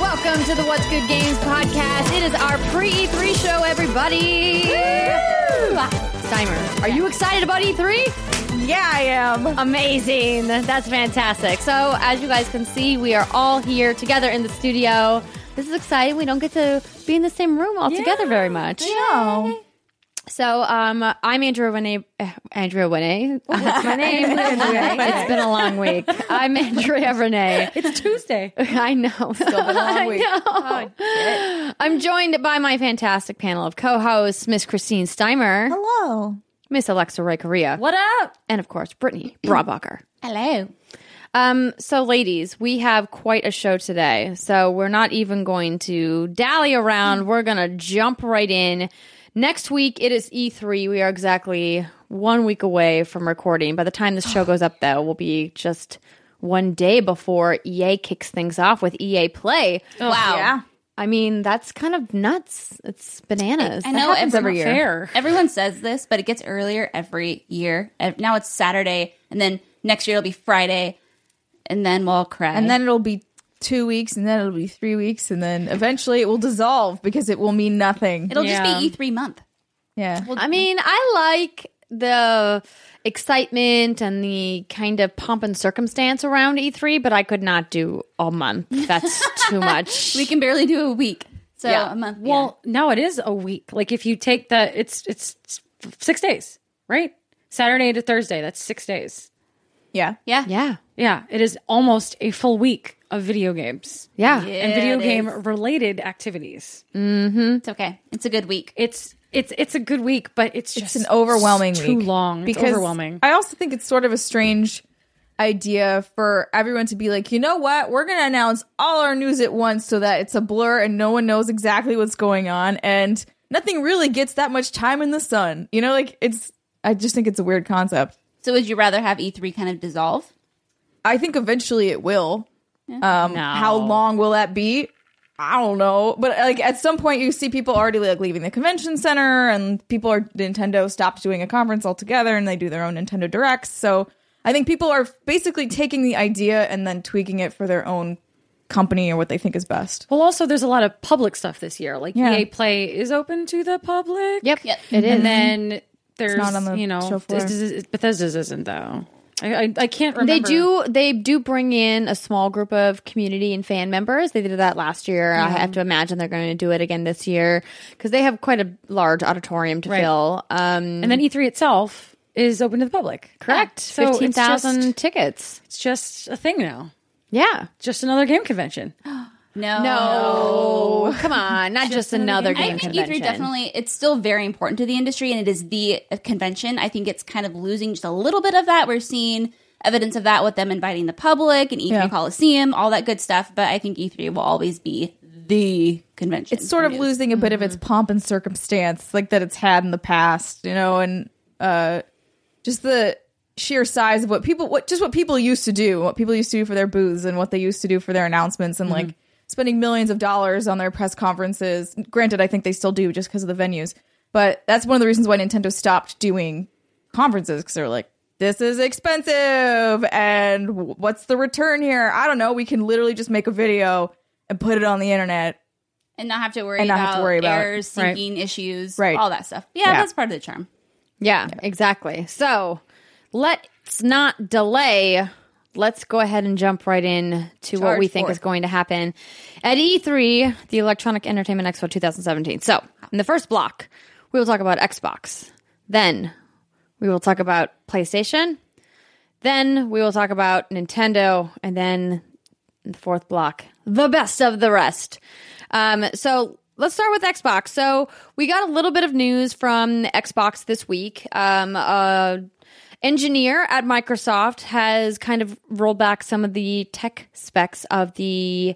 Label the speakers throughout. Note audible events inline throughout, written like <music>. Speaker 1: Welcome to the What's Good Games podcast. It is our pre E3 show, everybody. Steimer, are you excited about E3?
Speaker 2: Yeah, I am.
Speaker 1: Amazing. That's fantastic. So, as you guys can see, we are all here together in the studio. This is exciting. We don't get to be in the same room all together very much.
Speaker 2: No.
Speaker 1: So, um, I'm Andrea Renee. eh, Andrea Renee. That's <laughs> my name. it's been a long week. I'm Andrea <laughs> Renee.
Speaker 2: It's <laughs> Tuesday.
Speaker 1: I know. I
Speaker 2: week.
Speaker 1: know. I'm joined by my fantastic panel of co-hosts, Miss Christine Steimer,
Speaker 2: Hello.
Speaker 1: Miss Alexa Ray Correa,
Speaker 2: What up?
Speaker 1: and of course Brittany Braubacher.
Speaker 2: Hello.
Speaker 1: Um, so ladies, we have quite a show today. So we're not even going to dally around. We're gonna jump right in. Next week it is E3. We are exactly one week away from recording. By the time this show goes up though, we'll be just one day before EA kicks things off with EA Play.
Speaker 3: Wow.
Speaker 2: Yeah.
Speaker 1: I mean, that's kind of nuts. It's bananas.
Speaker 3: I
Speaker 1: That
Speaker 3: know
Speaker 1: happens every year.
Speaker 3: everyone- Everyone says this, but it gets earlier every year. Ev- Now it's Saturday, and then next year it'll be Friday, and then we'll all cry.
Speaker 2: And then it'll be two weeks, and then it'll be three weeks, and then eventually it will dissolve because it will mean nothing.
Speaker 3: it'll
Speaker 2: Yeah.
Speaker 3: just be E three month.
Speaker 2: yeah.
Speaker 1: I mean, I like the excitement and the kind of pomp and circumstance around E3, but I could not do all month. That's too much.
Speaker 3: We can barely do a week, so a month. yeah.
Speaker 4: Well, no, it is a week. Like if you take the, it's it's six days, right? Saturday to Thursday. That's six days.
Speaker 2: yeah.
Speaker 3: yeah,
Speaker 1: yeah.
Speaker 4: Yeah, it is almost a full week of video games
Speaker 1: Yeah.
Speaker 4: and video
Speaker 3: it
Speaker 4: game
Speaker 3: is.
Speaker 4: related activities.
Speaker 3: It's okay. It's a good week.
Speaker 4: It's it's it's a good week, but it's just
Speaker 2: an overwhelming
Speaker 4: too
Speaker 2: week.
Speaker 4: long. It's overwhelming.
Speaker 2: I also think it's sort of a strange idea for everyone to be like, you know what? We're going to announce all our news at once so that it's a blur and no one knows exactly what's going on and nothing really gets that much time in the sun. You know, like it's I just think it's a weird concept.
Speaker 3: So would you rather have E three kind of dissolve?
Speaker 2: I think eventually it will. Um how long will that be? I don't know, but like at some point you see people already like leaving the convention center and people are Nintendo stopped doing a conference altogether and they do their own Nintendo Directs. So I think people are basically taking the idea and then tweaking it for their own company or what they think is best.
Speaker 4: well, also there's a lot of public stuff this year. Like
Speaker 2: Yeah.
Speaker 4: EA Play is open to the public.
Speaker 1: Yep.
Speaker 3: Yep.
Speaker 1: It is.
Speaker 4: and then there's
Speaker 2: not on the
Speaker 4: you know
Speaker 2: show floor.
Speaker 4: this is- Bethesda's isn't though. I I, I can't remember.
Speaker 1: They do. They do bring in a small group of community and fan members. They did that last year. I have to imagine they're going to do it again this year because they have quite a large auditorium to
Speaker 4: Right.
Speaker 1: fill. Um,
Speaker 4: And then E3 itself is open to the public.
Speaker 1: correct,
Speaker 4: So it's
Speaker 1: fifteen thousand
Speaker 4: just-
Speaker 1: tickets.
Speaker 4: It's just a thing now.
Speaker 1: Yeah.
Speaker 4: Just another game convention.
Speaker 3: No,
Speaker 1: No, come on, not just, another game
Speaker 3: I think E
Speaker 1: convention.
Speaker 3: E3 definitely it's still very important to the industry and it is the convention. I think it's kind of losing just a little bit of that. We're seeing evidence of that with them inviting the public and E3
Speaker 2: Yeah.
Speaker 3: Coliseum, all that good stuff, but I think E3 will always be the convention.
Speaker 2: It's sort of losing a bit of its pomp and circumstance like that it's had in the past, you know, and uh just the sheer size of what people what just what people used to do, what people used to do for their booths and what they used to do for their announcements and like spending millions of dollars on their press conferences. Granted, I think they still do just because of the venues, but that's one of the reasons why Nintendo stopped doing conferences cuz they were like this is expensive and w- what's the return here? I don't know. We can literally just make a video and put it on the internet
Speaker 3: and not have to worry
Speaker 2: And not
Speaker 3: about
Speaker 2: have to worry about it.
Speaker 3: errors,
Speaker 4: Right.
Speaker 3: syncing issues,
Speaker 2: Right.
Speaker 3: all that stuff. Yeah,
Speaker 2: Yeah.
Speaker 3: that's part of the charm.
Speaker 1: yeah, exactly. So let's not delay. Let's go ahead and jump right in to what
Speaker 3: Charge
Speaker 1: we think is
Speaker 3: forth.
Speaker 1: going to happen at E3, the Electronic Entertainment Expo 2017. So, in the first block, we will talk about Xbox. Then we will talk about PlayStation. Then we will talk about Nintendo, and then the fourth block, the best of the rest. Um, so let's start with Xbox. So we got a little bit of news from Xbox this week. Um, uh, engineer at Microsoft has kind of rolled back some of the tech specs of the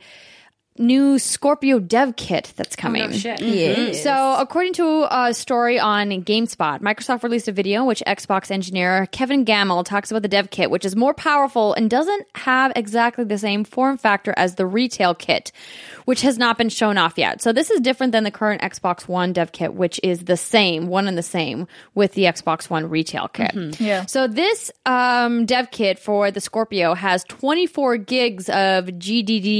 Speaker 1: new Scorpio dev kit that's coming.
Speaker 4: Oh, shit.
Speaker 1: So, according to a story on GameSpot, Microsoft released a video in which Xbox engineer Kevin Gamel talks about the dev kit, which is more powerful and doesn't have exactly the same form factor as the retail kit, which has not been shown off yet. So, this is different than the current Xbox One dev kit, which is the same, one and the same with the Xbox One retail kit.
Speaker 4: Mm-hmm.
Speaker 2: Yeah.
Speaker 1: So, this um, dev kit for the Scorpio has 24 gigs of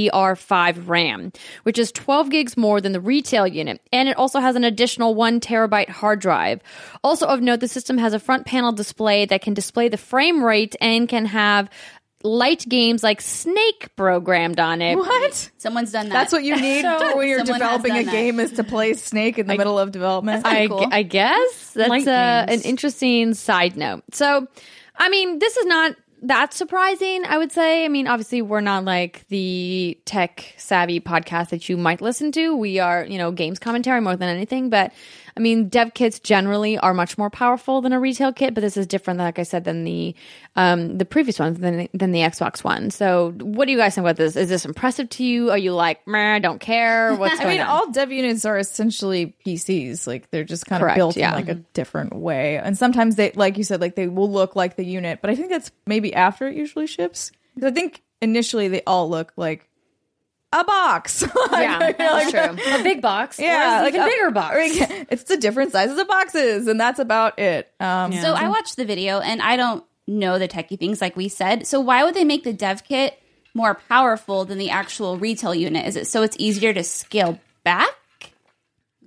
Speaker 1: GDDR5 RAM, which is 12 gigs more than the retail unit. And it also has an additional one terabyte hard drive. Also, of note, the system has a front panel display that can display the frame rate and can have light games like Snake programmed on it.
Speaker 2: What?
Speaker 3: Someone's done that.
Speaker 2: That's what you need when you're
Speaker 3: Someone has
Speaker 2: developing a
Speaker 3: done that.
Speaker 2: game is to play Snake in the middle of development.
Speaker 1: I,
Speaker 3: cool.
Speaker 1: I guess that's
Speaker 4: Light
Speaker 1: uh, an
Speaker 4: games.
Speaker 1: interesting side note. So, I mean, this is not that surprising, I would say. I mean, obviously, we're not like the tech savvy podcast that you might listen to. We are, you know, games commentary more than anything. But I mean, dev kits generally are much more powerful than a retail kit, but this is different, like I said, than the um, the previous ones than than the Xbox One. So, what do you guys think about this? Is this impressive to you? Are you like, meh, don't care? What's
Speaker 2: <laughs> I
Speaker 1: going
Speaker 2: mean,
Speaker 1: on?
Speaker 2: all dev units are essentially PCs. Like they're just kind
Speaker 1: Correct,
Speaker 2: of built
Speaker 1: yeah.
Speaker 2: in like a different way. And sometimes they, like you said, like they will look like the unit. But I think that's maybe after it usually ships. 'Cause I think initially they all look like a box. <laughs>
Speaker 1: yeah, that's true.
Speaker 4: a big box.
Speaker 2: <gasps> Yeah,
Speaker 4: Yeah,
Speaker 2: like
Speaker 4: like
Speaker 2: a-
Speaker 4: an even bigger
Speaker 2: <laughs>
Speaker 4: box.
Speaker 2: it's the different sizes of boxes, and that's about it. Um,
Speaker 3: So I watched the video and I don't know the techie things like we said. So why would they make the dev kit more powerful than the actual retail unit? Is it so it's easier to scale back?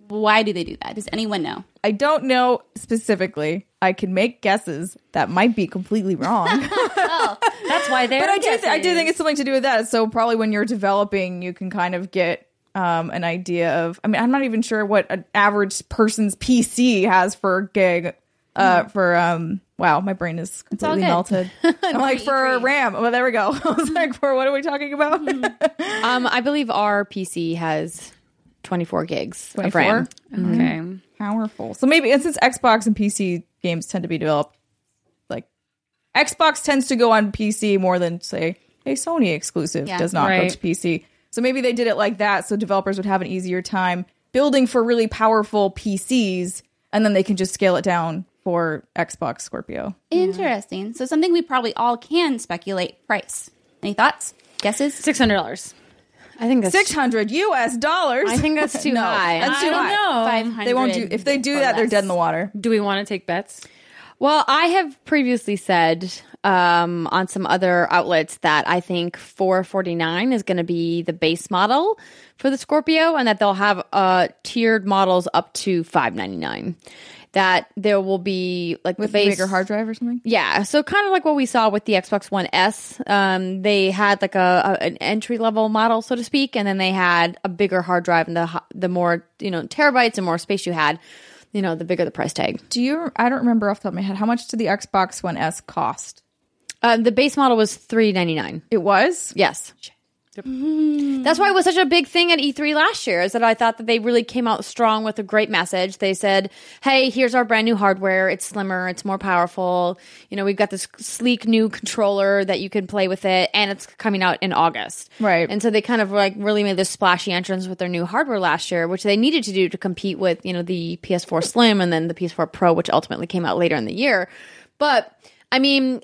Speaker 3: Why do they do that? Does anyone know?
Speaker 2: I don't know specifically. I can make guesses that might be completely wrong. <laughs>
Speaker 4: That's why they're.
Speaker 2: But I do, th- I do think it's something to do with that. So probably when you're developing, you can kind of get um, an idea of. I mean, I'm not even sure what an average person's PC has for gig. Uh, for um, wow, my brain is completely
Speaker 3: good.
Speaker 2: melted. I'm like for RAM. Well, there we go. <laughs> I was like, for what are we talking about?
Speaker 1: Um, I believe our PC has 24 gigs of RAM.
Speaker 4: Okay.
Speaker 2: Mm-hmm. powerful. So maybe and since Xbox and PC games tend to be developed, like Xbox tends to go on PC more than say a Sony exclusive
Speaker 3: Yeah.
Speaker 2: does not go
Speaker 4: Right.
Speaker 2: to PC. So maybe they did it like that so developers would have an easier time building for really powerful PCs and then they can just scale it down for Xbox Scorpio.
Speaker 3: Interesting. So something we probably all can speculate price. Any thoughts? Guesses?
Speaker 4: Six hundred dollars.
Speaker 1: I think that's
Speaker 2: 600 US dollars.
Speaker 1: I think <laughs> that's too
Speaker 2: No,
Speaker 1: high.
Speaker 2: that's too
Speaker 4: I don't
Speaker 2: high.
Speaker 4: know.
Speaker 3: Five hundred.
Speaker 2: They won't do if they do that they're dead in the water.
Speaker 4: Do we want to take bets?
Speaker 1: well, I have previously said um, on some other outlets that I think 449 is going to be the base model for the Scorpio, and that they'll have uh, tiered models up to 599. That there will be like
Speaker 2: With
Speaker 1: the base
Speaker 2: bigger hard drive or something.
Speaker 1: Yeah, so kind of like what we saw with the Xbox One S, um, they had like a, a an entry level model, so to speak, and then they had a bigger hard drive, and the ho- the more you know terabytes and more space you had, you know, the bigger the price tag.
Speaker 2: Do you I don't remember off the top of my head how much did the Xbox One S cost?
Speaker 1: Uh, the base model was three ninety nine.
Speaker 2: It was?
Speaker 1: Yes. That's why it was such a big thing at E3 last year is that I thought that they really came out strong with a great message. They said, "Hey, here's our brand new hardware. It's slimmer, it's more powerful. You know, we've got this sleek new controller that you can play with it and it's coming out in August."
Speaker 2: Right.
Speaker 1: And so they kind of like really made this splashy entrance with their new hardware last year, which they needed to do to compete with, you know, the PS4 Slim and then the PS4 Pro, which ultimately came out later in the year. But I mean,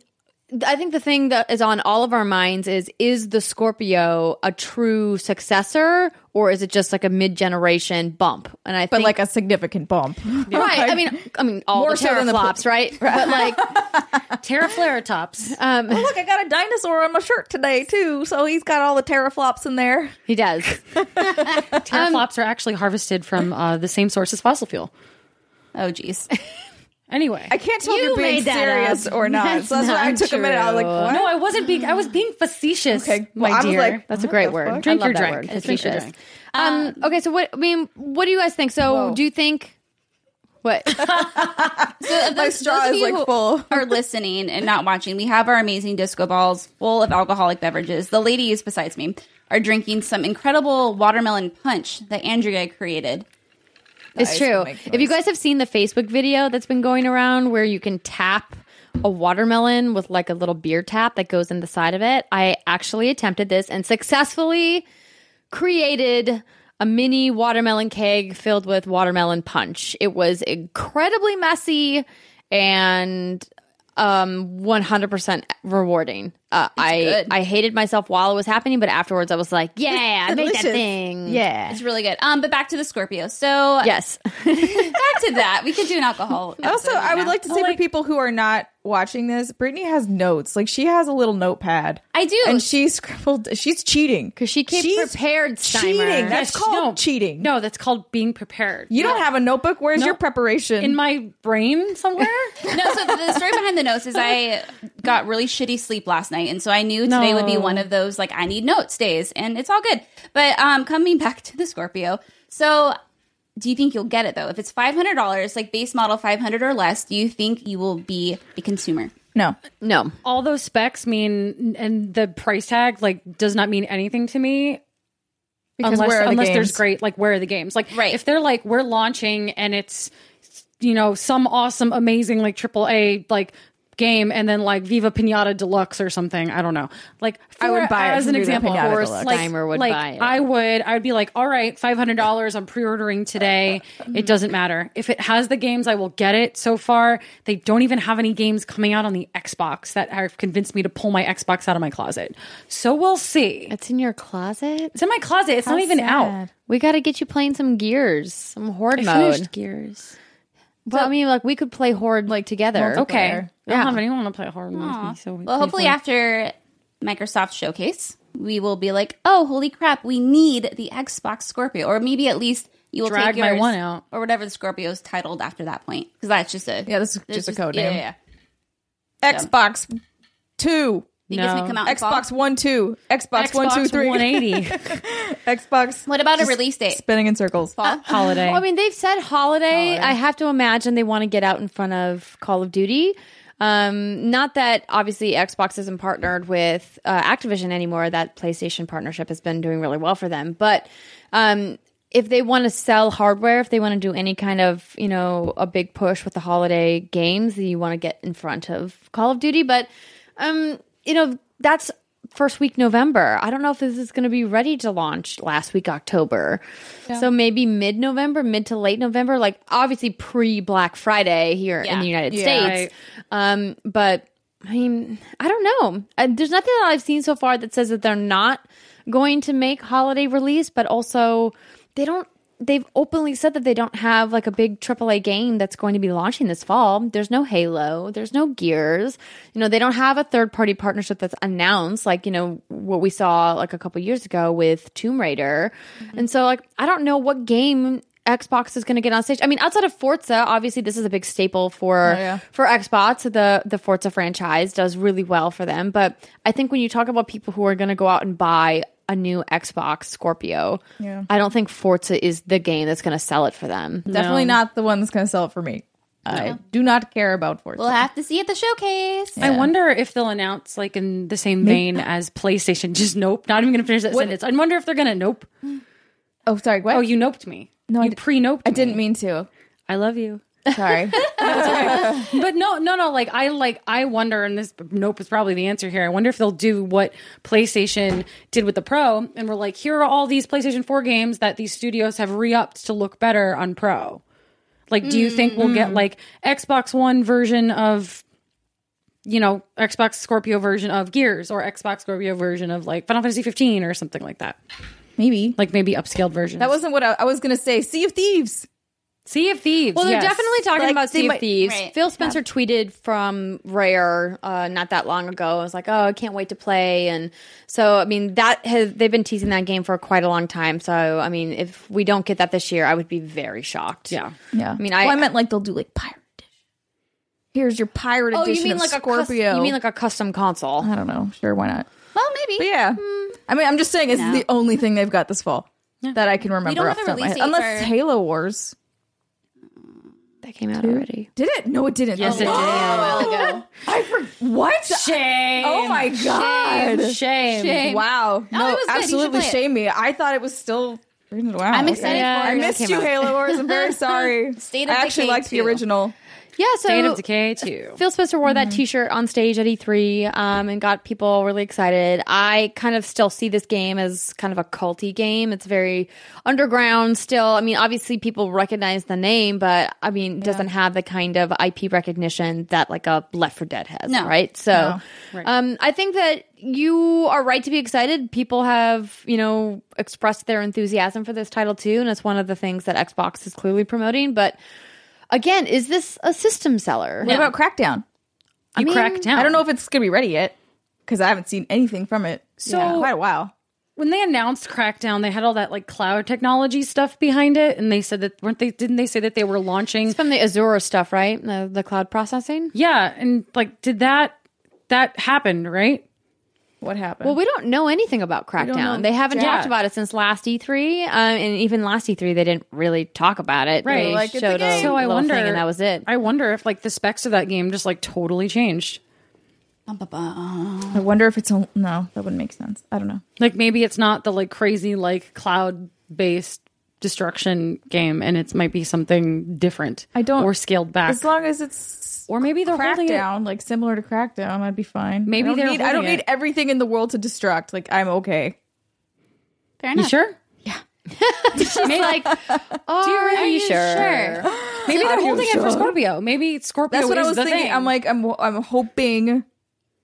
Speaker 1: I think the thing that is on all of our minds is is the Scorpio a true successor or is it just like a mid generation bump? And I
Speaker 2: but
Speaker 1: think
Speaker 2: like a significant <laughs> bump.
Speaker 1: right. I mean, I mean all
Speaker 2: More
Speaker 1: the
Speaker 2: so than the pl-
Speaker 1: teraflops, right? But
Speaker 2: <laughs>
Speaker 1: like
Speaker 4: <laughs>
Speaker 1: um,
Speaker 4: Terraflaratops.
Speaker 2: look, I got a dinosaur on my shirt today too, so he's got all the teraflops in there.
Speaker 1: he does.
Speaker 2: Um,
Speaker 4: Terraflops are actually harvested from uh, the same source as fossil fuel.
Speaker 3: Oh geez.
Speaker 4: Anyway,
Speaker 2: I can't tell
Speaker 1: You
Speaker 2: if you're being
Speaker 1: made that
Speaker 2: serious
Speaker 1: up.
Speaker 2: or not.
Speaker 1: That's
Speaker 2: so that's why I
Speaker 1: not
Speaker 2: took a minute. I was like,
Speaker 1: true.
Speaker 2: what?
Speaker 4: no, I wasn't being. I was being facetious,
Speaker 2: Okay, well, I
Speaker 4: my
Speaker 2: was
Speaker 4: dear.
Speaker 2: like-
Speaker 1: That's a great word. I
Speaker 4: Drink
Speaker 1: love
Speaker 4: your
Speaker 1: that
Speaker 4: drink.
Speaker 1: word.
Speaker 4: It's drink your
Speaker 1: Facetious.
Speaker 4: drink.
Speaker 1: Um, okay, so what I mean, what do you guys think? So,
Speaker 2: Whoa.
Speaker 1: do you think what
Speaker 3: So of those,
Speaker 2: straw
Speaker 3: those of
Speaker 2: is,
Speaker 3: you
Speaker 2: like,
Speaker 3: who
Speaker 2: full.
Speaker 3: are listening and not watching, we have our amazing disco balls full of alcoholic beverages. The ladies besides me are drinking some incredible watermelon punch that Andrea created.
Speaker 1: It's
Speaker 2: ice
Speaker 1: true.
Speaker 2: will make
Speaker 1: If you
Speaker 2: noise.
Speaker 1: guys have seen the Facebook video that's been going around where you can tap a watermelon with like a little beer tap that goes in the side of it, I actually attempted this and successfully created a mini watermelon keg filled with watermelon punch. It was incredibly messy and um 100% rewarding. Uh, I
Speaker 3: good.
Speaker 1: I hated myself while it was happening, but afterwards I was like, yeah, I made that
Speaker 2: Delicious.
Speaker 1: thing.
Speaker 2: Yeah.
Speaker 3: It's really good. Um, but back to the Scorpio. So
Speaker 1: Yes.
Speaker 3: back to that. We could do an alcohol.
Speaker 2: Also,
Speaker 3: episode,
Speaker 2: I
Speaker 3: you
Speaker 2: would
Speaker 3: know?
Speaker 2: like to say for people who are not watching this, Brittany has notes. Like she has a little notepad.
Speaker 3: I do.
Speaker 2: and she scribbled. She's cheating because
Speaker 1: she came prepared, Steimer.
Speaker 2: Cheating. That's
Speaker 4: Yes,
Speaker 2: called
Speaker 4: no.
Speaker 2: cheating.
Speaker 4: No, that's called being prepared.
Speaker 2: you don't have a notebook. Where's
Speaker 4: No.
Speaker 2: your preparation?
Speaker 4: in my brain somewhere.
Speaker 2: <laughs>
Speaker 3: no, so the story behind the notes is I got really shitty sleep last night, and so I knew today would be
Speaker 4: No.
Speaker 3: one of those like I need notes days, and it's all good. But um, coming back to the Scorpio, so do you think you'll get it though? If it's five hundred dollars, like base model five hundred or less, do you think you will be a consumer?
Speaker 2: no,
Speaker 1: no.
Speaker 4: All those specs mean, and the price tag like does not mean anything to me
Speaker 2: because
Speaker 4: unless
Speaker 2: where are the
Speaker 4: unless
Speaker 2: games?
Speaker 4: there's great like where are the games like
Speaker 3: Right.
Speaker 4: if they're like we're launching and it's you know some awesome amazing like triple A like game and then like Viva Pinata Deluxe or something I don't know like
Speaker 2: I would
Speaker 4: for-
Speaker 2: buy it
Speaker 4: as
Speaker 2: for
Speaker 4: an
Speaker 2: Viva
Speaker 4: example
Speaker 2: Pinata
Speaker 4: of course
Speaker 2: Deluxe.
Speaker 4: like,
Speaker 1: Timer would
Speaker 4: like,
Speaker 1: buy it.
Speaker 4: I would I would be like all right five hundred dollars I'm pre ordering today it doesn't matter if it has the games I will get it so far they don't even have any games coming out on the Xbox that have convinced me to pull my Xbox out of my closet so we'll see.
Speaker 1: It's in your closet.
Speaker 4: It's in my closet. It's not even out.
Speaker 1: We got to get you playing some gears, some horde mode.
Speaker 4: Finished Gears.
Speaker 1: Well, I mean, like we could play horde like together.
Speaker 4: Okay.
Speaker 2: Multiplayer.
Speaker 4: I don't have anyone to play horror with me. So
Speaker 3: Well, hopefully after Microsoft Showcase, we will be like, oh, holy crap, we need the Xbox Scorpio, or maybe at least you will
Speaker 4: Drag
Speaker 3: take
Speaker 4: my
Speaker 3: yours,
Speaker 4: one out.
Speaker 3: or whatever the Scorpio is titled after that point, because that's just a
Speaker 2: Yeah, this is
Speaker 3: there's
Speaker 2: just a code
Speaker 3: yeah,
Speaker 2: name.
Speaker 3: Yeah, yeah.
Speaker 2: Xbox Two,
Speaker 3: You guys may come out in fall.
Speaker 2: Xbox One Two, Xbox,
Speaker 4: Xbox
Speaker 2: One Two Three,
Speaker 4: 180
Speaker 2: Xbox.
Speaker 3: What about a release date?
Speaker 2: Spinning in circles.
Speaker 3: Fall?
Speaker 4: holiday.
Speaker 1: Well, I mean, they've said holiday. I have to imagine they want to get out in front of Call of Duty. Um, not that obviously Xbox isn't partnered with uh, Activision anymore. That PlayStation partnership has been doing really well for them. But um, if they want to sell hardware, if they want to do any kind of you know a big push with the holiday games, then you want to get in front of Call of Duty. But um, you know that's first week November. I don't know if this is going to be ready to launch last week October. So maybe mid November, mid to late November, like obviously pre Black Friday here in
Speaker 3: Yeah.
Speaker 1: the United
Speaker 2: Yeah.
Speaker 1: States. Um, but I mean, I don't know. Uh, there's nothing that I've seen so far that says that they're not going to make holiday release, but also they don't. They've openly said that they don't have like a big AAA game that's going to be launching this fall. There's no Halo. There's no Gears. You know, they don't have a third party partnership that's announced, like, you know, what we saw like a couple years ago with Tomb Raider.
Speaker 2: Mm-hmm.
Speaker 1: And so, like, I don't know what game Xbox is going to get on stage. I mean, outside of Forza, obviously this is a big staple for
Speaker 2: Oh, yeah.
Speaker 1: for Xbox. The the Forza franchise does really well for them, but I think when you talk about people who are going to go out and buy a new Xbox Scorpio,
Speaker 2: Yeah.
Speaker 1: I don't think Forza is the game that's going to sell it for them.
Speaker 2: Definitely not the one that's going to sell it for me. I do not care about Forza.
Speaker 3: We'll have to see at the showcase.
Speaker 4: I wonder if they'll announce like in the same vein as PlayStation. Just nope. Not even gonna finish that sentence. I wonder if they're gonna nope.
Speaker 2: oh, sorry. What?
Speaker 4: Oh, you noped me. No,
Speaker 2: I
Speaker 4: you
Speaker 2: di-
Speaker 4: pre noped.
Speaker 2: I didn't mean to.
Speaker 4: I love you.
Speaker 2: Sorry.
Speaker 4: but no, no, no. Like I like I wonder, and this nope is probably the answer here. I wonder if they'll do what PlayStation did with the Pro, and we're like, here are all these PlayStation Four games that these studios have re-upped to look better on Pro. Like, do you think we'll get like Xbox One version of? You know, Xbox Scorpio version of Gears or Xbox Scorpio version of like Final Fantasy 15 or something like that.
Speaker 2: Maybe.
Speaker 4: Like maybe upscaled version.
Speaker 2: That wasn't what I, I was going to say. Sea of Thieves.
Speaker 4: Sea of Thieves.
Speaker 1: Well, they're
Speaker 4: yes.
Speaker 1: definitely talking
Speaker 2: Like,
Speaker 1: about
Speaker 2: they
Speaker 1: Sea of
Speaker 2: might-
Speaker 1: Thieves.
Speaker 3: Right.
Speaker 1: Phil Spencer tweeted from Rare uh, not that long ago. It was like, "Oh, I can't wait to play." And so, I mean, that has they've been teasing that game for quite a long time. So, I mean, if we don't get that this year, I would be very shocked.
Speaker 4: Yeah.
Speaker 2: Yeah. I
Speaker 1: mean,
Speaker 2: mean,
Speaker 1: I-
Speaker 2: I, meant like they'll do like pirate edition. Here's your pirate
Speaker 1: Oh,
Speaker 2: edition.
Speaker 1: you mean
Speaker 2: of
Speaker 1: like
Speaker 2: Scorpio?
Speaker 1: a cus- you mean like a custom console?
Speaker 2: I don't know. Sure, why not?
Speaker 3: Well, maybe.
Speaker 2: But yeah, I mean, I'm just saying it's
Speaker 3: No.
Speaker 2: the only thing they've got this fall that I can remember
Speaker 3: don't
Speaker 2: off
Speaker 3: have a
Speaker 2: the top of my
Speaker 3: release
Speaker 2: head.
Speaker 3: date
Speaker 2: Unless
Speaker 3: for-
Speaker 2: Halo Wars
Speaker 1: That came out already.
Speaker 2: did it? No, it didn't. Oh,
Speaker 4: Yes, it did.
Speaker 2: I for- what?
Speaker 4: Shame.
Speaker 2: Oh my god!
Speaker 4: Shame.
Speaker 3: Shame.
Speaker 2: Wow.
Speaker 3: it
Speaker 2: No,
Speaker 3: was good. You should
Speaker 2: absolutely
Speaker 3: play it.
Speaker 2: shame me. I thought it was still. Wow.
Speaker 3: I'm excited
Speaker 4: Yeah,
Speaker 3: for
Speaker 2: I
Speaker 3: it.
Speaker 4: <laughs>
Speaker 2: missed you, Halo Wars. I'm very sorry.
Speaker 3: State of
Speaker 2: I
Speaker 3: Decay
Speaker 2: actually liked the
Speaker 3: 2.
Speaker 2: original.
Speaker 1: Yeah, so
Speaker 4: State of Decay too.
Speaker 1: Phil Spencer wore that
Speaker 3: Mm-hmm.
Speaker 1: T-shirt on stage at E3 um, and got people really excited. I kind of still see this game as kind of a culty game. It's very underground still. I mean, obviously people recognize the name, but I mean, it doesn't have the kind of IP recognition that like a Left 4 Dead has,
Speaker 3: No.
Speaker 1: right? So, Um, I think that you are right to be excited. People have, you know, expressed their enthusiasm for this title too, and it's one of the things that Xbox is clearly promoting, but. Again, is this a system seller?
Speaker 2: What about Crackdown?
Speaker 4: you crack down.
Speaker 2: I don't know if it's gonna be ready yet because I haven't seen anything from it
Speaker 4: So-
Speaker 2: in quite a while.
Speaker 4: when they announced Crackdown, they had all that like cloud technology stuff behind it, and they said that weren't they? Didn't they say that they were launching?
Speaker 1: It's from the Azure stuff, right? The, the cloud processing.
Speaker 4: Yeah, and like, did that that happened right?
Speaker 2: What happened?
Speaker 1: Well, we don't know anything about Crackdown.
Speaker 2: know
Speaker 1: They haven't
Speaker 4: jack.
Speaker 1: talked about it since last E3, um, and even last E3 they didn't really talk about it.
Speaker 4: Right,
Speaker 1: they
Speaker 4: like,
Speaker 2: it's a
Speaker 1: showed a
Speaker 2: game.
Speaker 4: So I
Speaker 1: little
Speaker 4: wonder,
Speaker 1: thing, and that was <laughs> it.
Speaker 4: I wonder if like the specs of that game just like totally changed.
Speaker 3: Bum, bum, bum.
Speaker 2: I wonder if it's on- no. That wouldn't make sense. I don't know.
Speaker 4: Like maybe it's not the like crazy like cloud based destruction game, and it might be something different.
Speaker 2: I don't-
Speaker 4: or scaled back,
Speaker 2: As long as it's
Speaker 4: or maybe they're holding it.
Speaker 2: Crackdown, like similar to Crackdown, I'd be fine.
Speaker 4: Maybe
Speaker 2: I don't
Speaker 4: they're
Speaker 2: need, I don't
Speaker 4: holding
Speaker 2: need
Speaker 4: it.
Speaker 2: everything in the world to distract. Like I'm okay.
Speaker 3: Fair
Speaker 4: You
Speaker 3: enough.
Speaker 4: sure?
Speaker 1: Maybe like, oh, are, you sure?
Speaker 4: Maybe they're holding it for
Speaker 2: sure?
Speaker 4: Scorpio. Maybe Scorpio.
Speaker 2: That's what
Speaker 4: is
Speaker 2: I was
Speaker 4: the
Speaker 2: thinking.
Speaker 4: Thing.
Speaker 2: I'm like I'm I'm hoping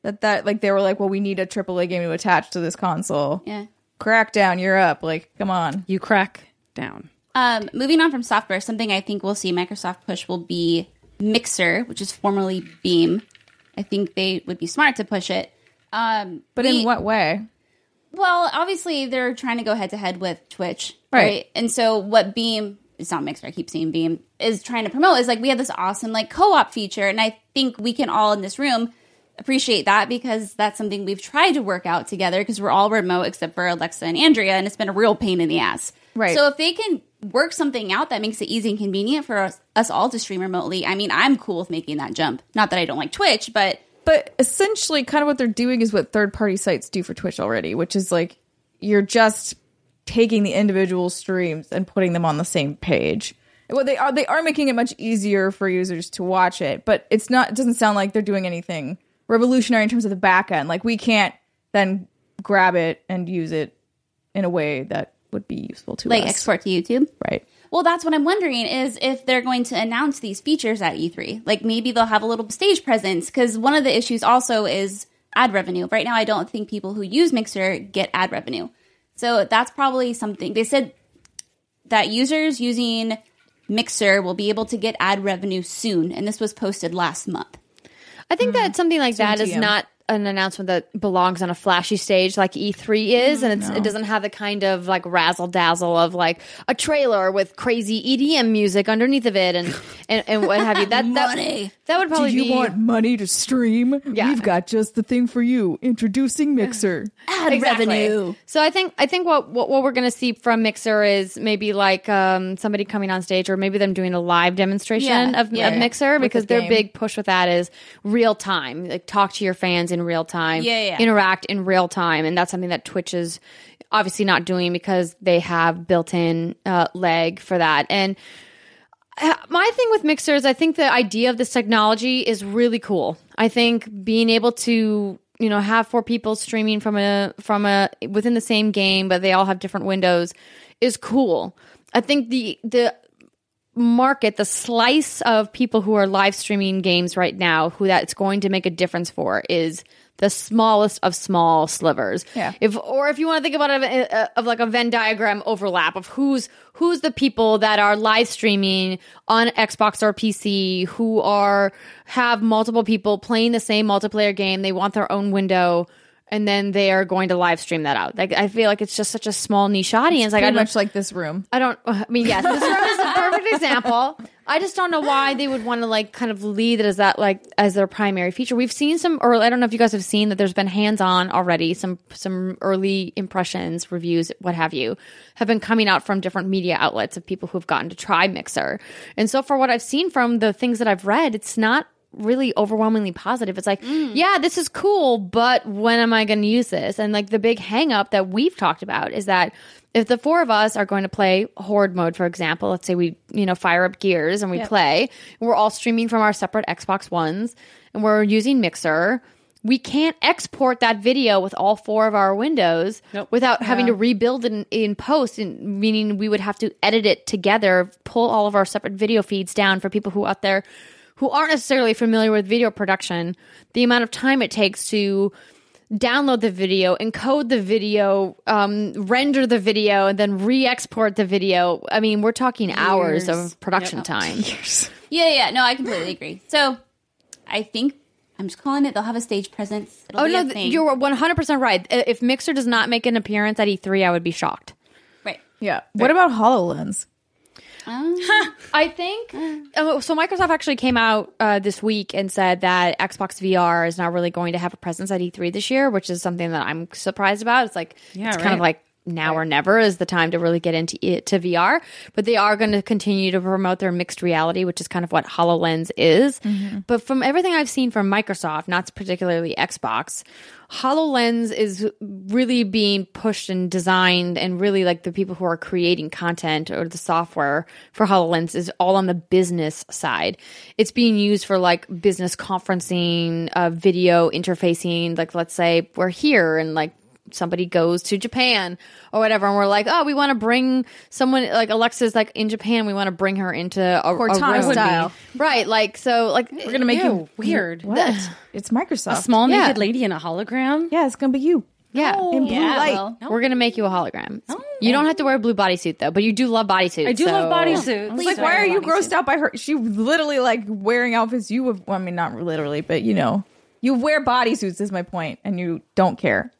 Speaker 2: that that like they were like, well, we need a AAA game to attach to this console.
Speaker 3: Yeah.
Speaker 2: Crackdown, you're up. Like come on.
Speaker 4: you crack down.
Speaker 3: Um, moving on from software, something I think we'll see Microsoft push will be Mixer, which is formerly Beam. I think they would be smart to push it. Um,
Speaker 2: But
Speaker 3: we-
Speaker 2: in what way?
Speaker 3: Well, obviously they're trying to go head to head with Twitch,
Speaker 2: Right.
Speaker 3: right. And so what Beam, it's not Mixer, I keep saying Beam, is trying to promote is like we have this awesome like co-op feature and I think we can all in this room appreciate that because that's something we've tried to work out together because we're all remote except for Alexa and Andrea and it's been a real pain in the ass.
Speaker 2: Right.
Speaker 3: So if they can work something out that makes it easy and convenient for us, us all to stream remotely, I mean, I'm cool with making that jump. Not that I don't like Twitch, but
Speaker 2: But essentially, kind of what they're doing is what third party sites do for Twitch already, which is like you're just taking the individual streams and putting them on the same page. Well, they are they are making it much easier for users to watch it, but it's not. It doesn't sound like they're doing anything revolutionary in terms of the back end. Like we can't then grab it and use it in a way that would be useful to
Speaker 3: like
Speaker 2: us.
Speaker 3: export to YouTube.
Speaker 2: right?
Speaker 3: Well, that's what I'm wondering is if they're going to announce these features at E3. Like maybe they'll have a little stage presence because one of the issues also is ad revenue. Right now, I don't think people who use Mixer get ad revenue. So that's probably something. They said that users using Mixer will be able to get ad revenue soon. And this was posted last month.
Speaker 1: I think that something like that is
Speaker 2: TM.
Speaker 1: not an announcement that belongs on a flashy stage like E3 is, and it's, it doesn't have the kind of like razzle dazzle of like a trailer with crazy EDM music underneath of it and and, and what have you. That that,
Speaker 3: Money.
Speaker 1: that would probably be
Speaker 2: money to stream?
Speaker 1: Yeah. We've
Speaker 2: got just the thing for you. Introducing Mixer.
Speaker 3: Ad
Speaker 1: Exactly.
Speaker 3: revenue.
Speaker 1: So I think I think what what, what we're going to see from Mixer is maybe like um, somebody coming on stage, or maybe them doing a live demonstration
Speaker 3: Yeah,
Speaker 1: of,
Speaker 3: yeah,
Speaker 1: of
Speaker 3: yeah.
Speaker 1: Mixer because
Speaker 2: the
Speaker 1: their
Speaker 2: game.
Speaker 1: big push with that is real time, like talk to your fans in real time,
Speaker 3: Yeah, yeah.
Speaker 1: interact in real time, and that's something that Twitch is obviously not doing because they have built-in uh, leg for that and uh, my thing with mixers, I think the idea of this technology is really cool. I think being able to you know have four people streaming from a from a within the same game, but they all have different windows, is cool. I think the the market, the slice of people who are live streaming games right now, who that's going to make a difference for is the smallest of small slivers.
Speaker 2: Yeah.
Speaker 1: If or if you want to think about it of, uh, of like a Venn diagram overlap of who's who's the people that are live streaming on Xbox or PC who are have multiple people playing the same multiplayer game, they want their own window. And then they are going to live stream that out. Like I feel like it's just such a small niche audience. like I
Speaker 2: Pretty
Speaker 1: don't,
Speaker 2: much like this room.
Speaker 1: I don't. uh, I mean, yes, this room is a perfect example. I just don't know why they would want to like kind of lead it as that like as their primary feature. We've seen some, or I don't know if you guys have seen that there's been hands-on already. Some some early impressions, reviews, what have you, have been coming out from different media outlets of people who've gotten to try Mixer. And so, for what I've seen from the things that I've read, it's not really overwhelmingly positive. It's like, yeah, this is cool, but when am I going to use this? And like the big hang up that we've talked about is that if the four of us are going to play horde mode, for example, let's say we, you know, fire up gears and we play, and we're all streaming from our separate Xbox Ones and we're using Mixer. We can't export that video with all four of our windows without having to rebuild it in, in post, and meaning we would have to edit it together, pull all of our separate video feeds down for people who out there who aren't necessarily familiar with video production, the amount of time it takes to download the video, encode the video, um, render the video, and then re-export the video. I mean, we're talking hours of production <laughs> time.
Speaker 3: Yeah, yeah. No, I completely agree. So I think I'm just calling it. They'll have a stage presence. It'll
Speaker 1: Oh
Speaker 3: be
Speaker 1: no,
Speaker 3: a
Speaker 1: th-
Speaker 3: thing.
Speaker 1: you're 100 percent right. I- If Mixer does not make an appearance at E3, I would be shocked. <laughs>
Speaker 3: right.
Speaker 2: Yeah. What about HoloLens?
Speaker 1: I think uh, so. Microsoft actually came out uh, this week and said that Xbox VR is not really going to have a presence at E3 this year, which is something that I'm surprised about. It's like it's kind of
Speaker 4: right.
Speaker 1: like now or never is the time to really get into it to VR, but they are going to continue to promote their mixed reality, which is kind of what HoloLens is. But from everything I've seen from Microsoft, not particularly Xbox, HoloLens is really being pushed and designed and really like the people who are creating content or the software for HoloLens is all on the business side. It's being used for like business conferencing, uh, video interfacing, like let's say we're here and like somebody goes to Japan or whatever, and we're like, oh, we want to bring someone like Alexa's like in Japan, we want to bring her into a, a
Speaker 2: Cortana
Speaker 1: room.
Speaker 2: style.
Speaker 1: right? Like so, like
Speaker 2: We're gonna make you
Speaker 4: Ew, weird.
Speaker 2: What? It's Microsoft.
Speaker 4: Small
Speaker 1: Yeah.
Speaker 4: naked lady in a hologram.
Speaker 2: yeah, it's gonna be you.
Speaker 1: yeah.
Speaker 2: In blue
Speaker 3: Oh, Yeah,
Speaker 2: light.
Speaker 3: well,
Speaker 1: We're gonna make you a hologram. you don't have to wear a blue bodysuit though, but you do love bodysuits.
Speaker 4: I do love bodysuits.
Speaker 2: It's like, why are you grossed out by her? She literally like wearing outfits you have. Well, I mean, not literally, but you know, you wear bodysuits is my point, and you don't care.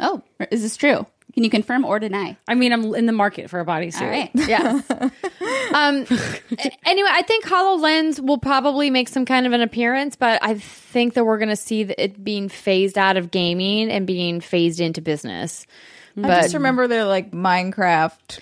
Speaker 3: Oh, is this true? Can you confirm or deny?
Speaker 4: I mean, I'm in the market for a bodysuit.
Speaker 3: All right.
Speaker 1: <laughs>
Speaker 3: <laughs>
Speaker 1: Yes. um. a- Anyway, I think Hololens will probably make some kind of an appearance, but I think that we're gonna see that it being phased out of gaming and being phased into business.
Speaker 2: I just remember their like Minecraft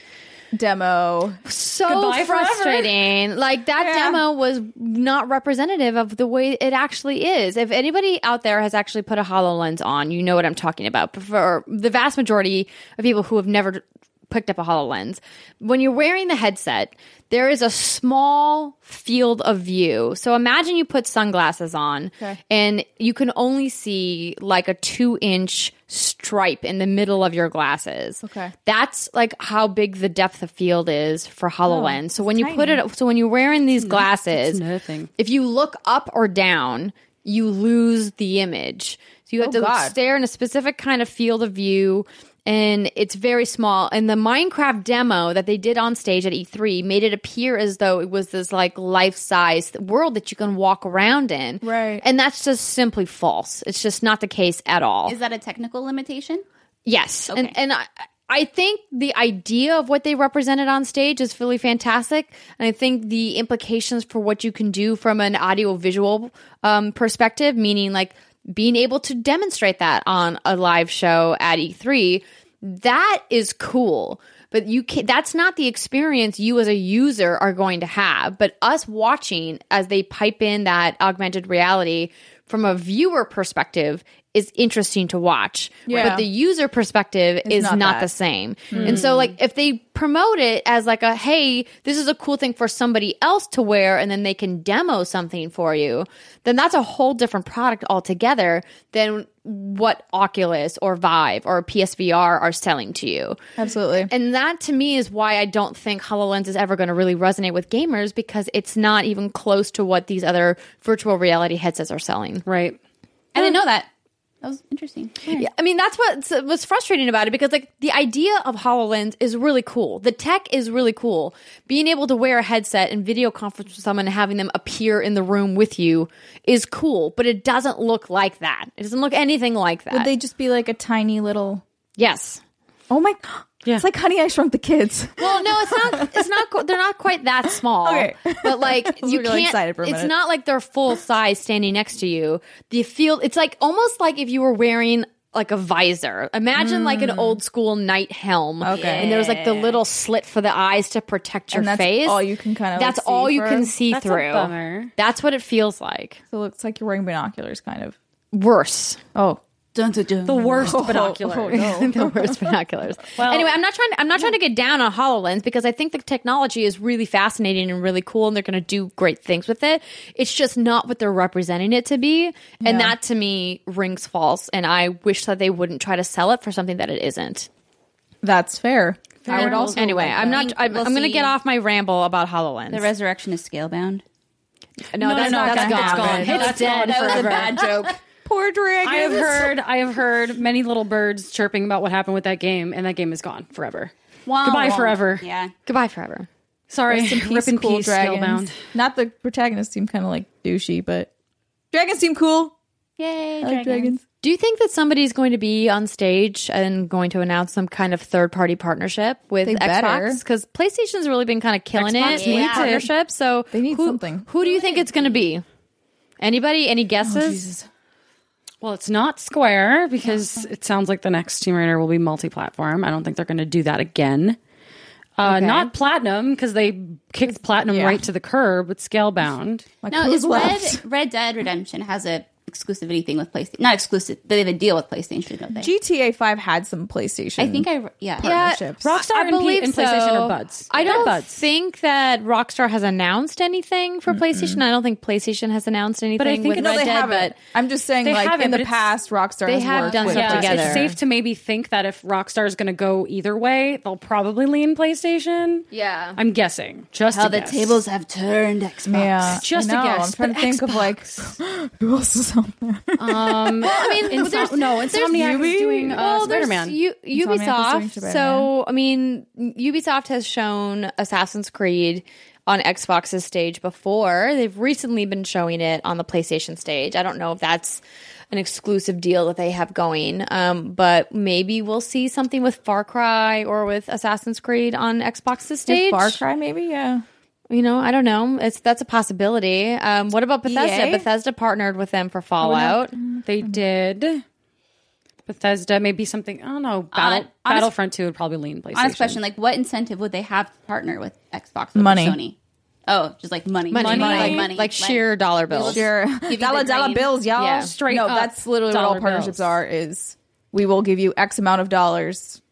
Speaker 2: demo.
Speaker 1: so
Speaker 4: Goodbye forever.
Speaker 1: frustrating. Like that
Speaker 2: Yeah.
Speaker 1: demo was not representative of the way it actually is. If anybody out there has actually put a HoloLens on, you know what I'm talking about. But for the vast majority of people who have never picked up a HoloLens, when you're wearing the headset, there is a small field of view. So imagine you put sunglasses on and you can only see like a two inch stripe in the middle of your glasses.
Speaker 2: Okay.
Speaker 1: That's like how big the depth of field is for
Speaker 2: Oh,
Speaker 1: HoloLens. so when you put it, so when you're wearing these glasses,
Speaker 4: nothing.
Speaker 1: if you look up or down, you lose the image. So you have to look-
Speaker 2: Oh, God.
Speaker 1: stare in a specific kind of field of view. And it's very small. And the Minecraft demo that they did on stage at E3 made it appear as though it was this like life size world that you can walk around in.
Speaker 2: Right.
Speaker 1: And that's just simply false. It's just not the case at all.
Speaker 3: Is that a technical limitation?
Speaker 1: Yes, and and I, I think the idea of what they represented on stage is really fantastic, and I think the implications for what you can do from an audio visual um, perspective, meaning like being able to demonstrate that on a live show at E3, that is cool. But you can, that's not the experience you as a user are going to have. But us watching as they pipe in that augmented reality from a viewer perspective is interesting to watch.
Speaker 2: Yeah.
Speaker 1: But the user perspective is not,
Speaker 2: not
Speaker 1: the
Speaker 2: that.
Speaker 1: same.
Speaker 3: Hmm.
Speaker 1: And so like if they promote it as like a hey, this is a cool thing for somebody else to wear and then they can demo something for you, then that's a whole different product altogether than what Oculus or Vive or PSVR are selling to you.
Speaker 2: Absolutely.
Speaker 1: And that to me is why I don't think HoloLens is ever going to really resonate with gamers because it's not even close to what these other virtual reality headsets are selling.
Speaker 4: Right.
Speaker 3: I didn't know that. That was interesting.
Speaker 1: Yeah, I mean, that's what was frustrating about it because, like, the idea of HoloLens is really cool. The tech is really cool. Being able to wear a headset and video conference with someone and having them appear in the room with you is cool, but it doesn't look like that. It doesn't look anything like that.
Speaker 2: Would they just be like a tiny little?
Speaker 1: yes.
Speaker 2: Oh my! <gasps> It's like Honey, I Shrunk the Kids. <laughs>
Speaker 1: Well, no, it's not. It's not. qu- They're not quite that small.
Speaker 2: Okay.
Speaker 1: but like
Speaker 2: <laughs>
Speaker 1: you
Speaker 2: really
Speaker 1: can't.
Speaker 2: excited for a
Speaker 1: it's
Speaker 2: minute.
Speaker 1: not like they're full size standing next to you. The field. It's like almost like if you were wearing like a visor. Imagine like an old school night helm.
Speaker 2: Hmm. Okay.
Speaker 1: And there's like the little slit for the eyes to protect your
Speaker 2: And that's
Speaker 1: face.
Speaker 2: all you can kinda, like,
Speaker 1: That's
Speaker 2: see
Speaker 1: all you
Speaker 2: for-
Speaker 1: can see
Speaker 4: That's a
Speaker 1: through.
Speaker 4: bummer.
Speaker 1: That's what it feels like.
Speaker 2: So it looks like you're wearing binoculars, kind of.
Speaker 1: Worse.
Speaker 2: Oh,
Speaker 4: The worst
Speaker 2: <laughs>
Speaker 4: binoculars.
Speaker 1: <laughs> the worst binoculars. anyway, I'm not trying. To, I'm not trying to get down on Hololens because I think the technology is really fascinating and really cool, and they're going to do great things with it. It's just not what they're representing it to be, and that to me rings false. And I wish that they wouldn't try to sell it for something that it isn't.
Speaker 2: that's fair. I would
Speaker 3: enough.
Speaker 2: also
Speaker 1: Anyway,
Speaker 2: like
Speaker 1: I'm
Speaker 2: that.
Speaker 1: not. I'm,
Speaker 3: We'll
Speaker 1: I'm going to
Speaker 3: see.
Speaker 1: get off my ramble about Hololens.
Speaker 3: The resurrection is scale bound.
Speaker 1: no, that's
Speaker 4: no,
Speaker 1: not
Speaker 4: that's
Speaker 1: gonna
Speaker 4: gone.
Speaker 1: happen.
Speaker 4: That's
Speaker 1: It's
Speaker 4: gone.
Speaker 1: dead
Speaker 4: That was a
Speaker 1: forever.
Speaker 3: <laughs>
Speaker 4: bad
Speaker 2: <laughs>
Speaker 3: joke.
Speaker 2: Poor dragons.
Speaker 4: I have heard. I have heard many little birds chirping about what happened with that game, and that game is gone forever. Goodbye forever.
Speaker 3: Yeah.
Speaker 1: Goodbye forever.
Speaker 4: Sorry,
Speaker 2: Rest in peace,
Speaker 4: rip in
Speaker 2: cool
Speaker 4: peace,
Speaker 2: dragons.
Speaker 4: Scalebound.
Speaker 2: Not the protagonists seem kind of like douchey, but dragons seem cool.
Speaker 3: Yay,
Speaker 2: I like dragons.
Speaker 1: Do you think that somebody's going to be on stage and going to announce some kind of third party partnership with
Speaker 2: They better.
Speaker 1: Xbox? Because PlayStation's really been kind of killing
Speaker 4: Xbox
Speaker 1: it
Speaker 3: needs
Speaker 1: with
Speaker 3: it.
Speaker 1: partnerships. So
Speaker 2: They need
Speaker 1: who,
Speaker 2: something. Oh,
Speaker 1: Who do you think it's going to be? Anybody? Any guesses?
Speaker 4: Well, it's not Square because it sounds like the next Tomb Raider will be multi-platform. I don't think they're going to do that again. Uh, Not Platinum because they kicked Platinum
Speaker 2: Yeah.
Speaker 4: right to the curb with Scalebound.
Speaker 2: Like,
Speaker 3: No,
Speaker 2: who's
Speaker 3: is Red Red Dead Redemption has a exclusivity thing with PlayStation? Not exclusive, but they have a deal with PlayStation, don't they?
Speaker 2: GTA Five had some PlayStation.
Speaker 3: I think I yeah.
Speaker 1: Uh,
Speaker 2: partnerships.
Speaker 4: Rockstar and, P- and PlayStation are buds.
Speaker 1: I
Speaker 4: They're
Speaker 1: don't
Speaker 4: buds.
Speaker 1: think that Rockstar has announced anything for PlayStation. I don't think PlayStation has announced anything. But
Speaker 4: I think
Speaker 1: with
Speaker 4: it's-
Speaker 2: no,
Speaker 1: Red
Speaker 2: they
Speaker 1: Dead,
Speaker 2: haven't.
Speaker 1: but
Speaker 2: I'm just saying,
Speaker 4: They
Speaker 2: like
Speaker 4: haven't,
Speaker 2: in the
Speaker 4: but it's-
Speaker 2: past, Rockstar
Speaker 1: they
Speaker 2: has
Speaker 1: have
Speaker 2: worked
Speaker 1: done
Speaker 2: with
Speaker 1: stuff
Speaker 4: yeah,
Speaker 1: together.
Speaker 4: it's safe to maybe think that if Rockstar's going to go either way, they'll probably lean PlayStation.
Speaker 1: Yeah.
Speaker 4: I'm guessing. Just
Speaker 3: How
Speaker 4: a
Speaker 3: the
Speaker 4: guess.
Speaker 3: tables have turned, Xbox.
Speaker 2: Yeah,
Speaker 4: Just a
Speaker 2: I know.
Speaker 4: guess,
Speaker 2: I'm trying to
Speaker 4: but
Speaker 2: think of like <gasps> who else is on there.
Speaker 4: Um, I mean,
Speaker 1: there's-
Speaker 4: no, Insomniac
Speaker 2: Ubi?
Speaker 4: is doing uh,
Speaker 1: well, there's
Speaker 4: Spider-Man.
Speaker 1: U-
Speaker 2: Insomniac is doing
Speaker 1: Ubisoft.
Speaker 2: Spider-Man.
Speaker 1: So, I mean, Ubisoft has shown Assassin's Creed on Xbox's stage before. They've recently been showing it on the PlayStation stage. I don't know if that's an exclusive deal that they have going, um, but maybe we'll see something with Far Cry or with Assassin's Creed on Xbox's stage.
Speaker 2: Far Cry, maybe. Yeah,
Speaker 1: You know, I don't know. It's that's a possibility. Um, what about Bethesda?
Speaker 2: EA?
Speaker 1: Bethesda partnered with them for Fallout.
Speaker 4: They did. Bethesda, maybe something. I don't know. Battle,
Speaker 3: honest-
Speaker 4: Battlefront Two would probably lean PlayStation.
Speaker 3: Honest question, like what incentive would they have to partner with Xbox over
Speaker 2: Money.
Speaker 3: Sony? Oh, just like money.
Speaker 1: Money, like,
Speaker 3: money.
Speaker 1: like sheer dollar bills.
Speaker 2: sure. <laughs>
Speaker 3: you the
Speaker 2: Dollar dollar
Speaker 3: dream.
Speaker 2: bills, y'all.
Speaker 1: Yeah.
Speaker 4: Straight
Speaker 2: No,
Speaker 4: up
Speaker 2: that's literally what all
Speaker 4: dollar
Speaker 2: partnerships
Speaker 4: bills.
Speaker 2: are. Is we will give you X amount of dollars,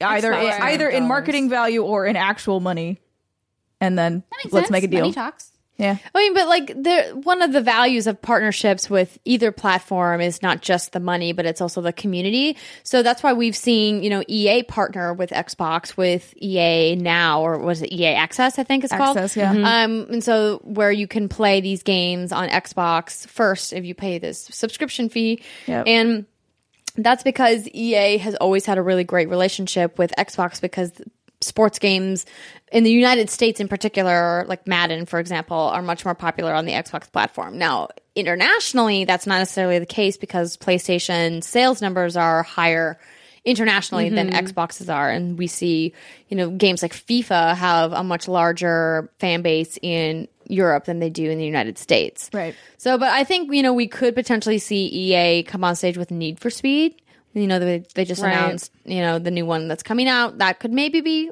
Speaker 2: either
Speaker 4: amount of
Speaker 2: either in
Speaker 4: dollars.
Speaker 2: marketing value or in actual money, and then
Speaker 3: That makes
Speaker 2: let's
Speaker 3: sense.
Speaker 2: make a deal.
Speaker 3: Money <laughs> talks.
Speaker 2: Yeah,
Speaker 1: I mean, but like the one of the values of partnerships with either platform is not just the money, but it's also the community. So that's why we've seen, you know, EA partner with Xbox with EA Now or was it EA Access? I think it's
Speaker 2: Access,
Speaker 1: called.
Speaker 2: yeah. Mhm.
Speaker 1: Um, and so where you can play these games on Xbox first if you pay this subscription fee,
Speaker 2: Yep.
Speaker 1: and that's because EA has always had a really great relationship with Xbox because sports games in the United States in particular, like Madden, for example, are much more popular on the Xbox platform. Now, internationally, that's not necessarily the case because PlayStation sales numbers are higher internationally than Xboxes are. And we see, you know, games like FIFA have a much larger fan base in Europe than they do in the United States.
Speaker 2: Right.
Speaker 1: So, but I think you know we could potentially see EA come on stage with Need for Speed. You know, they, they just
Speaker 4: Right.
Speaker 1: announced you know the new one that's coming out. That could maybe be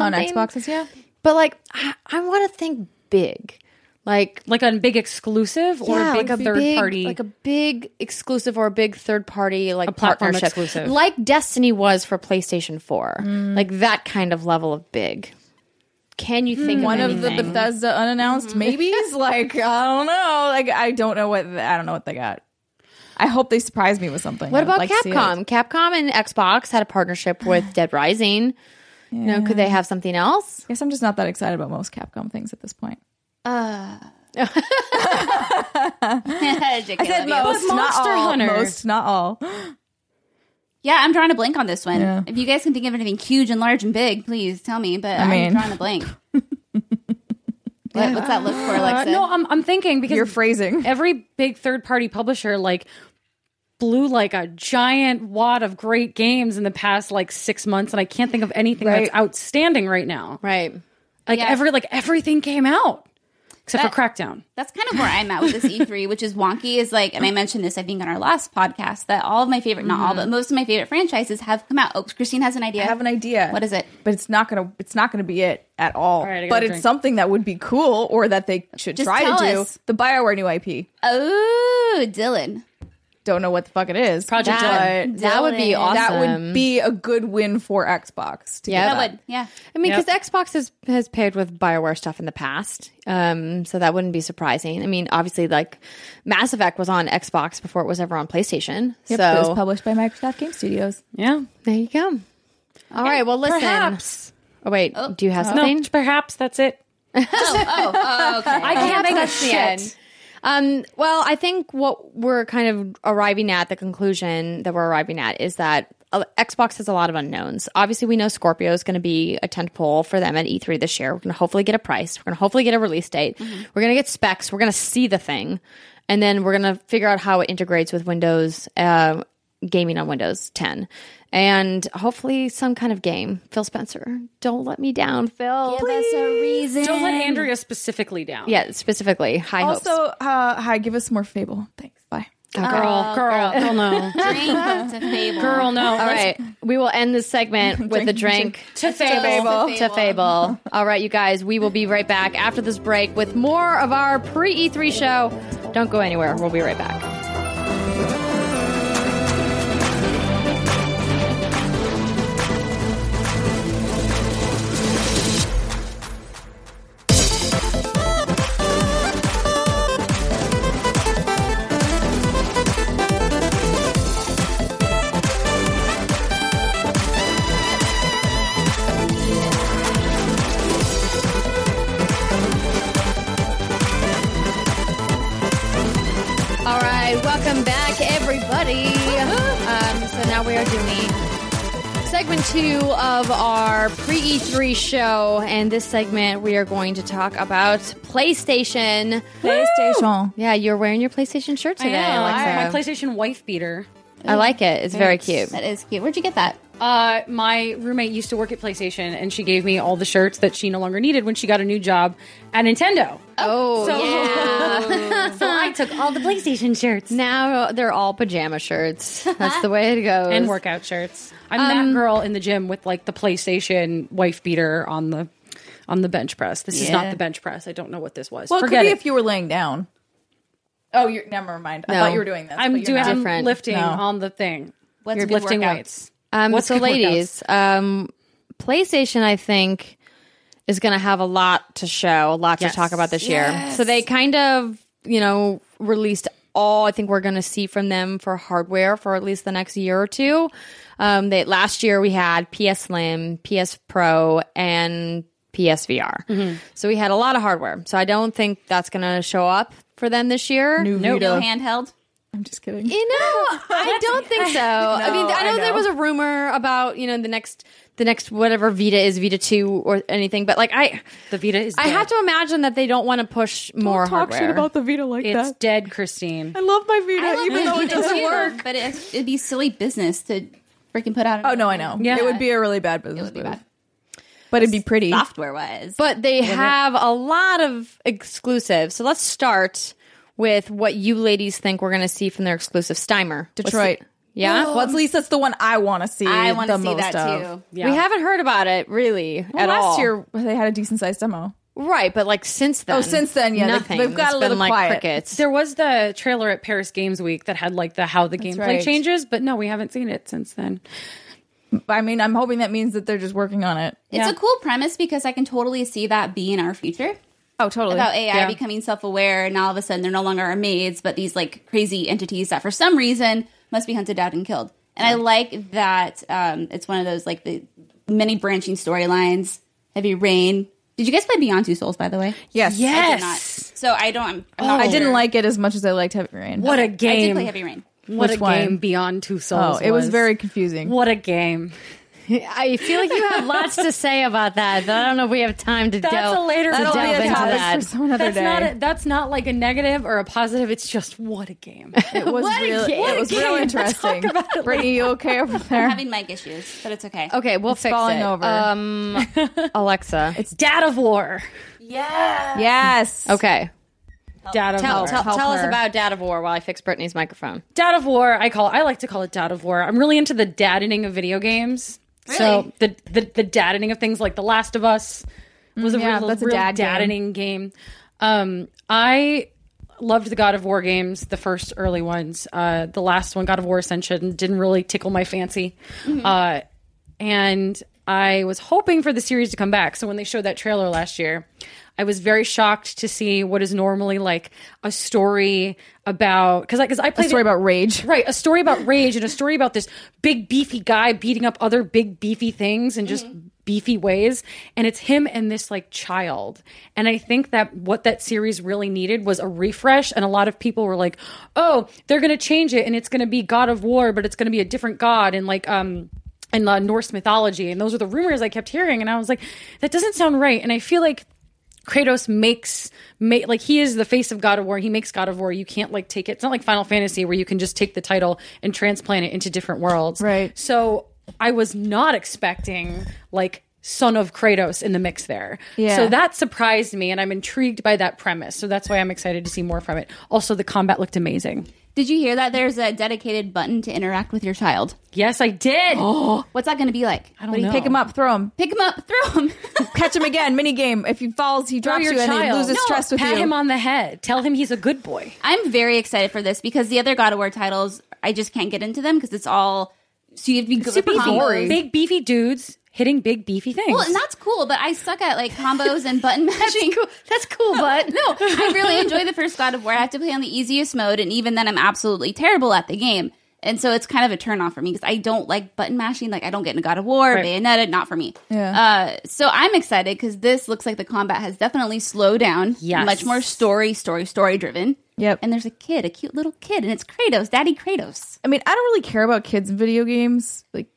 Speaker 2: on
Speaker 1: something.
Speaker 2: Xboxes. Yeah,
Speaker 1: But like, I, I want to think big, like
Speaker 4: Like a big exclusive or
Speaker 1: yeah,
Speaker 4: a big
Speaker 1: like a
Speaker 4: third
Speaker 1: big,
Speaker 4: party.
Speaker 1: like a big exclusive or a big third party like
Speaker 4: platform
Speaker 1: partnership,
Speaker 4: exclusive. Mm.
Speaker 1: like Destiny was for PlayStation Four, like that kind of level of big. Can you think
Speaker 2: one
Speaker 1: of
Speaker 2: of the
Speaker 1: anything?
Speaker 2: Bethesda unannounced maybes. like I don't know. Like I don't know what I don't know what they got. I hope they surprise me with something.
Speaker 1: What about
Speaker 2: like to see it.
Speaker 1: Capcom? Capcom and Xbox had a partnership
Speaker 2: <sighs>
Speaker 1: with Dead Rising. You know, could they have something else?
Speaker 2: guess I'm just not that excited about most Capcom things at this point.
Speaker 3: Jake, I love you.
Speaker 2: not
Speaker 4: Monster
Speaker 2: all.
Speaker 4: Hunter.
Speaker 2: Most, not all.
Speaker 3: Yeah, I'm drawing a blank on this one.
Speaker 2: Yeah.
Speaker 3: If you guys can think of anything huge and large and big, please tell me. But I
Speaker 2: mean-
Speaker 3: am drawing
Speaker 2: <laughs>
Speaker 3: a blank. what, what's that look for,
Speaker 4: Uh,
Speaker 3: Alexa?
Speaker 4: no, I'm I'm thinking because
Speaker 2: Your phrasing.
Speaker 4: every big third party publisher like blew like a giant wad of great games in the past like six months, and I can't think of anything
Speaker 2: Right.
Speaker 4: that's outstanding right now.
Speaker 1: Right.
Speaker 4: Like
Speaker 3: Yeah.
Speaker 4: every like everything came out. except for
Speaker 3: That-
Speaker 4: Crackdown.
Speaker 3: That's kind of where I'm at with this
Speaker 2: <laughs>
Speaker 3: E3, which is wonky. Is like, and I mentioned this, I think, on our last podcast, that all of my favorite, not all, but most of my favorite franchises have come out. Oh, Christine has an idea.
Speaker 2: Mm-hmm. I have an idea.
Speaker 3: What is it?
Speaker 2: But it's not gonna it's not gonna be it at all.
Speaker 4: right, I gotta
Speaker 2: but it's
Speaker 4: drink.
Speaker 2: something that would be cool or that they should
Speaker 3: Just
Speaker 2: try
Speaker 3: tell
Speaker 2: to do.
Speaker 3: us.
Speaker 2: The Bioware new IP.
Speaker 3: Oh, Dylan.
Speaker 2: Don't know what the fuck it is.
Speaker 4: Project
Speaker 2: but
Speaker 1: That, that would be awesome.
Speaker 2: that would be a good win for Xbox. To
Speaker 1: Yeah.
Speaker 2: yeah,
Speaker 3: That would, yeah.
Speaker 1: I mean,
Speaker 4: Yep.
Speaker 1: because Xbox has has paired with Bioware stuff in the past, um, so that wouldn't be surprising. I mean, obviously, like Mass Effect was on Xbox before it was ever on PlayStation.
Speaker 2: it was
Speaker 1: so
Speaker 2: published by Microsoft Game Studios.
Speaker 4: Yeah.
Speaker 1: there you go. All right. Well, listen.
Speaker 4: Perhaps.
Speaker 1: Oh wait, do you have
Speaker 2: uh-huh.
Speaker 1: something?
Speaker 4: No, perhaps that's it.
Speaker 3: Oh, oh, okay.
Speaker 4: <laughs> I can't make a
Speaker 1: that's the end.
Speaker 4: shit.
Speaker 1: Um, well, I think what we're kind of arriving at, the conclusion that we're arriving at is that uh, Xbox has a lot of unknowns. Obviously, we know Scorpio is going to be a tent pole for them at E3 this year. We're going to hopefully get a price. We're going to hopefully get a release date. We're going to get specs. We're going to see the thing. And then we're going to figure out how it integrates with Windows uh, gaming on Windows 10. And hopefully, some kind of game. Phil Spencer, don't let me down, Phil.
Speaker 3: Give us a reason. <laughs>
Speaker 4: Don't let Andrea specifically down.
Speaker 1: Yeah, specifically, high hopes.
Speaker 2: Also, uh, hi, give us more Fable. Thanks. Bye.
Speaker 4: Girl,
Speaker 1: Oh,
Speaker 4: girl, girl, no.
Speaker 3: Drink to fable.
Speaker 1: <laughs>
Speaker 4: Girl, no.
Speaker 1: All right. We will end this <laughs> segment with a drink
Speaker 4: To fable.
Speaker 1: to fable. All right, you guys, we will be right back after this break with more of our pre E3 show. Don't go anywhere. We'll be right back. All right, welcome back, everybody. Um, so now we are doing segment two of our pre E3 show, and this segment we are going to talk about PlayStation.
Speaker 2: PlayStation.
Speaker 1: Yeah, you're wearing your PlayStation shirt
Speaker 4: I
Speaker 1: today.
Speaker 4: know.
Speaker 1: Alexa.
Speaker 4: My PlayStation wife beater.
Speaker 1: I like it. It's very cute.
Speaker 3: That is cute. Where'd you get that?
Speaker 4: Uh, my roommate used to work at PlayStation, and she gave me all the shirts that she no longer needed when she got a new job at Nintendo.
Speaker 1: Oh,
Speaker 4: So-
Speaker 1: yeah.
Speaker 4: <laughs> So I took all the PlayStation shirts
Speaker 1: now they're all pajama shirts. That's the way it
Speaker 4: <laughs>
Speaker 1: goes.
Speaker 4: and workout shirts. I'm
Speaker 2: Um,
Speaker 4: that girl in the gym with like the PlayStation wife beater on the on the bench press. This is
Speaker 3: Yeah.
Speaker 4: not the bench press. I don't know what this was.
Speaker 2: Well, it could
Speaker 4: Forget
Speaker 2: be
Speaker 4: it.
Speaker 2: if you were laying down. Oh, you're never mind. I
Speaker 1: No.
Speaker 2: thought you were doing this. but
Speaker 4: I'm
Speaker 2: you're
Speaker 4: doing
Speaker 2: not.
Speaker 4: I'm
Speaker 1: Different.
Speaker 4: lifting
Speaker 2: No.
Speaker 4: on the thing.
Speaker 3: What's
Speaker 4: You're
Speaker 3: good
Speaker 4: lifting
Speaker 3: workouts?
Speaker 4: weights.
Speaker 1: Um,
Speaker 4: What's
Speaker 1: so,
Speaker 4: good workouts?
Speaker 1: ladies, um, PlayStation, I think, is going to have a lot to show, a lot
Speaker 4: Yes.
Speaker 1: to talk about this year. So they kind of, you know, released all I think we're going to see from them for hardware for at least the next year or two. Um, they last year we had PS Slim, PS Pro, and PSVR.
Speaker 4: Mm-hmm.
Speaker 1: So we had a lot of hardware. So I don't think that's going to show up for them this year.
Speaker 2: New
Speaker 4: Nope.
Speaker 2: Vita.
Speaker 3: No handheld.
Speaker 2: I'm just kidding.
Speaker 1: You know, I don't think
Speaker 2: <laughs>
Speaker 1: so. I mean, I
Speaker 2: I
Speaker 1: know, there
Speaker 2: know.
Speaker 1: was a rumor about you know the next the next whatever Vita is Vita two or anything, but like I
Speaker 4: The Vita is.
Speaker 1: I
Speaker 4: dead.
Speaker 1: have to imagine that they don't want to push more
Speaker 2: talk
Speaker 1: hardware.
Speaker 2: shit about the Vita like
Speaker 4: It's
Speaker 2: that.
Speaker 4: dead, Christine.
Speaker 2: I love my Vita,
Speaker 3: I love
Speaker 2: even
Speaker 3: my
Speaker 2: though it
Speaker 3: Vita
Speaker 2: doesn't
Speaker 3: too,
Speaker 2: work.
Speaker 3: But it, it'd be silly business to freaking put out. an-
Speaker 2: Oh no, I know.
Speaker 4: Yeah.
Speaker 2: It would be a really bad business.
Speaker 3: would be
Speaker 2: move. <laughs>
Speaker 3: bad.
Speaker 2: But it'd be pretty.
Speaker 3: Software wise,
Speaker 1: but they have a lot of exclusives. So let's start with what you ladies think we're going to see from their exclusive Steimer What's the-
Speaker 2: Detroit.
Speaker 1: yeah.
Speaker 2: Well, at least that's the one I want to see.
Speaker 3: I
Speaker 2: want
Speaker 3: want to see that too.
Speaker 4: Yeah.
Speaker 1: We haven't heard about it really
Speaker 2: Well,
Speaker 1: at
Speaker 2: last
Speaker 1: all.
Speaker 2: year they had a decent sized demo.
Speaker 1: right? But like since then,
Speaker 2: Oh, since then, yeah, they-
Speaker 1: nothing.
Speaker 2: they've got
Speaker 1: It's
Speaker 2: a little
Speaker 1: been, like
Speaker 2: quiet.
Speaker 1: crickets.
Speaker 4: There was the trailer at Paris Games Week that had like the how the gameplay
Speaker 2: right.
Speaker 4: changes, but no, we haven't seen it since then.
Speaker 2: I mean, I'm hoping that means that they're just working on it.
Speaker 3: it's a cool premise because I can totally see that being our future.
Speaker 2: Oh, totally.
Speaker 3: About AI
Speaker 4: Yeah.
Speaker 3: becoming self aware, and all of a sudden they're no longer our maids, but these like crazy entities that for some reason must be hunted out and killed. And I like that um, it's one of those like the many branching storylines. Heavy rain. Did you guys play Beyond Two Souls, by the way?
Speaker 2: yes. Oh.
Speaker 3: I did not. So I don't. I'm, I'm not
Speaker 2: I
Speaker 3: sure.
Speaker 2: didn't like it as much as I liked Heavy Rain.
Speaker 4: What a
Speaker 3: I did
Speaker 4: game!
Speaker 3: play Heavy Rain.
Speaker 4: What
Speaker 2: Which
Speaker 4: a
Speaker 2: one?
Speaker 4: game beyond two souls.
Speaker 2: Oh, it was very confusing.
Speaker 4: What a game!
Speaker 1: I feel like you have lots to say about that, but I don't know if we have time to
Speaker 4: That's
Speaker 1: delve,
Speaker 4: a later
Speaker 1: to
Speaker 4: That'll be
Speaker 1: delve
Speaker 4: a
Speaker 1: into
Speaker 4: topic
Speaker 1: that.
Speaker 2: for <laughs> some other
Speaker 4: That's
Speaker 2: day.
Speaker 4: not a, that's not like a negative or a positive. It's just what a game.
Speaker 2: it was
Speaker 1: What a
Speaker 2: really,
Speaker 1: game. What
Speaker 2: it
Speaker 1: a
Speaker 2: was real
Speaker 1: game.
Speaker 2: interesting.
Speaker 4: about it
Speaker 2: Brittany, you okay
Speaker 4: <laughs>
Speaker 2: over there?
Speaker 3: I'm having mic
Speaker 2: Oh,
Speaker 3: issues, but it's okay.
Speaker 1: Okay, we'll fix
Speaker 2: <laughs> falling
Speaker 1: it.
Speaker 2: over.
Speaker 1: Um, Alexa,
Speaker 4: It's Dad of War.
Speaker 2: Yes.
Speaker 1: Okay.
Speaker 4: Dad of
Speaker 1: Tell,
Speaker 4: War.
Speaker 1: tell,
Speaker 2: Help
Speaker 1: tell us
Speaker 2: her.
Speaker 1: about Dad of War while I fix Brittany's microphone.
Speaker 4: Dad of War. I call. I like to call it Dad of War. I'm really into the dadening of video games. So the, the the dadening of things like The Last of Us was a
Speaker 2: Mm, yeah,
Speaker 4: real,
Speaker 2: that's a
Speaker 4: real
Speaker 2: dad game.
Speaker 4: dadening game. Um, I loved the God of War games, the first early ones. Uh, the last one, God of War Ascension, didn't really tickle my fancy.
Speaker 2: Mm-hmm.
Speaker 4: Uh, and I was hoping for the series to come back. So when they showed that trailer last year, I was very shocked to see what is normally like a story about because I because I played
Speaker 2: A story
Speaker 4: it-
Speaker 2: about rage.
Speaker 4: Right, a story about rage and a story about this big beefy guy beating up other big beefy things in just beefy ways. And it's him and this like child. And I think that what that series really needed was a refresh. And a lot of people were like, "Oh, they're going to change it, and it's going to be God of War, but it's going to be a different god." And like, um. And uh, Norse mythology, and those were the rumors I kept hearing, and I was like, "That doesn't sound right." And I feel like Kratos makes ma- like he is the face of God of War. He makes God of War. You can't like take it. It's not like Final Fantasy where you can just take the title and transplant it into different worlds.
Speaker 2: Right.
Speaker 4: So I was not expecting like Son of Kratos in the mix there.
Speaker 2: Yeah.
Speaker 4: So that surprised me, and I'm intrigued by that premise. So that's why I'm excited to see more from it. Also, the combat looked amazing.
Speaker 3: Did you hear that? There's a dedicated button to interact with your child.
Speaker 4: Yes, I did.
Speaker 3: What's that going to be like?
Speaker 4: I don't
Speaker 2: But you
Speaker 4: know.
Speaker 2: pick him up, throw him,
Speaker 3: Pick him up, throw <laughs> him.
Speaker 2: catch him again. Mini game. If he falls, he
Speaker 4: Throw
Speaker 2: drops
Speaker 4: your
Speaker 2: you and he
Speaker 4: child.
Speaker 2: loses
Speaker 4: No,
Speaker 2: trust with
Speaker 4: pat
Speaker 2: you.
Speaker 4: him on the head. Tell him he's a good boy.
Speaker 3: I'm very excited for this because the other God of War titles, I just can't get into them because it's all. So you have to be good with
Speaker 4: Super
Speaker 3: combos.
Speaker 4: big beefy dudes hitting big beefy things.
Speaker 3: Well, and that's cool, but I suck at like combos and button matching.
Speaker 1: That's cool, but
Speaker 3: No, I really enjoy the first God of War. I have to play on the easiest mode, and even then, I'm absolutely terrible at the game. And so it's kind of a turn off for me because I don't like button mashing. Like I don't get into God of War,
Speaker 4: Right.
Speaker 3: Bayonetta, not for me.
Speaker 2: Yeah.
Speaker 3: Uh, so I'm excited because this looks like the combat has definitely slowed down.
Speaker 4: Yes.
Speaker 3: Much more story, story, story driven.
Speaker 2: Yep.
Speaker 3: And there's a kid, a cute little kid, and it's Kratos, Daddy Kratos.
Speaker 2: I mean, I don't really care about kids in video games. Like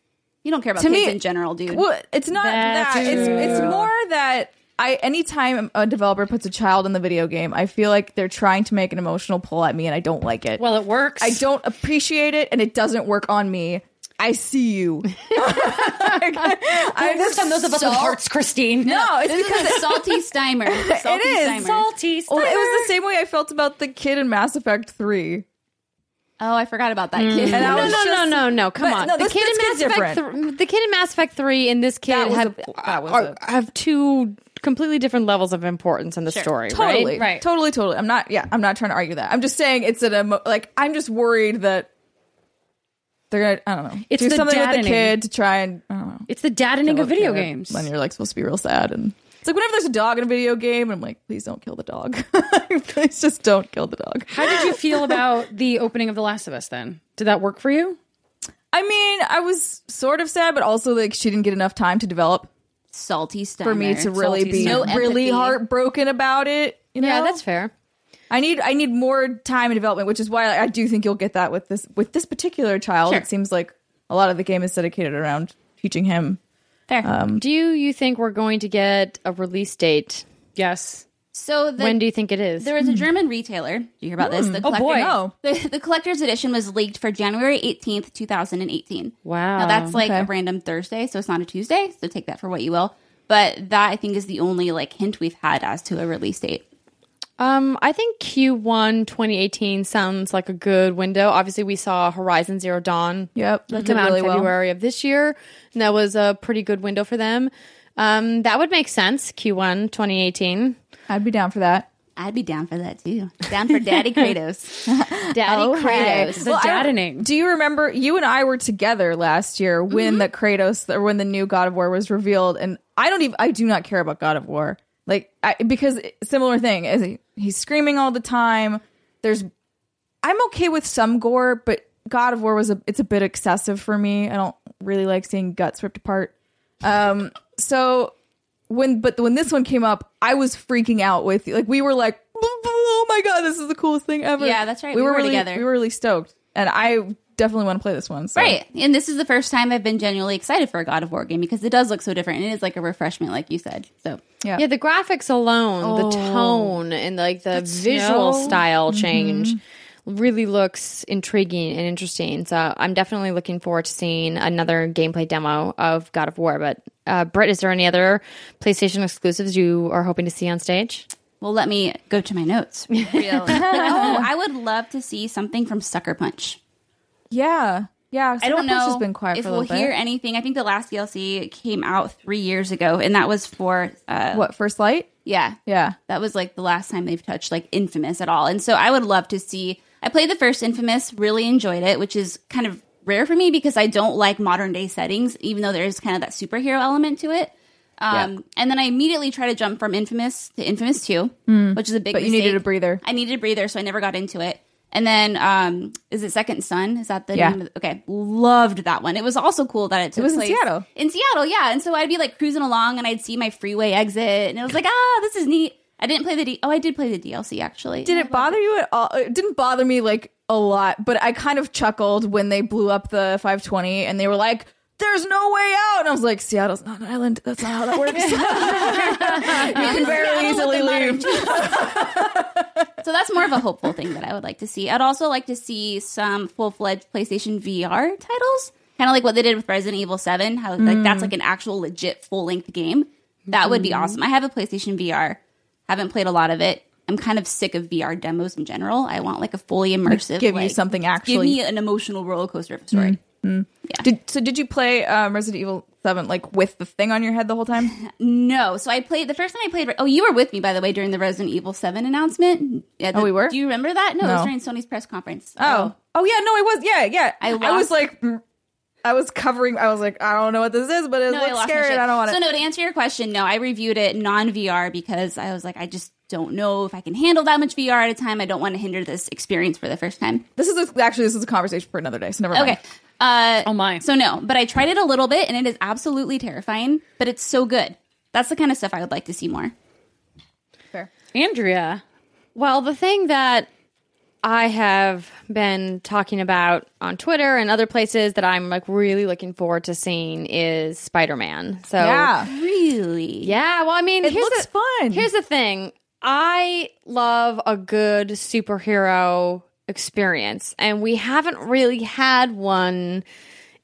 Speaker 3: You don't care about
Speaker 2: To
Speaker 3: kids
Speaker 2: me-
Speaker 3: in general, dude.
Speaker 2: Well, it's not
Speaker 4: That's
Speaker 2: that. It's
Speaker 4: true.
Speaker 2: it's more that I anytime a developer puts a child in the video game, I feel like they're trying to make an emotional pull at me and I don't like it.
Speaker 4: well, it works.
Speaker 2: I don't appreciate it and it doesn't work on me. I see you. I
Speaker 4: It works on those of us with hearts, Christine.
Speaker 2: No, it's
Speaker 3: this
Speaker 2: because
Speaker 3: is
Speaker 2: <laughs>
Speaker 3: a salty Steimer. Salty
Speaker 2: is.
Speaker 3: Steimer.
Speaker 4: salty.
Speaker 2: well, Oh, it was the same way I felt about the kid in Mass Effect 3.
Speaker 3: oh, I forgot about that kid.
Speaker 2: Mm. And I
Speaker 3: <laughs>
Speaker 1: No,
Speaker 2: was
Speaker 1: no,
Speaker 2: just-
Speaker 1: no, no, no! Come
Speaker 2: But
Speaker 1: on.
Speaker 2: no,
Speaker 1: the
Speaker 2: this-
Speaker 1: kid
Speaker 2: this
Speaker 1: in
Speaker 2: kid's
Speaker 1: Mass Effect, th- the kid in Mass Effect three, and this kid
Speaker 2: That was
Speaker 1: have
Speaker 2: a- that was
Speaker 1: are- have two completely different levels of importance in the story.
Speaker 2: Totally,
Speaker 1: right?
Speaker 4: Right.
Speaker 2: totally, totally. I'm not. Yeah, I'm not trying to argue that. I'm just saying it's an emo- like I'm just worried that they're gonna. I don't know.
Speaker 4: It's
Speaker 2: do
Speaker 4: the
Speaker 2: something with
Speaker 4: daddening.
Speaker 2: the kid to try and I don't know.
Speaker 4: It's the dadening of video games.
Speaker 2: When you're like supposed to be real sad and it's like whenever there's a dog in a video game, I'm like, please don't kill the dog. <laughs> please just don't kill the dog.
Speaker 4: How did you feel about the opening of The Last of Us then? Did that work for you?
Speaker 2: I mean, I was sort of sad, but also like she didn't get enough time to develop
Speaker 3: salty Steimer.
Speaker 2: for me to really
Speaker 4: Salty
Speaker 2: be
Speaker 4: No
Speaker 2: really
Speaker 3: empathy.
Speaker 2: heartbroken about it. You know?
Speaker 1: Yeah, that's fair.
Speaker 2: I need I need more time and development, which is why I do think you'll get that with this with this particular child.
Speaker 3: Sure.
Speaker 2: It seems like a lot of the game is dedicated around teaching him.
Speaker 3: Fair.
Speaker 2: Um,
Speaker 1: Do you think we're going to get a release date?
Speaker 4: Yes.
Speaker 3: so the,
Speaker 1: when do you think it is?
Speaker 3: there was a German retailer. Do you hear about this? The collector,
Speaker 4: boy.
Speaker 2: Oh.
Speaker 3: <laughs> The, the collector's edition was leaked for January eighteenth, two thousand and eighteen.
Speaker 1: Wow.
Speaker 3: Now that's like
Speaker 2: Okay.
Speaker 3: a random Thursday, so it's not a Tuesday. So take that for what you will. But that I think is the only like hint we've had as to a release date.
Speaker 1: Um, I think Q1 2018 sounds like a good window. Obviously, we saw Horizon Zero Dawn
Speaker 2: Yep, that
Speaker 1: come
Speaker 2: did
Speaker 1: out
Speaker 2: really
Speaker 1: in
Speaker 2: well.
Speaker 1: February of this year, and that was a pretty good window for them. Um, that would make sense. Q1 2018.
Speaker 2: I'd be down for that.
Speaker 3: I'd be down for that too. Down
Speaker 2: <laughs>
Speaker 3: for Daddy Kratos.
Speaker 1: Daddy
Speaker 2: Oh,
Speaker 3: Kratos.
Speaker 4: The
Speaker 2: I-
Speaker 4: dadening.
Speaker 2: do you remember you and I were together last year when
Speaker 3: Mm-hmm.
Speaker 2: the Kratos or when the new God of War was revealed? And I don't even I do not care about God of War like I, because similar thing is he- he's screaming all the time. There's I'm okay with some gore, but God of War was a it's a bit excessive for me. I don't really like seeing guts ripped apart. Um, so when but when this one came up, I was freaking out with like we were like, <laughs> oh my god, this is the coolest thing ever.
Speaker 3: Yeah, that's right.
Speaker 2: We,
Speaker 3: We
Speaker 2: were,
Speaker 3: were
Speaker 2: really,
Speaker 3: together.
Speaker 2: We were really stoked, and I definitely want to play this one. So.
Speaker 3: Right. And this is the first time I've been genuinely excited for a God of War game because it does look so different and it is like a refreshment, like you said. So
Speaker 2: Yeah.
Speaker 1: Yeah, the Oh. graphics alone, the tone, and like the visual
Speaker 4: snow.
Speaker 1: Mm-hmm. style change. really looks intriguing and interesting. So I'm definitely looking forward to seeing another gameplay demo of God of War. But uh, Britt, is there any other PlayStation exclusives you are hoping to see on stage?
Speaker 3: Well, let me go to
Speaker 2: <laughs>
Speaker 3: my notes. Really? <laughs> oh, I would love to see something from Sucker Punch.
Speaker 2: Yeah. Yeah.
Speaker 3: I don't
Speaker 2: Sucker Punch
Speaker 3: know
Speaker 2: Has been quiet
Speaker 3: if
Speaker 2: for a
Speaker 3: we'll
Speaker 2: little
Speaker 3: hear
Speaker 2: bit.
Speaker 3: anything. I think the last DLC came out three years ago, and that was for uh,
Speaker 2: What first light?
Speaker 3: yeah,
Speaker 2: Yeah.
Speaker 3: That was like the last time they've touched like Infamous at all. And so I would love to see. I played the first Infamous, really enjoyed it, which is kind of rare for me because I don't like modern day settings, even though there is kind of that superhero element to it. Um, And then I immediately try to jump from Infamous to Infamous 2, which is a big
Speaker 2: Hmm. But you needed
Speaker 3: mistake.
Speaker 2: a breather.
Speaker 3: I needed a breather, so I never got into it. And then, um, is it Second Son? Is that the
Speaker 2: Yeah.
Speaker 3: name? Of the, okay, loved that one. It was also cool that it took
Speaker 2: was in
Speaker 3: place
Speaker 2: Seattle.
Speaker 3: In Seattle, yeah. And so I'd be like cruising along, and I'd see my freeway exit, and it was like, ah, this is neat. I didn't play the D. Oh, I did play the DLC actually.
Speaker 2: Did it bother you at all? It didn't bother me like a lot, but I kind of chuckled when they blew up the 520 and they were like, "There's no way out," and I was like, "Seattle's not an island. That's not how that
Speaker 3: <laughs>
Speaker 2: works. <laughs> you can very easily leave." <laughs>
Speaker 3: So that's more of a hopeful thing that I would like to see. I'd also like to see some full fledged PlayStation VR titles, kind of like what they did with Resident Evil Seven. How like
Speaker 2: Mm.
Speaker 3: that's like an actual legit full length game. That would be
Speaker 2: Mm-hmm.
Speaker 3: awesome. I have a PlayStation VR. Haven't played a lot of it. I'm kind of sick of VR demos in general. I want like a fully immersive,
Speaker 2: give you
Speaker 3: like,
Speaker 2: something
Speaker 3: give
Speaker 2: actually.
Speaker 3: me an emotional roller coaster of a story.
Speaker 2: Did, so did you play um, Resident Evil Seven like with the thing on your head the whole time?
Speaker 3: No, so I played the first time I played. Oh, you were with me by the way during the Resident Evil Seven announcement. Yeah, the-
Speaker 2: Oh, we were?
Speaker 3: Do you remember that? No, it was
Speaker 2: No.
Speaker 3: during Sony's press conference.
Speaker 2: Oh, oh yeah, no, it was yeah, yeah.
Speaker 3: I
Speaker 2: I,
Speaker 3: lost-
Speaker 2: was like, mm, I was covering. I was like, I don't know what this is, but it
Speaker 3: No, I
Speaker 2: looks
Speaker 3: lost my
Speaker 2: scary.
Speaker 3: shit.
Speaker 2: and I don't want
Speaker 3: so
Speaker 2: it.
Speaker 3: no, to answer your question, no, I reviewed it non VR because I was like, I just don't know if I can handle that much VR at a time. I don't want to hinder this experience for the first time.
Speaker 2: This is a, actually this is a conversation for another day. So never mind.
Speaker 3: Okay. Uh,
Speaker 4: Oh, my.
Speaker 3: So no, but I tried it a little bit, and it is absolutely terrifying. But it's so good. That's the kind of stuff I would like to see more.
Speaker 2: Fair.
Speaker 4: Andrea.
Speaker 1: Well, the thing that I have been talking about on Twitter and other places that I'm like really looking forward to seeing is Spider Man. So
Speaker 2: Yeah.
Speaker 3: Really?
Speaker 1: Yeah, well, I mean,
Speaker 2: It
Speaker 1: here's
Speaker 2: looks
Speaker 1: the,
Speaker 2: fun.
Speaker 1: Here's the thing: I love a good superhero experience, and we haven't really had one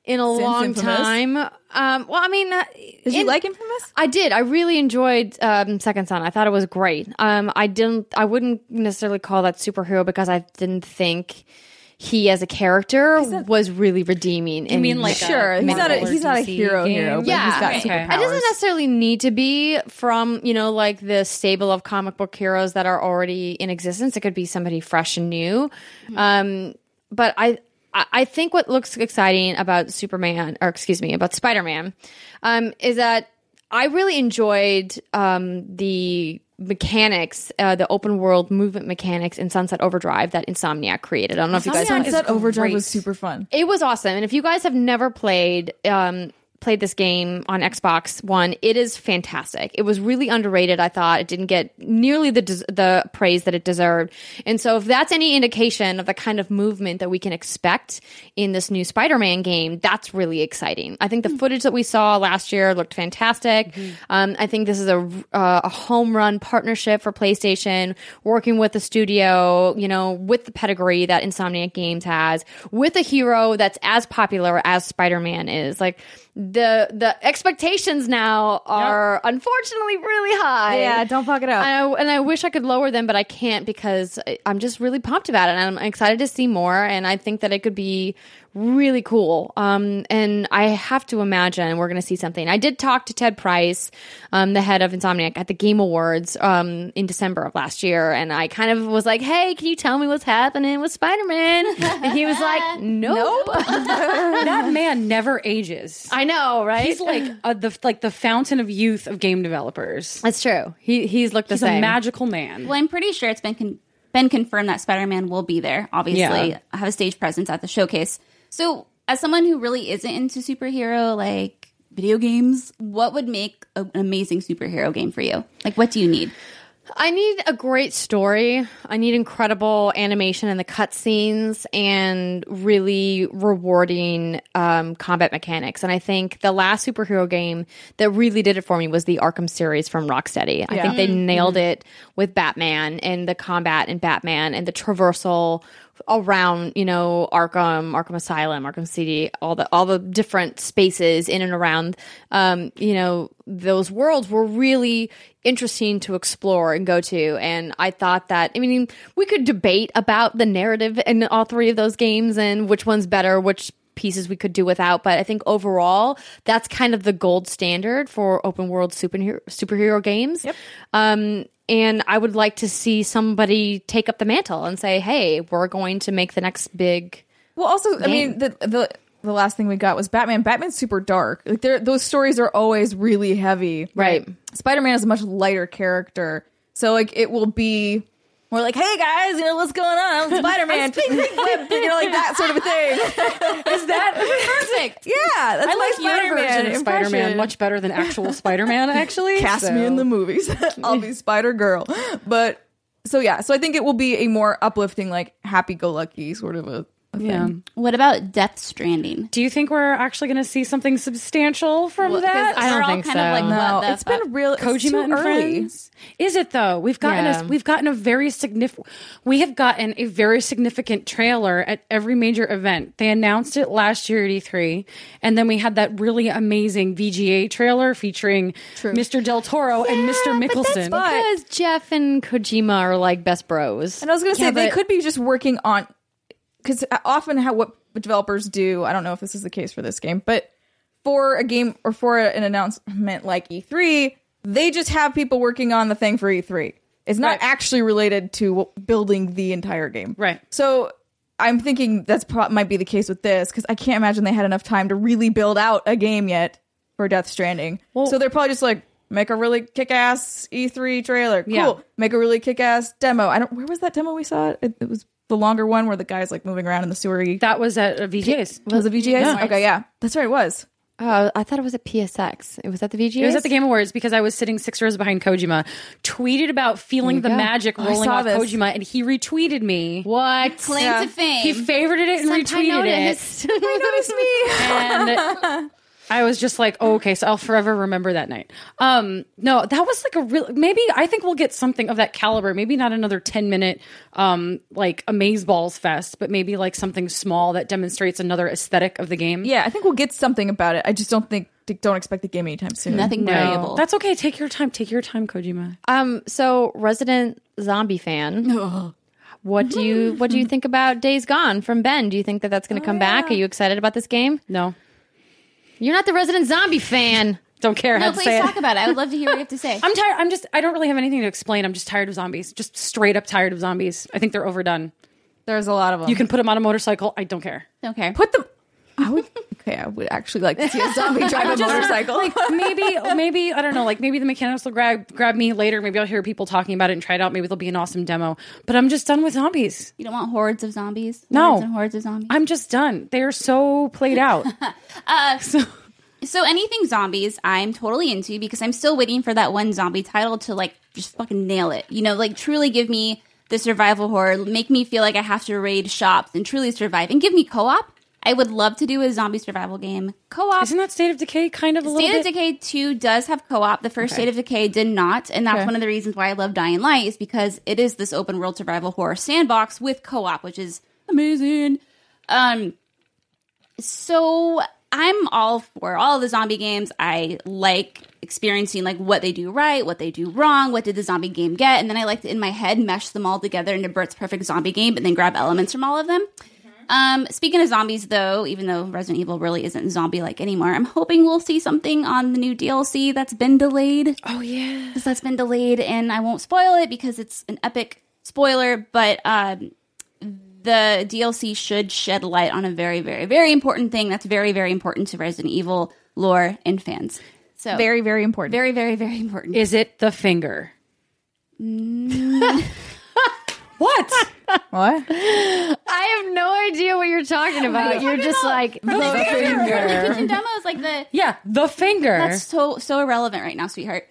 Speaker 1: in a long
Speaker 2: Infamous?
Speaker 1: time. Um, well, I mean, uh,
Speaker 2: Did you like Infamous?
Speaker 1: I did. I really enjoyed um, Second Son. I thought it was great. Um, I didn't. I wouldn't necessarily call that superhero because I didn't think he, as a character, was really redeeming. You
Speaker 4: mean like a
Speaker 2: Sure, he's not a
Speaker 4: Marvel or
Speaker 2: he's not a
Speaker 4: DC
Speaker 2: hero
Speaker 4: game?
Speaker 2: hero, but
Speaker 1: Yeah.
Speaker 2: he's got
Speaker 1: Okay.
Speaker 2: superpowers.
Speaker 1: It doesn't necessarily need to be from, you know, like the stable of comic book heroes that are already in existence. It could be somebody fresh and new. Um, but I, I I think what looks exciting about Superman, or excuse me, about Spider Man, um, is that I really enjoyed um, the mechanics, uh, the open world movement mechanics in Sunset Overdrive that Insomniac created. I don't know if you guys
Speaker 2: Sunset Overdrive was
Speaker 1: great.
Speaker 2: super fun.
Speaker 1: it was awesome. And if you guys have never played um, played this game on Xbox One, it is fantastic. It was really underrated. I thought it didn't get nearly the des- the praise that it deserved. And so, if that's any indication of the kind of movement that we can expect in this new Spider Man game, that's really exciting. I think the footage that we saw last year looked fantastic. Um, I think this is a uh, a home run partnership for PlayStation, working with the studio, you know, with the pedigree that Insomniac Games has, with a hero that's as popular as Spider Man is. Like the the expectations now are unfortunately really high.
Speaker 2: Yeah, don't fuck it up.
Speaker 1: I, and I wish I could lower them, but I can't because I, I'm just really pumped about it, and I'm excited to see more. And I think that it could be really cool. Um, and I have to imagine we're going to see something. I did talk to Ted Price, um, the head of Insomniac, at the Game Awards um, in December of last year, and I kind of was like, "Hey, can you tell me what's happening with Spider Man?" And he was like,
Speaker 2: <laughs>
Speaker 1: "Nope."
Speaker 4: <laughs> that man never ages.
Speaker 1: <laughs> I know, right?
Speaker 4: He's like uh, the like the fountain of youth of game developers.
Speaker 1: That's true. He he's looked the
Speaker 4: He's
Speaker 1: same.
Speaker 4: a magical man.
Speaker 3: Well, I'm pretty sure it's been con- been confirmed that Spider-Man will be there. Obviously,
Speaker 4: Yeah.
Speaker 3: have a stage presence at the showcase. So, as someone who really isn't into superhero like video games, what would make a- an amazing superhero game for you? Like, what do you need?
Speaker 1: I need a great story. I need incredible animation in the cutscenes and really rewarding um, combat mechanics. And I think the last superhero game that really did it for me was the Arkham series from Rocksteady. I think they nailed it with Batman and the combat in Batman and the traversal around, you know, Arkham, Arkham Asylum, Arkham City, all the all the different spaces in and around, um, you know, those worlds were really interesting to explore and go to. And I thought that, I mean, we could debate about the narrative in all three of those games and which one's better, which pieces we could do without. But I think overall, that's kind of the gold standard for open world superhero superhero games. Um, and I would like to see somebody take up the mantle and say, "Hey, we're going to make the next big."
Speaker 2: Well, also, I mean, the the the last thing we got was Batman. Batman's super dark. Like there, those stories are always really heavy.
Speaker 1: Right.
Speaker 2: Spider Man is a much lighter character, so like it will be. more like, hey guys, you know what's going on? I'm Spider
Speaker 4: <laughs>
Speaker 2: Man, pink, pink <laughs> whip, you know, like that sort of thing.
Speaker 1: Is that perfect?
Speaker 2: <laughs> Yeah, that's
Speaker 4: I like
Speaker 2: my Spider
Speaker 4: your version of
Speaker 2: Man
Speaker 4: Spider-Man much better than actual <laughs> Spider-Man. Actually,
Speaker 2: cast me in
Speaker 4: so-
Speaker 2: the movies. <laughs>
Speaker 4: <laughs>
Speaker 2: I'll be Spider Girl. But so yeah, so I think it will be a more uplifting, like happy go lucky sort of a, a
Speaker 4: Yeah.
Speaker 2: thing.
Speaker 3: What about Death Stranding?
Speaker 4: Do you think we're actually going to see something substantial from
Speaker 3: Well, 'cause
Speaker 4: that?
Speaker 1: I don't
Speaker 3: we're all
Speaker 1: think
Speaker 3: kind
Speaker 1: so.
Speaker 3: of like,
Speaker 2: No,
Speaker 3: what the
Speaker 2: it's
Speaker 3: fuck?
Speaker 2: been real. It's
Speaker 4: Kojima
Speaker 2: too
Speaker 4: and
Speaker 2: early.
Speaker 4: friends? Is it though? We've gotten
Speaker 1: Yeah.
Speaker 4: a we've gotten a very significant we have gotten a very significant trailer at every major event. They announced it last year at E3, and then we had that really amazing VGA trailer featuring Mr. Del Toro and Mr. Mickelson.
Speaker 2: But
Speaker 1: Because Jeff and Kojima are like best bros.
Speaker 2: And I was going to say they
Speaker 1: but-
Speaker 2: could be just working on because often how what developers do. I don't know if this is the case for this game, but for a game or for an announcement like E3, they just have people working on the thing for E3. It's not actually related to w- building the entire game,
Speaker 4: Right.
Speaker 2: So I'm thinking that's pro- might be the case with this because I can't imagine they had enough time to really build out a game yet for Death Stranding. so they're probably just like. Make a really kick-ass E3 trailer. Cool.
Speaker 4: Yeah.
Speaker 2: Make a really kick-ass demo. I don't. Where was that demo we saw? It, it was the longer one where the guy's like moving around in the sewer. That
Speaker 4: that was at uh, VGA's.
Speaker 2: was it VGAs?
Speaker 4: Yeah.
Speaker 2: Okay, yeah, that's right. It was.
Speaker 1: Oh, I thought it was at PSX. It was at the VGA.
Speaker 4: It was at the Game Awards because I was sitting six rows behind Kojima. Tweeted about feeling the
Speaker 1: go.
Speaker 4: magic rolling
Speaker 2: saw
Speaker 4: off
Speaker 2: this.
Speaker 4: Kojima, and he retweeted me.
Speaker 1: What?
Speaker 3: claim
Speaker 2: Yeah.
Speaker 3: to fame.
Speaker 4: He favorited it and retweeted it. and I was just like, oh, okay, so I'll forever remember that night. Um, no, that was like a real. Maybe I think we'll get something of that caliber. Maybe not another ten minute, um, like amaze balls fest, but maybe like something small that demonstrates another aesthetic of the game.
Speaker 2: <laughs> Yeah, I think we'll get something about it. I just don't think don't expect the game anytime soon.
Speaker 3: Nothing
Speaker 4: No,
Speaker 3: variable.
Speaker 4: that's okay. Take your time. Take your time, Kojima.
Speaker 1: um, so resident zombie fan. <laughs> What do you what do you think about Days Gone from Ben? Do you think that that's going to come back? Are you excited about this game?
Speaker 4: No,
Speaker 1: You're not the resident zombie fan.
Speaker 4: don't care how
Speaker 3: no,
Speaker 4: to
Speaker 3: please
Speaker 4: say it.
Speaker 3: talk about it. I would love to hear what you have to say.
Speaker 4: I'm tired. I'm just. I don't really have anything to explain. I'm just tired of zombies. Just straight up tired of zombies. I think they're overdone.
Speaker 2: There's a lot of them.
Speaker 4: You can put them on a motorcycle. I don't care.
Speaker 3: okay.
Speaker 2: put them. I <laughs> would. Okay, I would actually like to see a <laughs> zombie drive a motorcycle.
Speaker 4: like maybe maybe I don't know, like maybe the mechanics will grab grab me later. Maybe I'll hear people talking about it and try it out. Maybe there'll be an awesome demo. But I'm just done with zombies.
Speaker 3: You don't want hordes of zombies?
Speaker 4: No.
Speaker 3: Hordes and hordes of zombies?
Speaker 4: I'm just done. They are so played out.
Speaker 3: so anything zombies, I'm totally into because I'm still waiting for that one zombie title to like just fucking nail it. You know, like truly give me the survival horror, make me feel like I have to raid shops and truly survive, and give me co-op. I would love to do a zombie survival game co-op.
Speaker 4: Isn't that State of Decay kind of a little
Speaker 3: State of
Speaker 4: bit?
Speaker 3: Decay 2 does have co op. The first State of Decay did not. And that's one of the reasons why I love Dying Light is because it is this open world survival horror sandbox with co op, which is amazing. Um, so I'm all for all the zombie games. I like experiencing like what they do right, what they do wrong, what did the zombie game get, and then I like to in my head mesh them all together into Bert's perfect zombie game, and then grab elements from all of them. Um, speaking of zombies, though, even though Resident Evil really isn't zombie like anymore, I'm hoping we'll see something on the new DLC that's been delayed
Speaker 4: oh yeah.
Speaker 3: because that's been delayed and I won't spoil it because it's an epic spoiler, but um, the DLC should shed light on a very, very, very important thing that's very, very important to Resident Evil lore and fans. So
Speaker 2: Very,
Speaker 3: very,
Speaker 2: very important.
Speaker 3: very, very, very important.
Speaker 4: Is it the finger? what?
Speaker 2: <laughs> what?
Speaker 1: <laughs> I have no idea what you're talking about. you're just like
Speaker 3: the
Speaker 2: finger.
Speaker 3: kitchen demos, like the
Speaker 4: Yeah, the finger.
Speaker 3: that's so so irrelevant right now, sweetheart.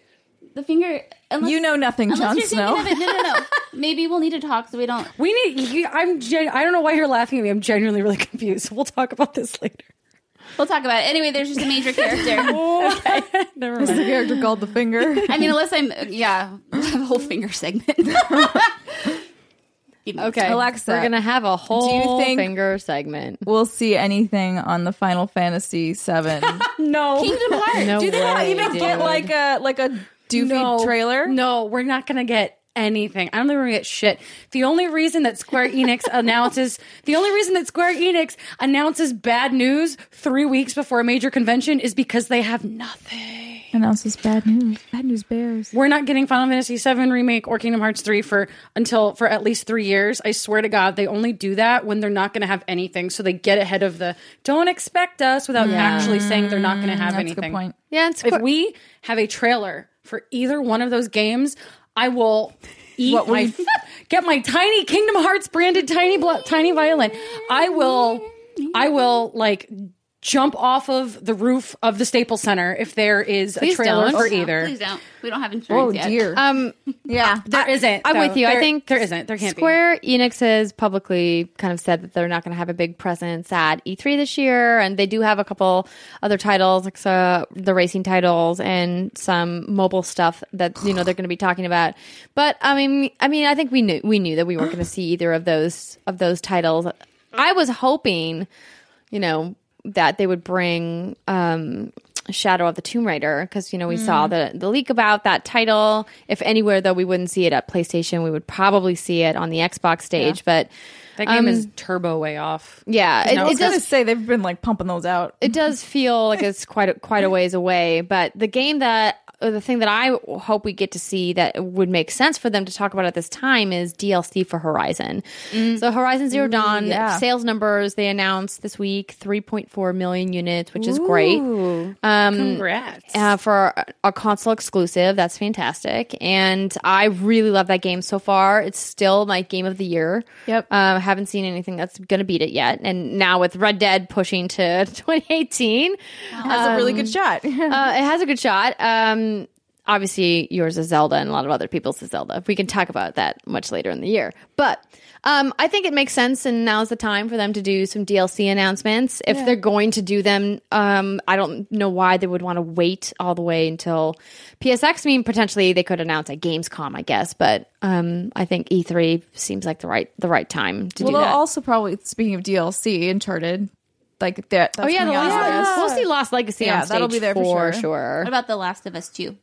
Speaker 3: The finger, unless,
Speaker 2: You know nothing,
Speaker 3: unless
Speaker 2: Jon
Speaker 3: you're thinking
Speaker 2: Snow.
Speaker 3: of it. No, no,
Speaker 2: <laughs>
Speaker 3: no. Maybe we'll need to talk so we don't.
Speaker 4: we need. you- I'm. Gen, I don't know why you're laughing at me. I'm genuinely really <laughs> confused. We'll talk about this later. <laughs>
Speaker 3: We'll talk about it anyway. There's just a major character.
Speaker 4: Never
Speaker 2: This is
Speaker 4: mind.
Speaker 2: the character called the <laughs> Finger.
Speaker 3: <laughs> I mean, unless I'm, yeah, we'll have a whole finger segment.
Speaker 1: Okay,
Speaker 2: Alexa,
Speaker 1: we're gonna have a whole
Speaker 2: think-
Speaker 1: finger segment.
Speaker 2: We'll see anything on the Final Fantasy Seven.
Speaker 4: No.
Speaker 2: Kingdom Hearts.
Speaker 1: No
Speaker 2: Do they not
Speaker 1: way,
Speaker 2: <laughs> even get
Speaker 1: dude.
Speaker 2: like a like a doofy trailer?
Speaker 4: No, we're not going to get anything. I don't think we're going to get shit. The only reason that
Speaker 2: <laughs>
Speaker 4: Square Enix announces the only reason that Square Enix announces bad news 3 weeks before a major convention is because they have nothing.
Speaker 2: Announces bad news. Bad news bears.
Speaker 4: We're not getting Final Fantasy 7 remake or Kingdom Hearts 3 for until for at least 3 years. I swear to god, they only do that when they're not going to have anything so they get ahead of the don't expect us without actually saying they're not going to have
Speaker 2: Mm, That's a
Speaker 4: anything.
Speaker 2: good point.
Speaker 1: Yeah, it's
Speaker 4: If we have a trailer for either one of those games, I will eat
Speaker 2: What will
Speaker 4: my
Speaker 2: you-
Speaker 4: <laughs> get my tiny Kingdom Hearts branded tiny blo- tiny violin. I will I will like jump off of the roof of the Staples Center if there is
Speaker 1: Please
Speaker 4: a trailer
Speaker 1: don't.
Speaker 4: for
Speaker 1: No,
Speaker 4: either.
Speaker 3: Please don't. We don't have insurance
Speaker 2: Oh
Speaker 3: yet.
Speaker 2: dear.
Speaker 1: um,
Speaker 2: yeah.
Speaker 4: There isn't.
Speaker 1: I'm
Speaker 4: though.
Speaker 1: with you. I
Speaker 4: There-
Speaker 1: think
Speaker 4: there isn't. There can't
Speaker 1: Square Enix has publicly kind of said that they're not going to have a big presence at E3 this year, and they do have a couple other titles, like uh, the racing titles and some mobile stuff that you know they're going to be talking about. But I mean, I mean, I think we knew we knew that we weren't going to see either of those of those titles. I was hoping, you know, that they would bring um, Shadow of the Tomb Raider because you know we saw the the leak about that title. If anywhere though, we wouldn't see it at PlayStation. We would probably see it on the Xbox stage. But
Speaker 4: be. That game is turbo way off.
Speaker 1: yeah, it,
Speaker 2: I was
Speaker 1: it
Speaker 2: gonna
Speaker 1: does
Speaker 2: say they've been like pumping those out.
Speaker 1: it does feel like it's quite a, quite a ways away. But the game that or the thing that I hope we get to see that would make sense for them to talk about at this time is DLC for Horizon. So Horizon Zero Dawn
Speaker 2: yeah.
Speaker 1: sales numbers they announced this week 3.4 million units, which is great.
Speaker 4: Congrats.
Speaker 1: Uh, for a- a console exclusive, that's fantastic, and I really love that game so far. It's still my game of the year.
Speaker 2: Yep.
Speaker 1: Uh, haven't seen anything that's gonna beat it yet, and now with Red Dead pushing to <laughs> 2018,
Speaker 2: That's a really good shot. <laughs>
Speaker 1: uh, it has a good shot. Um, obviously, yours is Zelda, and a lot of other people's is Zelda. We can talk about that much later in the year. But um, I think it makes sense, and now's the time for them to do some DLC announcements. If they're going to do them, um, I don't know why they would want to wait all the way until PSX. I mean, potentially they could announce at Gamescom, I guess. But um, I think E3 seems like the right the right time to
Speaker 2: well,
Speaker 1: do
Speaker 2: they'll
Speaker 1: that.
Speaker 2: also probably speaking of DLC, Uncharted, like that. That's
Speaker 1: Oh yeah, the
Speaker 2: coming out
Speaker 1: Lost
Speaker 2: on
Speaker 1: Legacy.
Speaker 2: this.
Speaker 1: We'll see Lost Legacy
Speaker 2: Yeah,
Speaker 1: on stage
Speaker 2: that'll be there for
Speaker 1: for
Speaker 2: sure.
Speaker 1: sure.
Speaker 3: What about The Last of Us 2?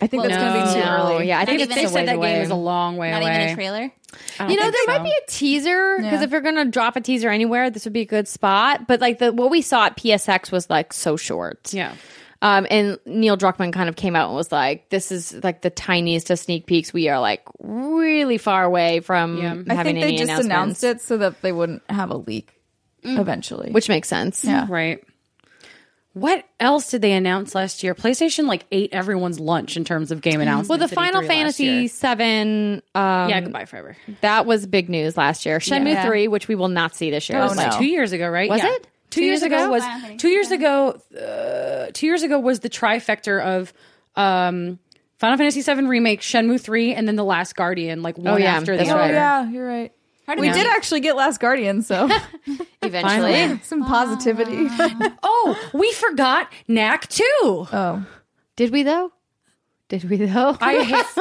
Speaker 2: I think that's going to be too
Speaker 1: No,
Speaker 2: early.
Speaker 1: Yeah, I think it's
Speaker 3: even-
Speaker 4: They
Speaker 1: a ways
Speaker 4: said that
Speaker 1: away.
Speaker 4: game is a long way
Speaker 3: Not
Speaker 4: away.
Speaker 3: even a trailer?
Speaker 1: You know, there might be a teaser because
Speaker 2: Yeah.
Speaker 1: if you're going to drop a teaser anywhere, this would be a good spot. But like the what we saw at PSX was like so short.
Speaker 4: Yeah.
Speaker 1: Um, and Neil Druckmann kind of came out and was like, "This is like the tiniest of sneak peeks. We are like really far away from having
Speaker 2: I think
Speaker 1: any
Speaker 2: they just
Speaker 1: announcements,
Speaker 2: announced it so that they wouldn't have a leak Mm. eventually.
Speaker 1: which makes sense.
Speaker 2: Yeah.
Speaker 4: Right. What else did they announce last year? PlayStation like ate everyone's lunch in terms of game announcements.
Speaker 1: Well, the
Speaker 4: at
Speaker 1: Final
Speaker 4: E3 last
Speaker 1: Fantasy
Speaker 4: year.
Speaker 1: Seven, um,
Speaker 4: yeah, goodbye forever.
Speaker 1: that was big news last year. Shenmue
Speaker 2: Yeah.
Speaker 1: Three, which we will not see this year.
Speaker 2: Oh,
Speaker 1: is
Speaker 2: no.
Speaker 1: my
Speaker 4: two years ago, right?
Speaker 1: Was it?
Speaker 4: Two, years, ago, was
Speaker 3: Wow, thanks.
Speaker 4: two years ago. Uh, two years ago was the trifecta of um, Final Fantasy VII remake, Shenmue three, and then the Last Guardian, like one
Speaker 1: yeah,
Speaker 4: after
Speaker 1: that's
Speaker 4: the
Speaker 2: Oh
Speaker 1: right.
Speaker 4: other.
Speaker 2: yeah, you're right.
Speaker 3: Hard to
Speaker 2: We
Speaker 3: know.
Speaker 2: did actually get Last Guardian, <laughs> so
Speaker 1: Eventually,
Speaker 2: some positivity.
Speaker 4: Oh, we forgot Knack two.
Speaker 2: <laughs> oh,
Speaker 1: did we though? Did we though? <laughs>
Speaker 4: I <laughs> have,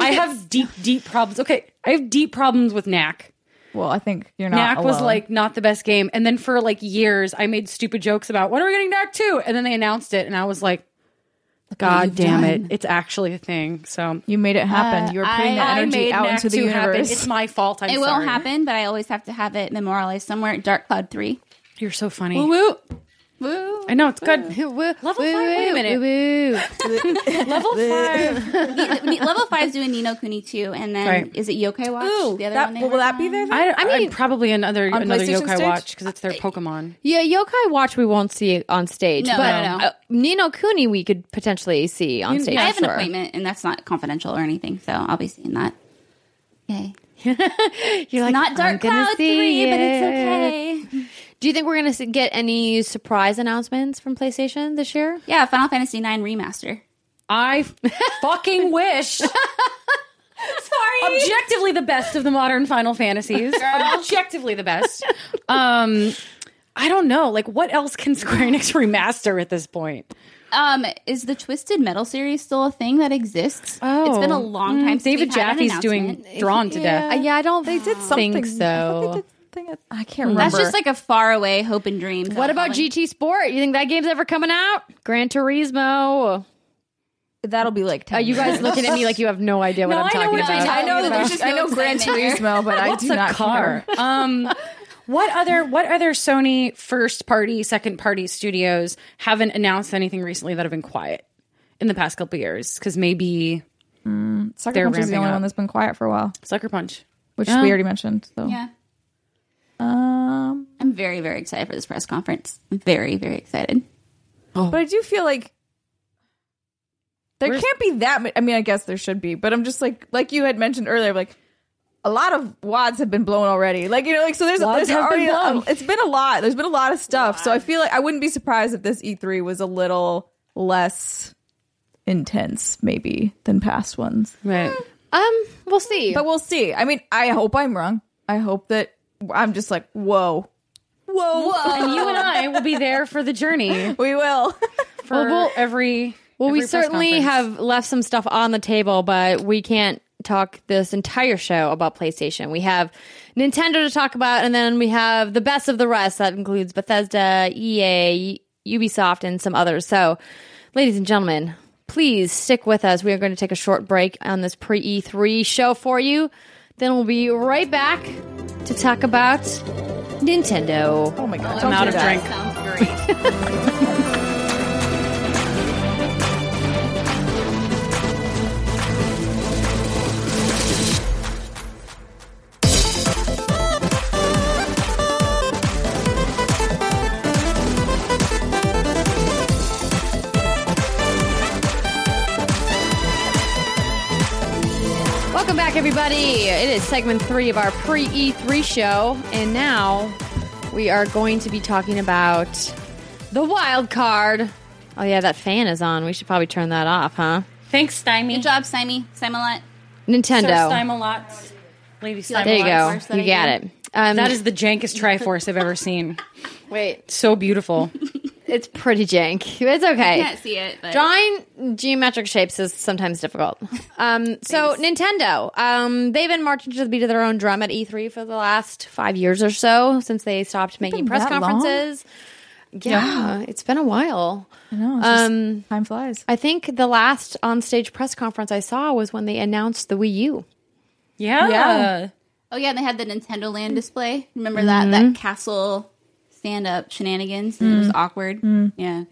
Speaker 4: I have deep, deep problems. Okay, I have deep problems with Knack.
Speaker 2: well, I think you're not.
Speaker 4: Knack was
Speaker 2: alone.
Speaker 4: like not the best game, and then for like years, I made stupid jokes about when are we getting Knack two, and then they announced it, and I was like, God damn it, it's actually a thing. So
Speaker 2: you made it happen.
Speaker 3: Uh,
Speaker 2: you were putting
Speaker 3: I-
Speaker 2: that
Speaker 3: I
Speaker 2: energy out
Speaker 4: Knack
Speaker 2: into the
Speaker 4: 2 happen.
Speaker 2: universe.
Speaker 4: It's my fault. I'm
Speaker 3: It
Speaker 4: sorry.
Speaker 3: won't happen, but I always have to have it memorialized somewhere. Dark Cloud 3.
Speaker 4: You're so funny.
Speaker 1: Woo.
Speaker 3: Woo.
Speaker 4: I know it's good.
Speaker 1: Level
Speaker 4: five, wait a minute. Level five.
Speaker 3: Level 5's doing Nino Kuni 2, and then
Speaker 4: Right.
Speaker 3: is it Yokai Watch?
Speaker 2: Ooh,
Speaker 3: the other
Speaker 2: that-
Speaker 3: one they
Speaker 2: will
Speaker 3: were
Speaker 2: that be
Speaker 3: on?
Speaker 2: there?
Speaker 4: I, I mean, probably another
Speaker 2: on
Speaker 4: another
Speaker 2: PlayStation
Speaker 4: yokai
Speaker 2: stage?
Speaker 4: watch because it's their Pokemon.
Speaker 1: Yeah, Yokai Watch we won't see on stage,
Speaker 3: No,
Speaker 1: but
Speaker 3: no, no.
Speaker 1: Uh, Nino Cooney we could potentially see on stage.
Speaker 3: I have an
Speaker 1: sure.
Speaker 3: appointment, and that's not confidential or anything, so I'll be seeing that. Yay.
Speaker 1: You're like,
Speaker 3: Not
Speaker 1: "I'm
Speaker 3: Dark
Speaker 1: gonna
Speaker 3: Cloud
Speaker 1: see
Speaker 3: 3, but
Speaker 1: it."
Speaker 3: it's okay.
Speaker 1: Do you think we're going to get any surprise announcements from PlayStation this year?
Speaker 3: Yeah, Final Fantasy IX remaster.
Speaker 4: I fucking <laughs> wish.
Speaker 3: Sorry.
Speaker 4: Objectively, the best of the modern Final Fantasies. Objectively, the best. Um, I don't know. Like, what else can Square Enix remaster at this point?
Speaker 3: Um, is the Twisted Metal series still a thing that exists?
Speaker 4: Oh.
Speaker 3: it's been a long time. since
Speaker 4: David
Speaker 3: we've had an
Speaker 4: Jaffe's doing
Speaker 3: announcement.
Speaker 4: Drawn to Death.
Speaker 1: Uh, yeah, I don't.
Speaker 2: They did something.
Speaker 1: Think so.
Speaker 2: I, think they did something- I can't remember.
Speaker 3: That's just like a faraway hope and dream.
Speaker 1: What about
Speaker 3: G?
Speaker 1: GT Sport? You think that game's ever coming out? Gran Turismo.
Speaker 2: that'll be like. 10
Speaker 1: Are Oh, you guys
Speaker 2: minutes.
Speaker 1: looking at me like you have no idea what
Speaker 4: No,
Speaker 1: I'm
Speaker 4: I know
Speaker 1: talking
Speaker 4: what you're
Speaker 1: about?
Speaker 2: I know that there's
Speaker 3: There's
Speaker 2: just
Speaker 3: no
Speaker 2: I know Gran
Speaker 3: excitement there.
Speaker 2: Turismo, but I do
Speaker 4: a
Speaker 2: not
Speaker 4: car.
Speaker 2: care.
Speaker 4: <laughs> um, what other what other Sony first party, second party studios haven't announced anything recently that have been quiet in the past couple years? Because maybe
Speaker 2: Sucker
Speaker 4: They're
Speaker 2: Punch is the
Speaker 4: ramping
Speaker 2: only
Speaker 4: up.
Speaker 2: one that's been quiet for a while,
Speaker 4: Sucker Punch.
Speaker 2: which
Speaker 4: Yeah.
Speaker 2: we already mentioned. So.
Speaker 3: Yeah,
Speaker 2: Um,
Speaker 3: I'm very very excited for this press conference. I'm very very excited.
Speaker 2: but I do feel like there can't be that. ma- I mean, I guess there should be, but I'm just like like you had mentioned earlier, like a lot of wads have been blown already. Like you know, like so there's
Speaker 4: Wads
Speaker 2: there's
Speaker 4: have
Speaker 2: already
Speaker 4: been
Speaker 2: a-
Speaker 4: blown.
Speaker 2: it's been a lot. There's been a lot of stuff. So I feel like I wouldn't be surprised if this E3 was a little less intense maybe than past ones.
Speaker 4: Right.
Speaker 1: Um, we'll see.
Speaker 2: But we'll see. I mean, I hope I'm wrong. I hope that I'm just like, whoa, whoa,
Speaker 4: and you and I will be there for the journey
Speaker 2: we will. <laughs>
Speaker 4: for every.
Speaker 1: well, we
Speaker 4: every press
Speaker 1: certainly
Speaker 4: conference.
Speaker 1: have left some stuff on the table, but we can't talk this entire show about PlayStation. We have Nintendo to talk about, and then we have the best of the rest. That includes Bethesda, EA, Ubisoft, and some others. So, ladies and gentlemen, please stick with us. We are going to take a short break on this pre E3 show for you. Then we'll be right back to talk about Nintendo.
Speaker 2: Oh my god,
Speaker 4: I'm
Speaker 2: don't
Speaker 4: out
Speaker 2: do
Speaker 4: of
Speaker 2: that.
Speaker 4: drink.
Speaker 3: Sounds great.
Speaker 1: Welcome back, everybody. It is segment three of our pre E3 show, and now we are going to be talking about the wild card. Oh, yeah, that fan is on. We should probably turn that off, huh?
Speaker 4: Thanks, Stymie.
Speaker 3: Good job, Simey. Simelot.
Speaker 4: Sir
Speaker 1: Nintendo.
Speaker 4: Stymalot. Lady
Speaker 1: There you
Speaker 4: Stymalot.
Speaker 1: go.
Speaker 3: Worse than
Speaker 1: You
Speaker 3: I
Speaker 1: got
Speaker 3: did.
Speaker 1: it. Um,
Speaker 4: That is the jankest Triforce I've ever seen.
Speaker 1: wait.
Speaker 4: So beautiful.
Speaker 1: It's pretty jank. It's okay.
Speaker 3: Can't see it, but
Speaker 1: Drawing geometric shapes is sometimes <laughs> difficult. Um, so Nintendo, um, they've been marching to the beat of their own drum at E3 for the last five years or so since they stopped making
Speaker 2: been
Speaker 1: press
Speaker 2: that long?
Speaker 1: conferences. Yeah, it's been a while.
Speaker 2: I know, it's just- time flies.
Speaker 1: I think the last on-stage press conference I saw was when they announced the Wii U.
Speaker 4: Yeah.
Speaker 2: Yeah.
Speaker 3: oh yeah, they had the Nintendo Land
Speaker 4: Mm.
Speaker 3: display. Remember that
Speaker 4: Mm-hmm.
Speaker 3: that castle stand up shenanigans? And It
Speaker 4: Mm.
Speaker 3: was awkward. Yeah.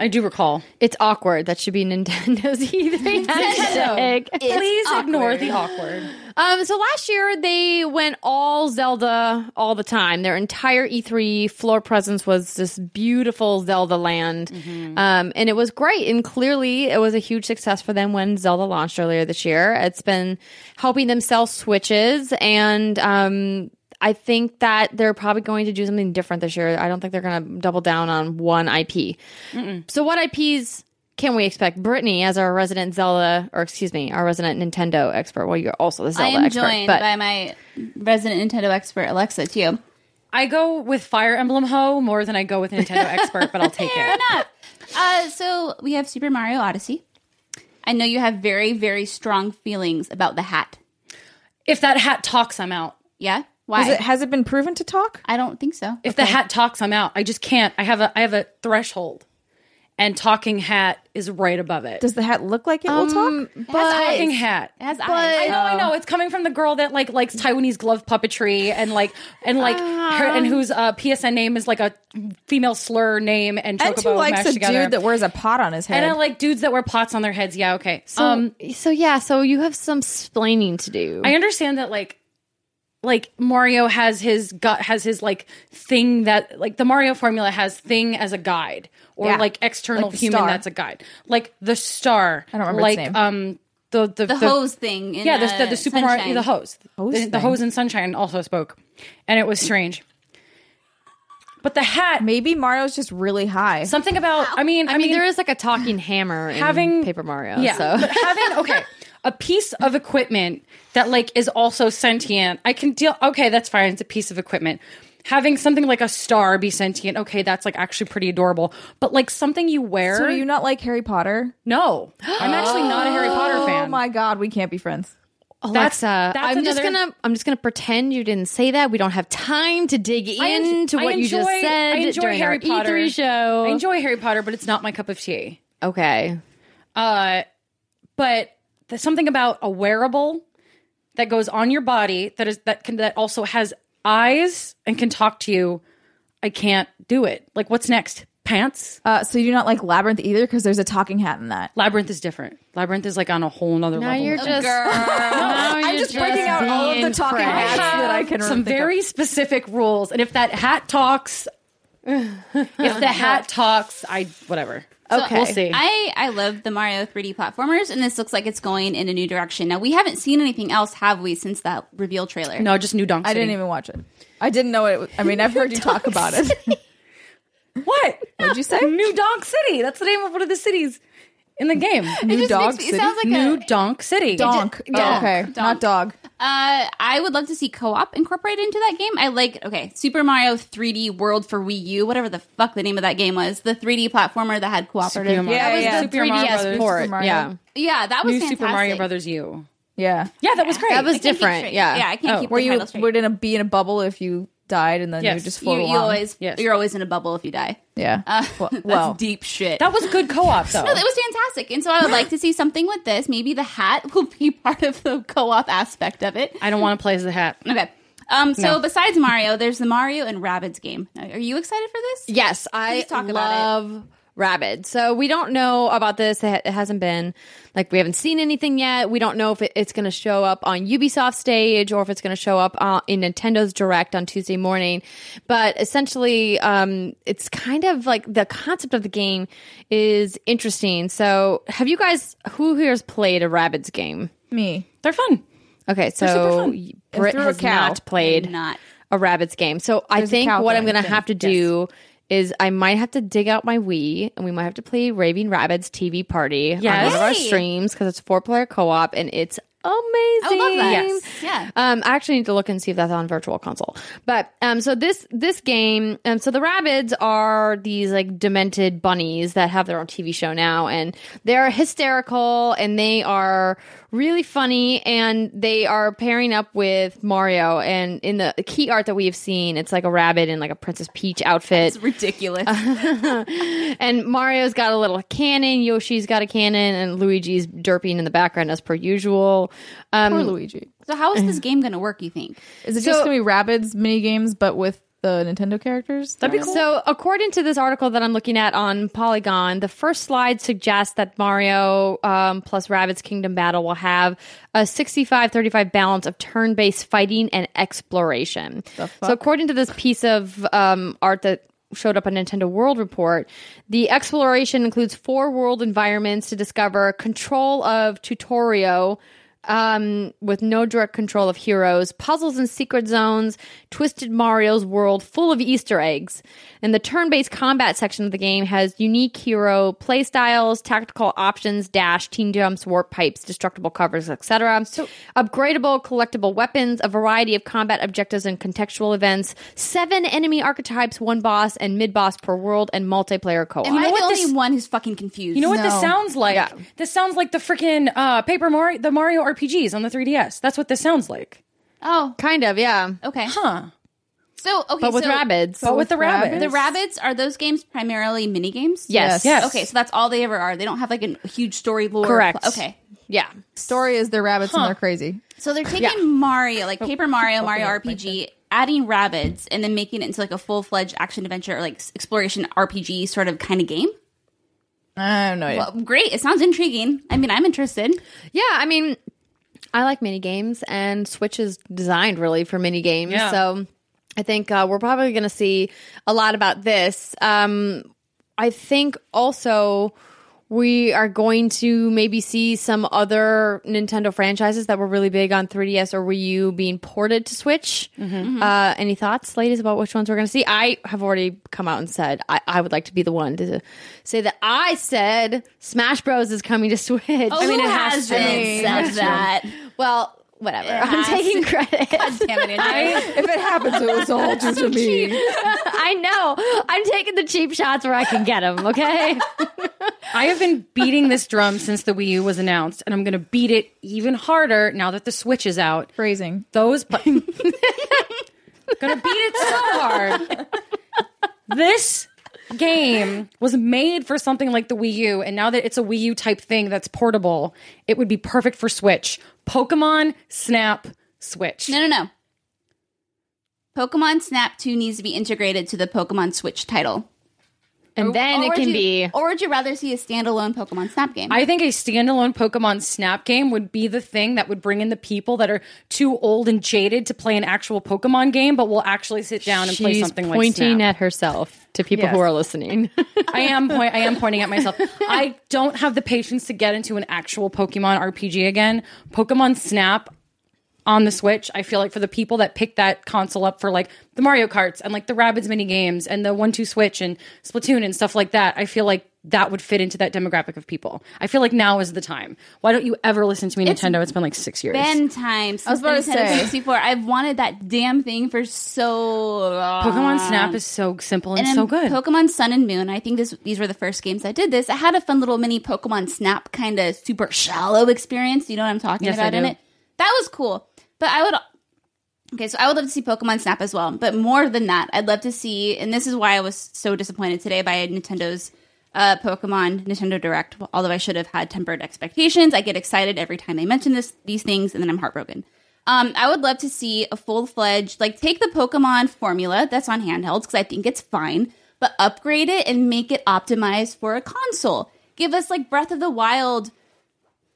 Speaker 4: I do recall.
Speaker 1: It's awkward. That should be <laughs> Nintendo's E E3 hashtag.
Speaker 4: Please ignore the awkward.
Speaker 1: Um, so last year they went all Zelda all the time. Their entire E3 floor presence was this beautiful Zelda land, um, and it was great. And clearly, it was a huge success for them when Zelda launched earlier this year. It's been helping them sell Switches, and um, I think that they're probably going to do something different this year. I don't think they're going to double down on one IP. So, what IPs can we expect? Brittany, as our resident Zelda, or excuse me, our resident Nintendo expert. Well, you're also the
Speaker 3: I
Speaker 1: Zelda
Speaker 3: am
Speaker 1: expert,
Speaker 3: joined
Speaker 1: but
Speaker 3: by my resident Nintendo expert Alexa too.
Speaker 4: I go with Fire Emblem Ho more than I go with Nintendo Expert, but I'll take it.
Speaker 3: Uh, so we have Super Mario Odyssey. I know you have very very strong feelings about the hat.
Speaker 4: If that hat talks, I'm out.
Speaker 3: Yeah. Why?
Speaker 2: Is it, has it been proven to talk?
Speaker 3: I don't think so.
Speaker 4: If the hat talks, I'm out. I just can't. I have a I have a threshold. And talking hat is right above it.
Speaker 2: Does the hat look like it will talk?
Speaker 4: talking hat.
Speaker 3: it has
Speaker 4: I
Speaker 3: eyes.
Speaker 4: know,
Speaker 2: Uh.
Speaker 4: I know. It's coming from the girl that like likes Taiwanese glove puppetry and like and like her and
Speaker 2: Um.
Speaker 4: whose uh, PSN name is like a female slur name and
Speaker 2: And
Speaker 4: chocobo
Speaker 2: who likes
Speaker 4: mashed
Speaker 2: a
Speaker 4: together.
Speaker 2: dude that wears a pot on his head?
Speaker 4: and I like dudes that wear pots on their heads. Yeah, okay.
Speaker 1: so,
Speaker 4: um,
Speaker 1: oh, so yeah, so you have some splaining to do.
Speaker 4: I understand that like like Mario has his gut has his like thing that like the Mario formula has thing as a guide or
Speaker 2: Yeah.
Speaker 4: like external
Speaker 2: Like the
Speaker 4: human
Speaker 2: star.
Speaker 4: that's a guide. Like the star. I
Speaker 2: don't remember
Speaker 4: like
Speaker 2: its name.
Speaker 4: um the the,
Speaker 3: the, hose thing. In,
Speaker 4: yeah, the, the,
Speaker 3: uh,
Speaker 4: the Super
Speaker 3: Sunshine.
Speaker 4: Mario, the hose,
Speaker 2: Hose
Speaker 4: the, the
Speaker 2: thing.
Speaker 4: hose and sunshine also spoke, and it was strange. But the hat,
Speaker 2: Maybe Mario's just really high.
Speaker 4: something about. I mean, I,
Speaker 1: I mean, there is like a
Speaker 4: <sighs>
Speaker 1: talking hammer in
Speaker 4: having
Speaker 1: Paper Mario.
Speaker 4: Yeah,
Speaker 1: so.
Speaker 4: but
Speaker 1: <laughs>
Speaker 4: having okay a piece of equipment that like is also sentient. I can deal. Okay, that's fine. It's a piece of equipment. having something like a star be sentient, okay, that's like actually pretty adorable. But like something you wear,
Speaker 2: So do you not like Harry Potter?
Speaker 4: no, I'm actually not a
Speaker 1: <gasps>
Speaker 4: Harry Potter
Speaker 2: Oh
Speaker 4: fan.
Speaker 2: my god, we can't be friends.
Speaker 4: That's-
Speaker 1: Alexa,
Speaker 4: Oh, that's
Speaker 1: uh, I'm just
Speaker 4: another-
Speaker 1: gonna I'm just gonna pretend you didn't say that. We don't have time to dig
Speaker 4: I en-
Speaker 1: into
Speaker 4: I
Speaker 1: what you just
Speaker 4: enjoy-
Speaker 1: said
Speaker 4: I enjoy
Speaker 1: during
Speaker 4: Harry
Speaker 1: our
Speaker 4: Potter.
Speaker 1: E3 show.
Speaker 4: I enjoy Harry Potter, but it's not my cup of tea.
Speaker 1: okay,
Speaker 4: Uh, but there's something about a wearable that goes on your body that is that can that also has eyes and can talk to you. I can't do it. Like, what's next? Pants?
Speaker 2: Uh, so you do not like Labyrinth either because there's a talking hat in that.
Speaker 4: Labyrinth is different. Labyrinth is like on a whole nother
Speaker 1: now
Speaker 4: level.
Speaker 1: you're just
Speaker 4: <laughs>
Speaker 1: now
Speaker 2: I'm
Speaker 1: you're
Speaker 2: just breaking out all of the
Speaker 1: being
Speaker 2: talking
Speaker 1: crass.
Speaker 2: hats that I can
Speaker 4: some
Speaker 2: think of.
Speaker 4: very specific rules, and if that hat talks,
Speaker 2: <laughs>
Speaker 4: if the hat talks, I whatever.
Speaker 1: Okay,
Speaker 4: We'll see.
Speaker 3: I, I love the Mario 3D platformers, and this looks like it's going in a new direction. Now, we haven't seen anything else, have we, since that reveal trailer?
Speaker 4: no, just new donk.
Speaker 2: I didn't
Speaker 4: City.
Speaker 2: even watch it. I didn't know it. Was, I mean, I've heard you talk about it.
Speaker 4: What?
Speaker 2: What'd you say?
Speaker 4: New Donk City. That's the name of one of the cities in the game.
Speaker 2: <laughs> <laughs> New
Speaker 3: just
Speaker 2: dog
Speaker 3: makes me- it
Speaker 2: city.
Speaker 3: sounds like a-
Speaker 4: New Donk City.
Speaker 2: donk.
Speaker 3: Donk.
Speaker 2: Oh, okay,
Speaker 3: Donk.
Speaker 2: not dog.
Speaker 3: Uh, I would love to see co-op incorporated into that game. I like okay, Super Mario 3D World for Wii U, whatever the fuck the name of that game was, the 3D platformer that had cooperative.
Speaker 4: Super Mario.
Speaker 3: That was
Speaker 2: Yeah,
Speaker 3: the
Speaker 4: yeah. Super Mario
Speaker 3: 3DS
Speaker 4: Brothers.
Speaker 3: port.
Speaker 2: Super Mario.
Speaker 1: yeah,
Speaker 3: Yeah, that was
Speaker 4: New
Speaker 3: fantastic.
Speaker 4: Super Mario Brothers U.
Speaker 2: Yeah.
Speaker 4: Yeah, that was great.
Speaker 1: that was
Speaker 3: I can't keep
Speaker 1: different.
Speaker 3: straight.
Speaker 1: Yeah,
Speaker 3: yeah, I can't
Speaker 4: Oh.
Speaker 3: keep
Speaker 2: Were
Speaker 3: the
Speaker 2: you
Speaker 3: title straight.
Speaker 2: would in a, be in a bubble if you died and then you
Speaker 4: Yes.
Speaker 2: would just
Speaker 3: you,
Speaker 2: float
Speaker 3: you
Speaker 2: along?
Speaker 3: always
Speaker 4: Yes.
Speaker 3: you're always in a bubble if you die.
Speaker 2: yeah.
Speaker 3: Uh,
Speaker 2: well,
Speaker 3: <laughs> that's
Speaker 2: well,
Speaker 3: deep shit.
Speaker 4: that was good co-op though.
Speaker 3: No, it was fantastic, and so I would like to see something with this. Maybe the hat <laughs> will be part of the co-op aspect of it.
Speaker 4: I don't want to play as the hat.
Speaker 3: Okay. Um, so
Speaker 4: No.
Speaker 3: besides Mario, there's the Mario and Rabbids game. Are you excited for this?
Speaker 1: Yes, I
Speaker 3: Please talk about it.
Speaker 1: love Rabid. So we don't know about this. It ha- it hasn't been like we haven't seen anything yet. We don't know if it, it's going to show up on Ubisoft stage or if it's going to show up uh, in Nintendo's Direct on Tuesday morning. But essentially, um, it's kind of like the concept of the game is interesting. So have you guys who here's played a Rabbids game?
Speaker 2: me.
Speaker 4: They're fun.
Speaker 1: Okay,
Speaker 4: super
Speaker 1: so
Speaker 4: fun.
Speaker 1: Britt
Speaker 2: threw a
Speaker 1: has
Speaker 2: cow.
Speaker 1: not played
Speaker 3: Not.
Speaker 1: a rabbits game. So I
Speaker 2: There's a
Speaker 1: think
Speaker 2: cow
Speaker 1: what I'm
Speaker 2: going
Speaker 1: going to
Speaker 2: thing.
Speaker 1: have to do is I might have to dig out my Wii and we might have to play Raving Rabbits TV Party on
Speaker 4: Yes.
Speaker 1: one of our
Speaker 3: Hey.
Speaker 1: streams because it's four player co op and it's
Speaker 3: I would
Speaker 1: amazing.
Speaker 3: love that. Yeah.
Speaker 1: Um, I actually need to look and see if that's on Virtual Console. But um, so this this game, um, so the Rabbids are these like demented bunnies that have their own TV show now, and they're hysterical and they are really funny, and they are pairing up with Mario. And in the key art that we have seen, it's like a rabbit in like a Princess Peach outfit,
Speaker 3: It's ridiculous.
Speaker 4: Uh-huh.
Speaker 1: and Mario's got a little cannon, Yoshi's got a cannon, and Luigi's derping in the background as per usual. Um,
Speaker 2: Poor Luigi.
Speaker 3: so how is
Speaker 4: Uh-huh.
Speaker 3: this game going to work? You think?
Speaker 2: Is it
Speaker 1: So-
Speaker 2: just gonna be Rabbids mini games but with the Nintendo characters? That'd be
Speaker 1: So, according to this article that I'm looking at on Polygon, the first slide suggests that Mario um, plus Rabbids Kingdom Battle will have a 65 35 balance of turn based fighting and exploration. So, according to this piece of um, art that showed up on Nintendo World Report, the exploration includes four world environments to discover, control of Tutorio um, with no direct control of heroes, puzzles and secret zones, Twisted Mario's world full of Easter eggs. And the turn based combat section of the game has unique hero playstyles, tactical options, dash, team jumps, warp pipes, destructible covers, etc. Upgradable, collectible weapons, a variety of combat objectives and contextual events, seven enemy archetypes, one boss, and mid boss per world, and multiplayer co
Speaker 3: Am
Speaker 1: op.
Speaker 3: I the
Speaker 4: what
Speaker 3: only
Speaker 4: this-
Speaker 3: one who's fucking confused?
Speaker 4: You know what this
Speaker 2: No.
Speaker 4: sounds like? This sounds like the freaking uh, Paper Mario, the Mario RPGs on the 3DS. That's what this sounds like.
Speaker 3: Oh,
Speaker 1: Kind of, yeah.
Speaker 3: okay.
Speaker 4: Huh.
Speaker 3: So okay,
Speaker 1: But with
Speaker 3: so
Speaker 1: Rabbids.
Speaker 4: But with the rabbit.
Speaker 3: the rabbits are those games primarily mini games?
Speaker 1: Yes.
Speaker 4: Yes.
Speaker 3: Okay, so that's all they ever are. They don't have like a huge story lore.
Speaker 1: Correct.
Speaker 3: okay,
Speaker 1: Yeah.
Speaker 2: story is they're rabbits and they're crazy.
Speaker 1: <laughs>
Speaker 3: so they're taking Mario, like Paper Mario, Mario RPG, adding rabbits, and then making it into like a full fledged action adventure, or like s- exploration RPG sort of kind of game.
Speaker 2: I have no idea.
Speaker 3: Well, great. It sounds intriguing. I mean, I'm interested.
Speaker 1: Yeah, I mean, I like mini games, and Switch is designed really for mini games.
Speaker 4: Yeah.
Speaker 1: So I think uh, we're probably going to see a lot about this. Um, I think also we are going to maybe see some other Nintendo franchises that were really big on 3DS or Wii U being ported to Switch. Uh, any thoughts, ladies, about which ones we're going to see? I have already come out and said I, I would like to be the one to say that I said Smash Bros is coming to Switch.
Speaker 3: Who
Speaker 1: I mean, it has
Speaker 3: hasn't
Speaker 1: to.
Speaker 3: said that.
Speaker 1: Well, whatever.
Speaker 3: Yeah,
Speaker 1: I'm
Speaker 3: I
Speaker 1: taking <laughs> credit.
Speaker 3: Damn it, Andrea.
Speaker 2: If it happens, it was all due to me.
Speaker 1: I know. I'm taking the cheap shots where I can get them. Okay.
Speaker 4: I have been beating this drum since the Wii U was announced, and I'm going to beat it even harder now that the Switch is out.
Speaker 2: Phrasing.
Speaker 4: Those pla- gonna beat it so hard. This game was made for something like the Wii U, and now that it's a Wii U type thing that's portable, it would be perfect for Switch. Pokemon Snap Switch.
Speaker 3: No, no, no. Pokemon Snap 2 needs to be integrated to the Pokemon Switch title.
Speaker 1: And then
Speaker 3: Oh, Or
Speaker 1: it
Speaker 3: would
Speaker 1: can
Speaker 3: you-
Speaker 1: be.
Speaker 3: Or would you rather see a standalone Pokemon Snap game?
Speaker 4: I think a standalone Pokemon Snap game would be the thing that would bring in the people that are too old and jaded to play an actual Pokemon game, but will actually sit <laughs> down and play something like Snap.
Speaker 1: at herself to people
Speaker 2: who are
Speaker 1: listening. <laughs>
Speaker 4: I am point. I am pointing at myself. I don't have the patience to get into an actual Pokemon RPG again. Pokemon Snap on the Switch. I feel like for the people that picked that console up for like the Mario Karts and like the Rabbids mini games and the One Two Switch and Splatoon and stuff like that. I feel like that would fit into that demographic of people. I feel like now is the time. Why don't you ever listen to me, Nintendo? It's been like six years.
Speaker 3: Ben time. Since I
Speaker 2: was about to say.
Speaker 3: 64. I've wanted that damn thing for so long.
Speaker 4: Pokemon Snap is so simple and,
Speaker 3: And
Speaker 4: so
Speaker 3: in
Speaker 4: good.
Speaker 3: Pokemon Sun and Moon. I think this, these were the first games that did this. I had a fun little mini Pokemon Snap kind of super shallow experience. You know what I'm talking
Speaker 4: Yes,
Speaker 3: about
Speaker 4: I
Speaker 3: in
Speaker 4: do.
Speaker 3: it. That was cool. But I would Okay, so I would love to see Pokemon Snap as well. But more than that, I'd love to see and this is why I was so disappointed today by Nintendo's uh, Pokemon Nintendo Direct, although I should have had tempered expectations. I get excited every time they mention this these things and then I'm heartbroken. Um, I would love to see a full fledged, like, take the Pokemon formula that's on handhelds because I think it's fine, but upgrade it and make it optimized for a console. Give us like Breath of the Wild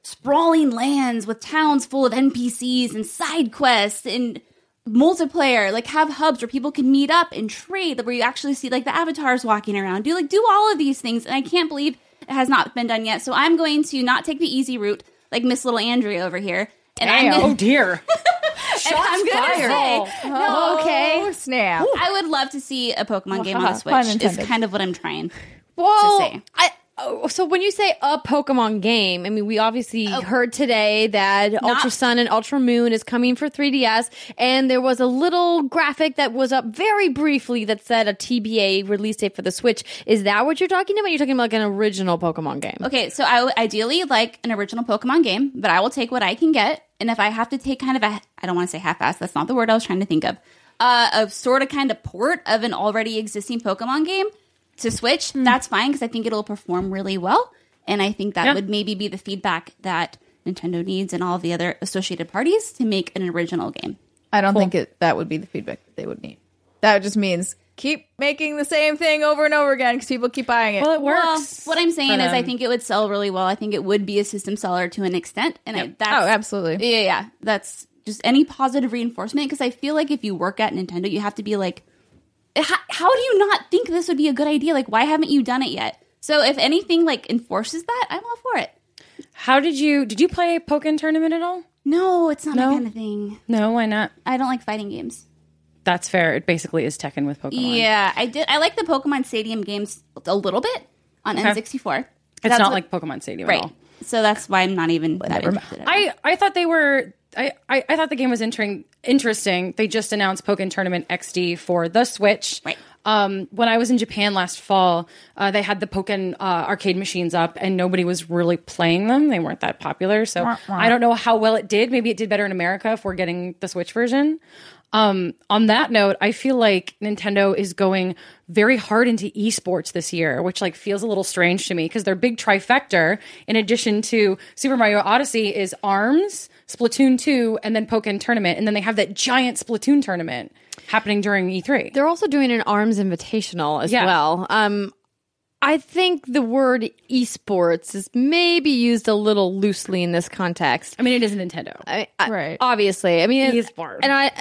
Speaker 3: sprawling lands with towns full of NPCs and side quests and multiplayer. Like have hubs where people can meet up and trade, where you actually see like the avatars walking around. Do like do all of these things, and I can't believe it has not been done yet. So I'm going to not take the easy route, like Miss Little Andrea over here. And I'm
Speaker 2: Damn.
Speaker 4: <laughs>
Speaker 3: gonna, <laughs>
Speaker 4: oh dear.
Speaker 3: and I'm gonna
Speaker 2: fired.
Speaker 3: say no.
Speaker 2: Oh, snap.
Speaker 3: I would love to see a Pokemon game on the
Speaker 2: Pun
Speaker 3: Switch. Is
Speaker 2: intended.
Speaker 3: kind of what I'm trying.
Speaker 1: Well,
Speaker 3: say.
Speaker 1: I, oh, so when you say a Pokemon game, I mean, we obviously heard today that Ultra Sun and Ultra Moon is coming for 3DS, and there was a little graphic that was up very briefly that said a TBA release date for the Switch. Is that what you're talking about? You're talking about like an original Pokemon game.
Speaker 3: Okay, so I would ideally like an original Pokemon game, but I will take what I can get. And if I have to take kind of a, I don't want to say half-assed. That's not the word I was trying to think of. Uh, a sort of kind of port of an already existing Pokemon game to Switch.
Speaker 4: Hmm.
Speaker 3: That's fine because I think it'll perform really well, and I think that
Speaker 4: Yeah.
Speaker 3: would maybe be the feedback that Nintendo needs and all the other associated parties to make an original game.
Speaker 2: I don't think it, that would be the feedback that they would need. That just means keep making the same thing over and over again because people keep buying it. Oh,
Speaker 4: Well, it
Speaker 3: Well,
Speaker 4: works.
Speaker 3: what I'm saying
Speaker 4: for
Speaker 3: is, I
Speaker 4: them.
Speaker 3: think it would sell really well. I think it would be a system seller to an extent, and I, that's
Speaker 2: Oh, absolutely.
Speaker 3: Yeah, yeah, yeah. That's just any positive reinforcement because I feel like if you work at Nintendo, you have to be like, how, how do you not think this would be a good idea? Like, why haven't you done it yet? So if anything like enforces that, I'm all for it.
Speaker 4: How did you did you play Pokemon tournament at all?
Speaker 3: No, it's not my kind of thing.
Speaker 4: No, why not?
Speaker 3: I don't like fighting games.
Speaker 4: That's fair. It basically is Tekken with Pokemon.
Speaker 3: Yeah, I did. I like the Pokemon Stadium games a little bit on N64. It's
Speaker 4: It's not like Pokemon Stadium at
Speaker 3: right.
Speaker 4: all.
Speaker 3: So that's why I'm not even that interested. in it.
Speaker 4: I, I thought they were I, I, I thought the game was entering, interesting. They just announced Pokemon Tournament XD for the Switch.
Speaker 3: Right.
Speaker 4: Um, when I was in Japan last fall, uh, they had the Pokemon uh, arcade machines up, and nobody was really playing them. They weren't that popular, so I don't know how well it did. Maybe it did better in America if we're getting the Switch version. Um, on that note, I feel like Nintendo is going very hard into esports this year, which like feels a little strange to me because their big trifecta, in addition to Super Mario Odyssey, is Arms, Splatoon Two, and then Pokemon Tournament, and then they have that giant Splatoon tournament happening during E E3.
Speaker 1: They're also doing an arms invitational as
Speaker 4: Yeah.
Speaker 1: well. Um, I think the word esports is maybe used a little loosely in this context.
Speaker 4: I mean, it is Nintendo.
Speaker 1: I, I,
Speaker 2: Right.
Speaker 1: Obviously, I mean, it-
Speaker 4: Esport.
Speaker 1: and I.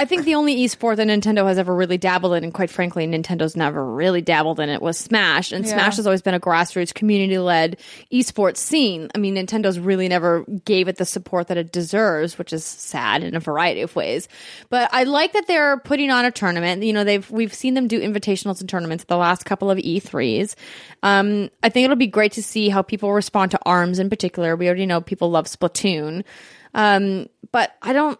Speaker 1: I think the only esport that Nintendo has ever really dabbled in, and quite frankly, Nintendo's never really dabbled in it, was Smash. And Smash has always been a grassroots, community led esports scene. I mean, Nintendo's really never gave it the support that it deserves, which is sad in a variety of ways. But I like that they're putting on a tournament. You know, they've we've seen them do invitationals and tournaments the last couple of E3s. Um, I think it'll be great to see how people respond to ARMS in particular. We already know people love Splatoon. Um, but I don't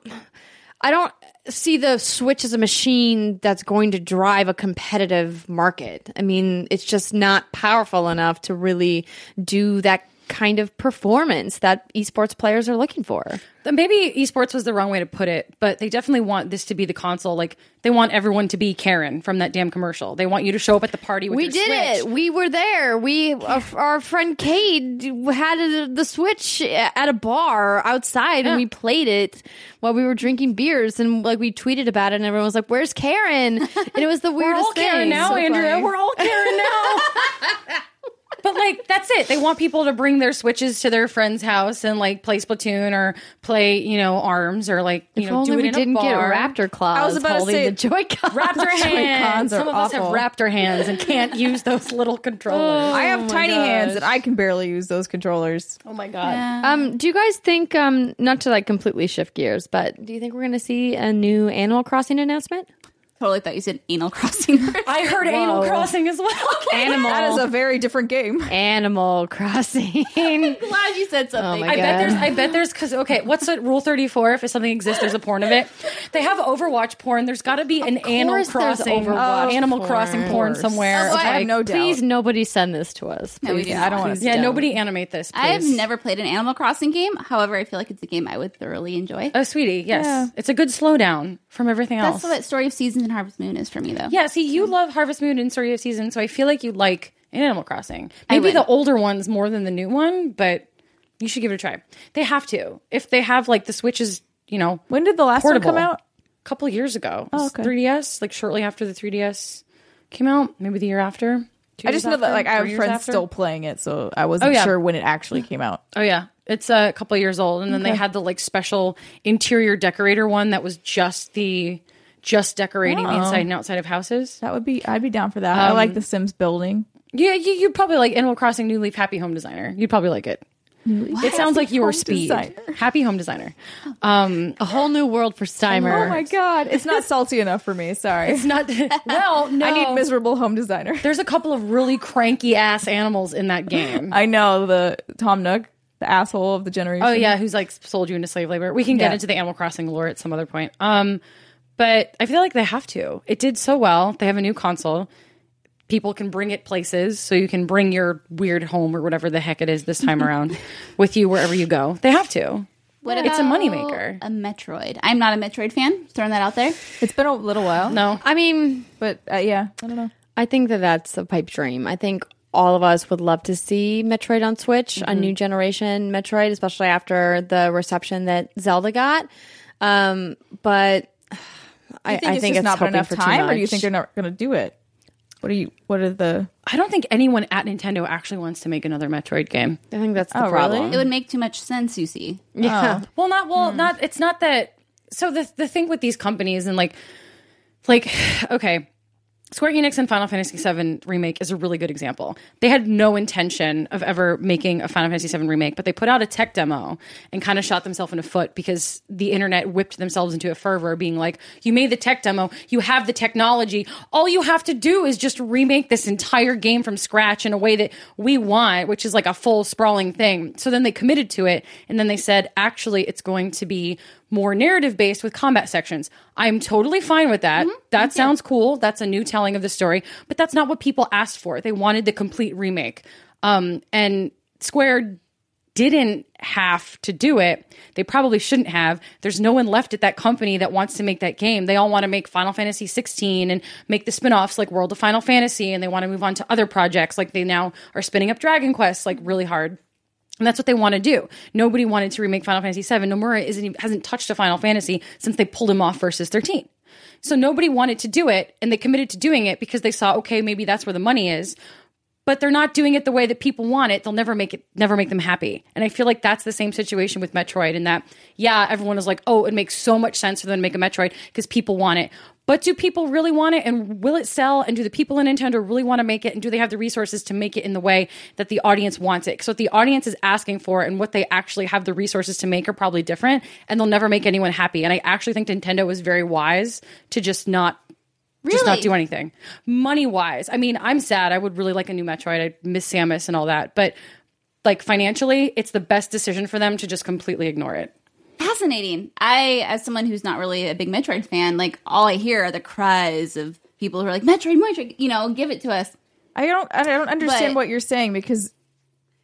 Speaker 1: I don't see the Switch as a machine that's going to drive a competitive market. I mean, it's just not powerful enough to really do that kind of performance that esports players are looking for.
Speaker 4: Th- Maybe esports was the wrong way to put it, but they definitely want this to be the console. Like they want everyone to be Karen from that damn commercial. They want you to show up at the party. with
Speaker 1: We
Speaker 4: your
Speaker 1: did
Speaker 4: Switch.
Speaker 1: it. We were there. We our, our friend Cade had a, the Switch at a bar outside, and we played it while we were drinking beers. And like we tweeted about it, and everyone was like, "Where's Karen?" And it was the <laughs>
Speaker 4: We're
Speaker 1: weirdest
Speaker 4: all Karen
Speaker 1: thing.
Speaker 4: now,
Speaker 1: So
Speaker 4: Andrea.
Speaker 1: funny.
Speaker 4: We're all Karen now. <laughs> but like that's it. They want people to bring their switches to their friend's house and like play Splatoon or play you know Arms or like you
Speaker 1: if
Speaker 4: know
Speaker 1: only
Speaker 4: do it
Speaker 1: we
Speaker 4: in
Speaker 1: didn't
Speaker 4: a
Speaker 1: get
Speaker 4: bar.
Speaker 1: raptor claws.
Speaker 2: I was about to
Speaker 1: holding
Speaker 2: say-
Speaker 1: the Joy-Con. <laughs>
Speaker 4: <laughs> Raptor hands.
Speaker 2: are
Speaker 4: Some of us have
Speaker 2: awful.
Speaker 4: raptor hands and can't use those little
Speaker 2: <laughs>
Speaker 4: controllers.
Speaker 2: I have tiny hands and I can barely use those controllers.
Speaker 4: Oh my god.
Speaker 1: Um, do you guys think? Um, not to like completely shift gears, but do you think we're going to see a new Animal Crossing announcement?
Speaker 3: Totally thought you said anal <laughs> crossing.
Speaker 4: I heard Animal Crossing as well.
Speaker 1: Animal.
Speaker 2: <laughs> That is a very different game.
Speaker 1: Animal <laughs> Crossing.
Speaker 3: glad you <laughs> said something. Oh
Speaker 1: my
Speaker 4: I bet
Speaker 1: God.
Speaker 4: there's. I bet there's because okay, what's it? Rule thirty four. If something exists, there's a porn of it. They have Overwatch porn. There's got to be an Animal
Speaker 1: course there's
Speaker 4: Crossing, uh,
Speaker 1: Overwatch
Speaker 4: Animal
Speaker 1: porn.
Speaker 4: Crossing
Speaker 1: Of
Speaker 4: porn
Speaker 2: course.
Speaker 4: somewhere.
Speaker 2: Oh, I
Speaker 4: Like,
Speaker 2: have no doubt.
Speaker 1: Please, nobody send this to us.
Speaker 3: No, we do
Speaker 1: please.
Speaker 3: not. I don't
Speaker 2: wanna
Speaker 1: Please
Speaker 4: Yeah,
Speaker 1: don't.
Speaker 4: nobody animate this. Please.
Speaker 3: I have never played an Animal Crossing game. However, I feel like it's a game I would thoroughly enjoy.
Speaker 4: Oh, sweetie, yes,
Speaker 2: Yeah.
Speaker 4: it's a good slowdown from everything
Speaker 3: That's
Speaker 4: else.
Speaker 3: what Story of Seasons and Harvest Moon is for me, though.
Speaker 4: yeah, see, you love Harvest Moon and Story of Season, so I feel like you like Animal Crossing.
Speaker 3: I
Speaker 4: Maybe
Speaker 3: would.
Speaker 4: the older ones more than the new one, but you should give it a try. They have to if they have like the switches. You know,
Speaker 2: When did the last
Speaker 4: portable.
Speaker 2: one come out?
Speaker 4: A couple years ago. Oh,
Speaker 2: okay.
Speaker 4: 3DS, like shortly after the 3DS came out, maybe the year after. two
Speaker 2: I just
Speaker 4: years
Speaker 2: know that
Speaker 4: after,
Speaker 2: like I have
Speaker 4: three years
Speaker 2: friends
Speaker 4: after.
Speaker 2: still playing it, so I wasn't
Speaker 4: Oh, yeah.
Speaker 2: sure when it actually came
Speaker 4: <laughs>
Speaker 2: out.
Speaker 4: Oh yeah, it's uh, a couple years old, and then they had the like special interior decorator one that was just the just decorating
Speaker 2: Oh.
Speaker 4: the inside and outside of houses.
Speaker 2: That would be I'd be down for that.
Speaker 4: Um,
Speaker 2: I like The Sims building.
Speaker 4: Yeah, you, you'd probably like Animal Crossing New Leaf Happy Home Designer. You'd probably like it. It sounds like your
Speaker 2: Home
Speaker 4: speed.
Speaker 2: Designer?
Speaker 4: Happy Home Designer. Um,
Speaker 1: A whole new world for Steimer.
Speaker 2: Oh my god, it's <laughs> not salty enough for me. Sorry,
Speaker 4: It's not <laughs> well.
Speaker 2: <laughs>
Speaker 4: No,
Speaker 2: I need miserable home designer. <laughs>
Speaker 4: There's a couple of really cranky ass animals in that
Speaker 2: <laughs>
Speaker 4: game.
Speaker 2: I know the Tom Nook, the asshole of the generation.
Speaker 4: Oh yeah, who's like sold you into slave labor. We can get
Speaker 2: Yeah.
Speaker 4: into the Animal Crossing lore at some other point. Um, but I feel like they have to. It did so well. They have a new console. People can bring it places, so you can bring your weird home or whatever the heck it is this time around with you wherever you go. They have to.
Speaker 3: What
Speaker 4: It's a
Speaker 3: about
Speaker 4: moneymaker.
Speaker 3: A Metroid. I'm not a Metroid fan. Just Throwing that out there.
Speaker 2: it's been a little while.
Speaker 4: No,
Speaker 1: I mean,
Speaker 2: but uh, yeah, I don't know.
Speaker 1: I think that that's a pipe dream. I think all of us would love to see Metroid on Switch, a new generation Metroid, especially after the reception that Zelda got. Um, but I I think it's,
Speaker 2: just not
Speaker 1: hoping
Speaker 2: enough
Speaker 1: for too
Speaker 2: time, or do you
Speaker 1: much.
Speaker 2: think they're not going to do it? What are you? What are the?
Speaker 4: I don't think anyone at Nintendo actually wants to make another Metroid game.
Speaker 1: I think that's the
Speaker 2: Oh,
Speaker 1: problem.
Speaker 2: really?
Speaker 3: It would make too much sense, you see.
Speaker 1: <laughs> Yeah.
Speaker 4: Well, not well, not it's not that. So the the thing with these companies and like, like, <sighs> okay, Square Enix and Final Fantasy VII remake is a really good example. They had no intention of ever making a Final Fantasy VII remake, but they put out a tech demo and kind of shot themselves in the foot because the internet whipped themselves into a fervor, being like, "You made the tech demo, you have the technology. All you have to do is just remake this entire game from scratch in a way that we want, which is like a full sprawling thing." So then they committed to it, and then they said, "Actually, it's going to be." more narrative based with combat sections. I'm totally fine with that. That sounds cool. That's a new telling of the story, but that's not what people asked for. They wanted the complete remake. Um, and Square didn't have to do it. They probably shouldn't have. There's no one left at that company that wants to make that game. They all want to make Final Fantasy 16 and make the spin-offs like World of Final Fantasy and they want to move on to other projects like they now are spinning up Dragon Quest like really hard. And that's what they want to do. Nobody wanted to remake Final Fantasy VII. Nomura isn't even, hasn't touched a Final Fantasy since they pulled him off versus 13. So nobody wanted to do it, and they committed to doing it because they saw, okay, maybe that's where the money is. But they're not doing it the way that people want it. They'll never make it, never make them happy. And I feel like that's the same situation with Metroid. In that, yeah, everyone is like, oh, it makes so much sense for them to make a Metroid because people want it. But do people really want it, and will it sell? And do the people in Nintendo really want to make it? And do they have the resources to make it in the way that the audience wants it? So what the audience is asking for and what they actually have the resources to make are probably different, and they'll never make anyone happy. And I actually think Nintendo was very wise to just not just not
Speaker 3: Really?
Speaker 4: do anything money wise. I mean, I'm sad. I would really like a new Metroid. I miss Samus and all that, but like financially, it's the best decision for them to just completely ignore it.
Speaker 3: fascinating. I, as someone who's not really a big Metroid fan, like all I hear are the cries of people who are like Metroid, Metroid. You know, give it to us.
Speaker 2: I don't I don't understand
Speaker 3: But-
Speaker 2: what you're saying because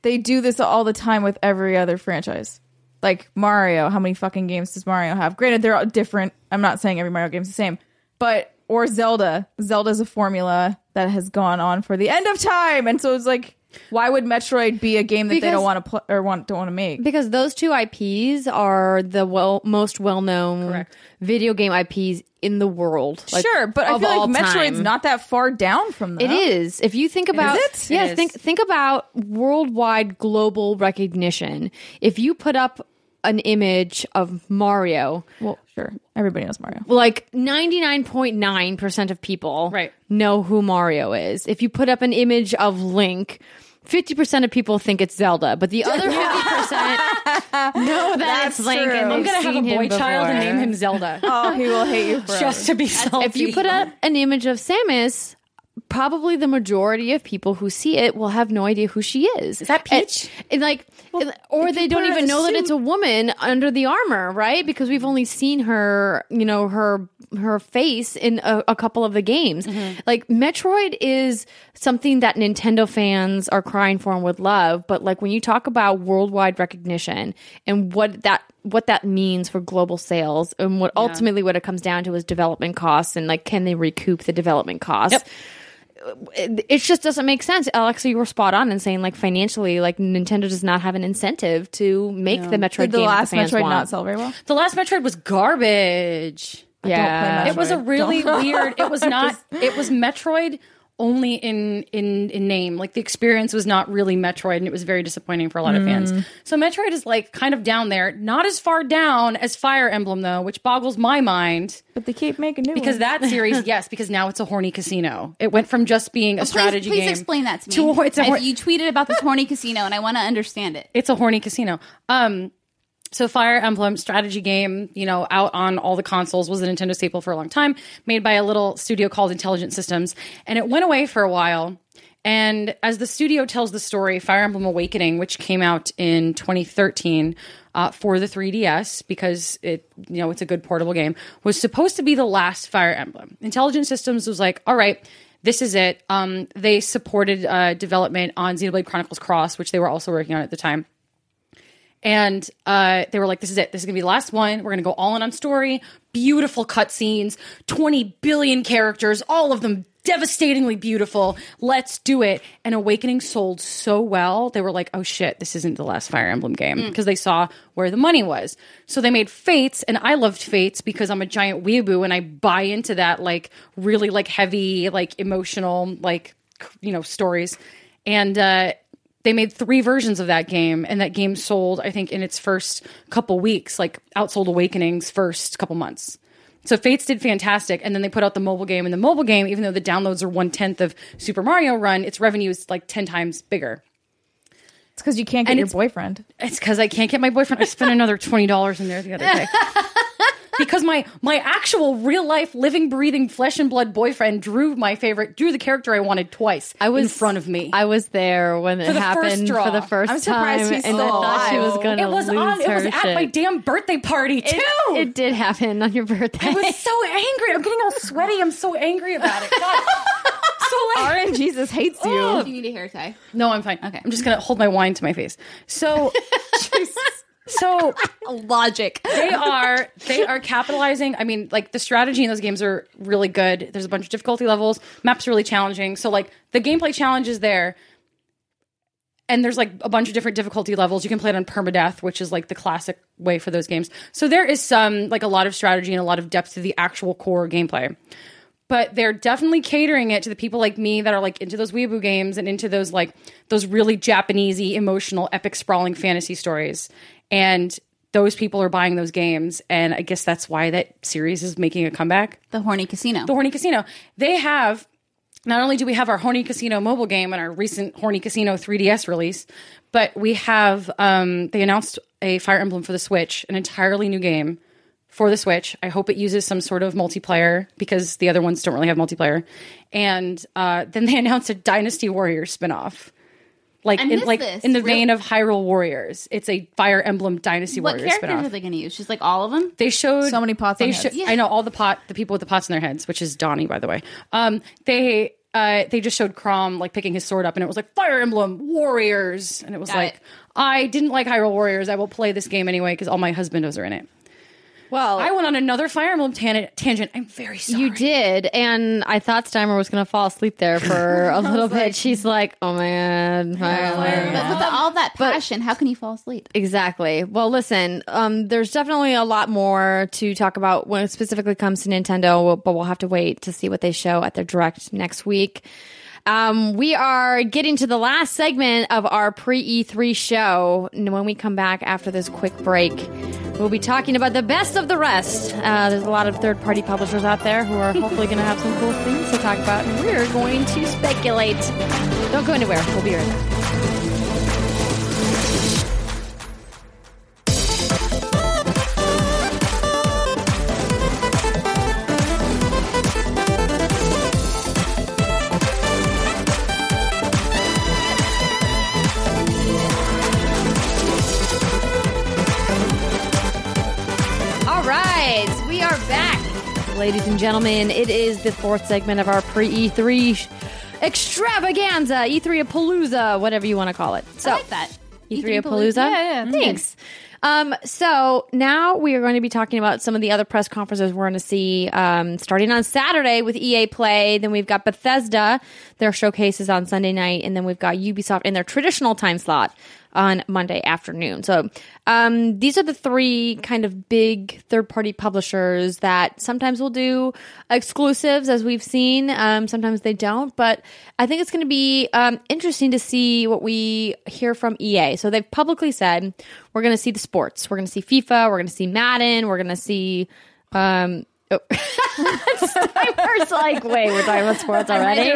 Speaker 2: they do this all the time with every other franchise. Like Mario, how many fucking games does Mario have? Granted, they're all different. I'm not saying every Mario game's the same, but or Zelda. Zelda's a formula that has gone on for the end of time, and so it's like, why would Metroid be a game that they
Speaker 1: Because-
Speaker 2: don't want to play or want don't want to make?
Speaker 1: Because those two IPs are the well most well known
Speaker 4: Correct.
Speaker 1: video game IPs in the world. like,
Speaker 2: sure, but I
Speaker 1: of
Speaker 2: feel
Speaker 1: all
Speaker 2: like Metroid's
Speaker 1: time.
Speaker 2: not that far down from them.
Speaker 1: It is. If you think about
Speaker 2: is?
Speaker 1: yeah,
Speaker 4: It is.
Speaker 1: think think about worldwide global recognition. If you put up an image of Mario,
Speaker 2: Well, sure, everybody knows Mario.
Speaker 1: like 99.9% of people
Speaker 4: Right.
Speaker 1: know who Mario is. If you put up an image of Link, 50% of people think it's Zelda, but the
Speaker 2: <laughs>
Speaker 1: other 50% know that it's Link
Speaker 2: true.
Speaker 1: and they've
Speaker 2: I'm
Speaker 4: I'm gonna have a
Speaker 1: seen him
Speaker 4: boy child and
Speaker 1: before.
Speaker 4: name
Speaker 1: <laughs>
Speaker 4: him Zelda
Speaker 2: Oh, he will hate
Speaker 4: <laughs>
Speaker 2: you forever.
Speaker 4: just to be selfish.
Speaker 1: If you put up an image of Samus, probably the majority of people who see it will have no idea who she is. Is
Speaker 4: that Peach?
Speaker 1: And, and like, and- or they don't
Speaker 2: her in
Speaker 1: even
Speaker 2: a
Speaker 1: know that
Speaker 2: suit.
Speaker 1: it's a woman under the armor, right? Because we've only seen her, you know, her her face in a, a couple of the games.
Speaker 4: Mm-hmm.
Speaker 1: Like Metroid is something that Nintendo fans are crying for and would love, but like when you talk about worldwide recognition and what that what that means for global sales and what ultimately what it comes down to is development costs and like can they recoup the development costs it, it just doesn't make sense. Alexa, you were spot on in saying like financially, like Nintendo does not have an incentive to make the Metroid
Speaker 2: Did the
Speaker 1: game that
Speaker 2: last
Speaker 1: the fans
Speaker 2: Metroid
Speaker 1: want.
Speaker 2: not sell very well?
Speaker 4: the last Metroid was garbage.
Speaker 1: Yeah,
Speaker 2: play
Speaker 4: It was a
Speaker 2: Metroid.
Speaker 4: really
Speaker 2: Don't-
Speaker 4: weird. It was
Speaker 3: <laughs>
Speaker 4: not. It was Metroid only in in in name. Like the experience was not really Metroid, and it was very disappointing for a lot of
Speaker 3: Mm.
Speaker 4: fans. So Metroid is like kind of down there, not as far down as Fire Emblem though, which boggles my mind
Speaker 2: But they keep making new ones.
Speaker 4: because that
Speaker 3: <laughs>
Speaker 4: series, yes, because now it's a horny casino. It went from just being a strategy
Speaker 3: Oh, please,
Speaker 4: game.
Speaker 3: Please explain that to me.
Speaker 4: to a- <laughs> it's a
Speaker 3: If
Speaker 4: hor-
Speaker 3: you tweeted about this horny casino, and I want to understand
Speaker 4: <laughs>
Speaker 3: it.
Speaker 4: it's a horny casino. Um, so Fire Emblem strategy game, you know, out on all the consoles was a Nintendo staple for a long time, made by a little studio called Intelligent Systems, and it went away for a while. And as the studio tells the story, Fire Emblem Awakening, which came out in 2013 uh, for the 3DS because it, you know, it's a good portable game, was supposed to be the last Fire Emblem. Intelligent Systems was like, all right, this is it. Um, they supported uh, development on Xenoblade Chronicles Cross, which they were also working on at the time. And uh, they were like, this is it. This is going to be the last one. We're going to go all in on story, beautiful cutscenes, 20 billion characters, all of them devastatingly beautiful. Let's do it. And Awakening sold so well, they were like, oh shit, this isn't the last Fire Emblem game because they saw where the money was. So they made Fates, and I loved Fates because I'm a giant weeaboo and I buy into that, like, really like heavy, like emotional, like, you know, stories. And, uh, they made three versions of that game and that game sold i think in its first couple weeks like outsold awakenings first couple months so fates did fantastic and then they put out the mobile game and the mobile game even though the downloads are one tenth of super mario run its revenue is like 10 times bigger
Speaker 2: It's because you can't get
Speaker 4: And
Speaker 2: your
Speaker 4: it's-
Speaker 2: boyfriend.
Speaker 4: it's because I can't get my boyfriend. I spent another twenty dollars in there the other <laughs> day because my my actual real life, living, breathing, flesh and blood boyfriend drew my favorite, drew the character I wanted twice.
Speaker 1: I was
Speaker 4: in front of me.
Speaker 1: I was there when it
Speaker 4: the first
Speaker 1: happened
Speaker 4: draw.
Speaker 1: for the first
Speaker 2: I'm
Speaker 1: time,
Speaker 2: surprised he's
Speaker 1: and I
Speaker 2: still
Speaker 1: thought she
Speaker 2: alive.
Speaker 1: was going to
Speaker 4: it was
Speaker 1: lose
Speaker 4: on. It
Speaker 1: her
Speaker 4: was
Speaker 1: shit.
Speaker 4: at my damn birthday party too.
Speaker 1: it, it <laughs> did happen on your birthday.
Speaker 4: I was so angry. I'm getting all sweaty. I'm so angry about it. God. so like,
Speaker 2: RNGesus Jesus hates you.
Speaker 3: Do you need a hair tie?
Speaker 4: no, I'm fine. Okay, I'm just gonna hold my wine to my face. <laughs> So, so
Speaker 3: Logic.
Speaker 4: they are they are capitalizing. I mean, like the strategy in those games are really good. There's a bunch of difficulty levels. Maps are really challenging. So like the gameplay challenge is there. And there's like a bunch of different difficulty levels. You can play it on permadeath, which is like the classic way for those games. So there is some like a lot of strategy and a lot of depth to the actual core gameplay. But they're definitely catering it to the people like me that are like into those weeaboo games and into those like those really Japanesey emotional epic sprawling fantasy stories. And those people are buying those games and I guess that's why that series is making a comeback.
Speaker 3: The horny casino.
Speaker 4: The Horny Casino. They have not only do we have our Horny Casino mobile game and our recent Horny Casino 3DS release, but we have um, they announced a Fire Emblem for the Switch, an entirely new game for the Switch. I hope it uses some sort of multiplayer because the other ones <laughs> don't really have multiplayer. And uh, then they announced a Dynasty Warriors spinoff Like
Speaker 3: I
Speaker 4: in,
Speaker 3: miss
Speaker 4: like
Speaker 3: this.
Speaker 4: in the
Speaker 3: Really?
Speaker 4: vein of Hyrule Warriors. It's a Fire Emblem Dynasty
Speaker 3: What
Speaker 4: Warriors
Speaker 3: characters
Speaker 4: spinoff.
Speaker 3: are they going to use? She's like all of them.
Speaker 4: They showed
Speaker 2: So many pots
Speaker 4: They
Speaker 2: on
Speaker 4: sho-
Speaker 2: heads.
Speaker 3: Yeah.
Speaker 4: I know all the pot, the people with the pots in their heads, which is Donnie, by the way. Um, they uh, they just showed Crom like picking his sword up, and it was like Fire Emblem Warriors, and it was
Speaker 3: Got
Speaker 4: like
Speaker 3: it.
Speaker 4: I didn't like Hyrule Warriors. I will play this game anyway because all my husbandos are in it.
Speaker 1: <laughs> Well,
Speaker 4: I went on another Fire Emblem tan- tangent. I'm very sorry.
Speaker 1: You did, and I thought Steimer was going to fall asleep there
Speaker 4: <laughs>
Speaker 1: for a little bit. She's like, "Oh man, finally."
Speaker 3: But with all that passion, how can you fall asleep?
Speaker 1: Exactly. Well, listen, um, there's definitely a lot more to talk about when it specifically comes to Nintendo, we'll- but we'll have to wait to see what they show at their direct next week. Um, we are getting to the last segment of our pre E3 show. And when we come back after this quick break, we'll be talking about the best of the rest. Uh, there's a lot of third party publishers out there who are hopefully going to have some cool things to talk about, and we're going to speculate. Don't go anywhere. We'll be right back. All right, we are back. Ladies and gentlemen, it is the fourth segment of our pre E3 sh- extravaganza, E3 Palooza, whatever you want to call it. So,
Speaker 3: I like that.
Speaker 2: E
Speaker 3: E
Speaker 1: E3 E Palooza? Yeah, Thanks. Um, so now we are going to be talking about some of the other press conferences we're going to see um, starting on Saturday with EA Play. Then we've got Bethesda, their showcases on Sunday night. And then we've got Ubisoft in their traditional time slot on Monday afternoon. So um, these are the three kind of big third party publishers that sometimes will do exclusives, as we've seen. Um, sometimes they don't. But I think it's going to be um, interesting to see what we hear from EA. So they've publicly said we're going to see the sports. We're going to see FIFA. We're going to see Madden. We're going to see. Um, oh. I was like, wait, we're talking about sports already.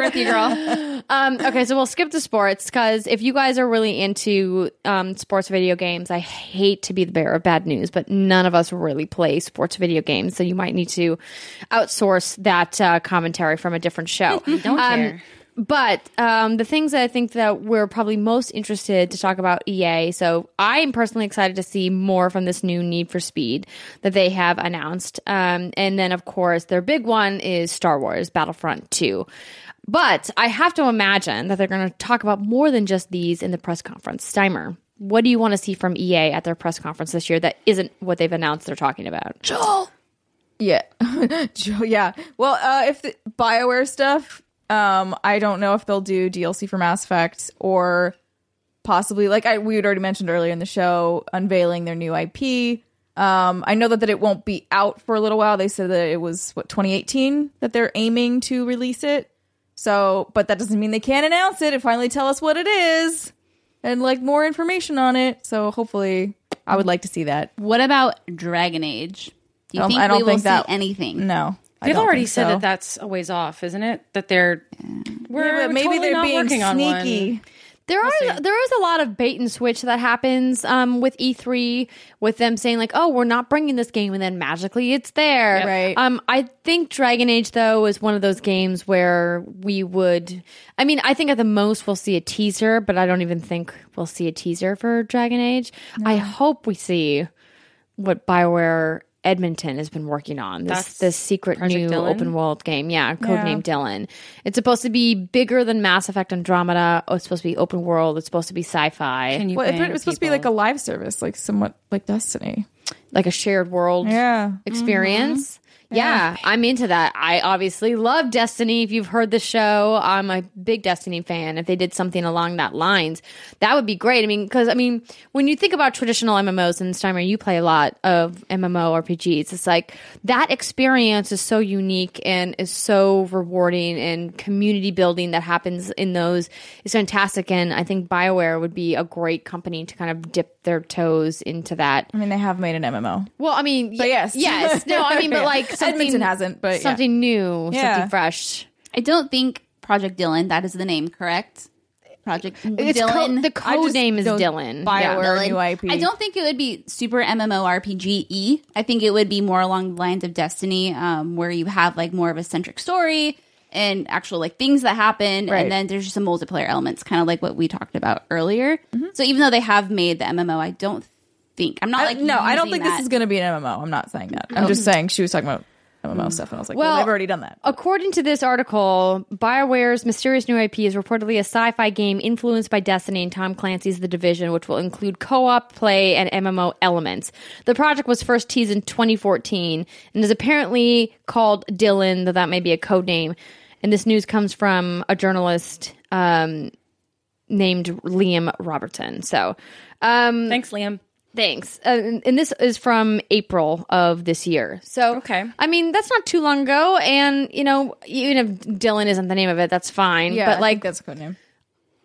Speaker 1: Um, okay, so we'll skip the sports because if you guys are really into um, sports video games, I hate to be the bearer of bad news, but none of us really play sports video games, so you might need to outsource that uh, commentary from a different show. <laughs> Um, Don't
Speaker 4: care.
Speaker 1: But um, the things that I think that we're probably most interested to talk about EA. So I am personally excited to see more from this new Need for Speed that they have announced, um, and then of course their big one is Star Wars Battlefront Two. But I have to imagine that they're going to talk about more than just these in the press conference. Steimer, what do you want to see from EA at their press conference this year that isn't what they've announced they're talking about?
Speaker 2: Yeah. <laughs> Joe, yeah. Well, uh, if the BioWare stuff, um, I don't know if they'll do DLC for Mass Effect or possibly, like I, we had already mentioned earlier in the show, unveiling their new IP. Um, I know that, that it won't be out for a little while. They said that it was, what, 2018 that they're aiming to release it. So, but that doesn't mean they can't announce it and finally tell us what it is and like more information on it. So, hopefully, I would like to see that.
Speaker 3: What about Dragon Age? Do you
Speaker 2: Um,
Speaker 3: think
Speaker 2: I don't
Speaker 3: we will
Speaker 2: think that-
Speaker 3: see anything?
Speaker 2: No. I
Speaker 4: They've
Speaker 2: don't
Speaker 4: already
Speaker 2: think
Speaker 4: said
Speaker 2: so.
Speaker 4: that that's a ways off, isn't it? That they're we're
Speaker 2: Yeah, but maybe
Speaker 4: totally
Speaker 2: they're
Speaker 4: not
Speaker 2: being
Speaker 4: working on one.
Speaker 2: sneaky.
Speaker 1: There are there is a lot of bait and switch that happens um, with E3 with them saying like, "Oh, we're not bringing this game," and then magically it's there.
Speaker 2: Right.
Speaker 1: Um, I think Dragon Age though is one of those games where we would. I mean, I think at the most we'll see a teaser, but I don't even think we'll see a teaser for Dragon Age. I hope we see what Bioware Edmonton has been working on this
Speaker 4: That's
Speaker 1: this secret new
Speaker 4: Dylan?
Speaker 1: open world game. Yeah, codename Dylan. It's supposed to be bigger than Mass Effect Andromeda. Oh, it's supposed to be open world. It's supposed to be sci-fi,
Speaker 4: Can you
Speaker 2: Well, it,
Speaker 4: blame
Speaker 2: was supposed to be
Speaker 4: people?
Speaker 2: like a live service, like somewhat like Destiny.
Speaker 1: like a shared world
Speaker 2: Yeah.
Speaker 1: experience. Yeah, I'm into that. I obviously love Destiny. If you've heard the show, I'm a big Destiny fan. If they did something along that lines, that would be great. I mean, because I mean, when you think about traditional MMOs, and Steimer, you play a lot of MMO RPGs. It's like that experience is so unique and is so rewarding, and community building that happens in those is fantastic. And I think Bioware would be a great company to kind of dip their toes into that.
Speaker 2: I mean, they have made an MMO.
Speaker 1: Well, I mean, but
Speaker 2: yes.
Speaker 1: yes, no, I <laughs> mean, but
Speaker 2: Yeah.
Speaker 1: like something
Speaker 2: Edmonton hasn't, but yeah.
Speaker 1: something new,
Speaker 2: Yeah.
Speaker 1: something fresh.
Speaker 3: I don't think Project Dylan. That is the name, correct? Project
Speaker 1: It's
Speaker 3: Dylan.
Speaker 1: co- the
Speaker 2: I
Speaker 1: code
Speaker 2: just
Speaker 1: name is
Speaker 2: don't-
Speaker 1: Dylan.
Speaker 2: Bioware.
Speaker 1: Yeah.
Speaker 2: or a new IP.
Speaker 3: I don't think it would be super MMORPG e. I think it would be more along the lines of Destiny, um, where you have like more of a centric story. and actual like things that happen
Speaker 1: Right.
Speaker 3: and then there's just some multiplayer elements kind of like what we talked about earlier so even though they have made the mmo i don't think i'm not like
Speaker 2: no, Mm-hmm. I don't
Speaker 3: using
Speaker 2: think
Speaker 3: that.
Speaker 2: this is going to be an MMO. I'm not saying that. I'm just saying she was talking about MMO stuff, and I was like, Oh. Mm. well,
Speaker 1: Well,
Speaker 2: they've already done that.
Speaker 1: According to this article, BioWare's mysterious new IP is reportedly a sci fi game influenced by Destiny and Tom Clancy's The Division, which will include co op play and MMO elements. The project was first teased in 2014 and is apparently called Dylan, though that may be a code name. And this news comes from a journalist um, named Liam Robertson. So, um,
Speaker 4: Thanks, Liam.
Speaker 1: Thanks. Uh, and this is from April of this year. So,
Speaker 2: Okay.
Speaker 1: I mean, that's not too long ago. And, you know, even if Dylan isn't the name of it, that's fine.
Speaker 2: Yeah,
Speaker 1: but,
Speaker 2: I think
Speaker 1: like,
Speaker 2: that's a code name.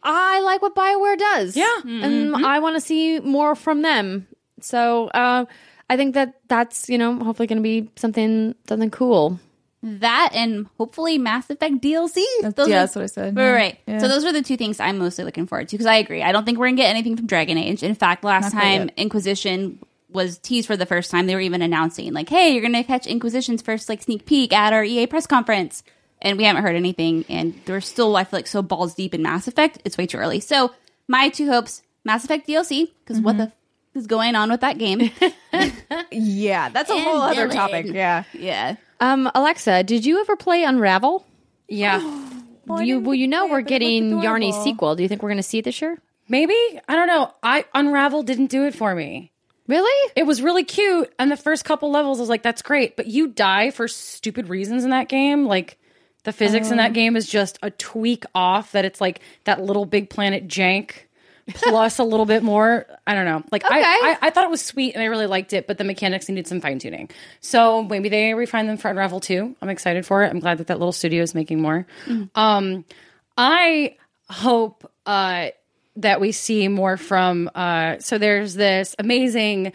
Speaker 1: I like what BioWare does.
Speaker 4: Yeah.
Speaker 1: And I want to see more from them. So, uh, I think that that's, you know, hopefully going to be something something cool.
Speaker 3: that and hopefully mass effect dlc Those
Speaker 2: yeah,
Speaker 3: are-
Speaker 2: that's what I said.
Speaker 3: Right,
Speaker 2: Yeah.
Speaker 3: right, right.
Speaker 2: Yeah.
Speaker 3: So those are the two things I'm mostly looking forward to because I agree. I don't think we're gonna get anything from Dragon Age. In fact, last
Speaker 2: Not quite
Speaker 3: time Inquisition was teased for the first time, they were even announcing like, "Hey, you're gonna catch Inquisition's first like sneak peek at our EA press conference," and we haven't heard anything. And we're still, I feel like, so balls deep in Mass Effect. It's way too early. So my two hopes: Mass Effect DLC because
Speaker 2: Mm-hmm.
Speaker 3: what the f- is going on with that
Speaker 2: <laughs>
Speaker 3: game?
Speaker 2: Yeah, that's a
Speaker 3: And
Speaker 2: whole other
Speaker 3: Dylan.
Speaker 2: topic. Yeah.
Speaker 3: yeah.
Speaker 1: Um, Alexa, did you ever play Unravel?
Speaker 4: <gasps> Yeah.
Speaker 1: you well, you know we're getting Yarny's
Speaker 2: adorable.
Speaker 1: sequel. Do you think we're going to see it this year?
Speaker 4: Maybe? I don't know. I Unravel didn't do it for me.
Speaker 1: Really?
Speaker 4: It was really cute. And the first couple levels, I was like, that's great. But you die for stupid reasons in that game. Like, the physics in that game is just a tweak off that it's like that little big planet jank plus a little bit more. I don't know. Like, I,
Speaker 1: Okay.
Speaker 4: I, I thought it was sweet and I really liked it, but the mechanics needed some fine tuning. So maybe they refine them for Unravel 2. I'm excited for it. I'm glad that that little studio is making more. Um, I hope uh, that we see more from. Uh, so there's this amazing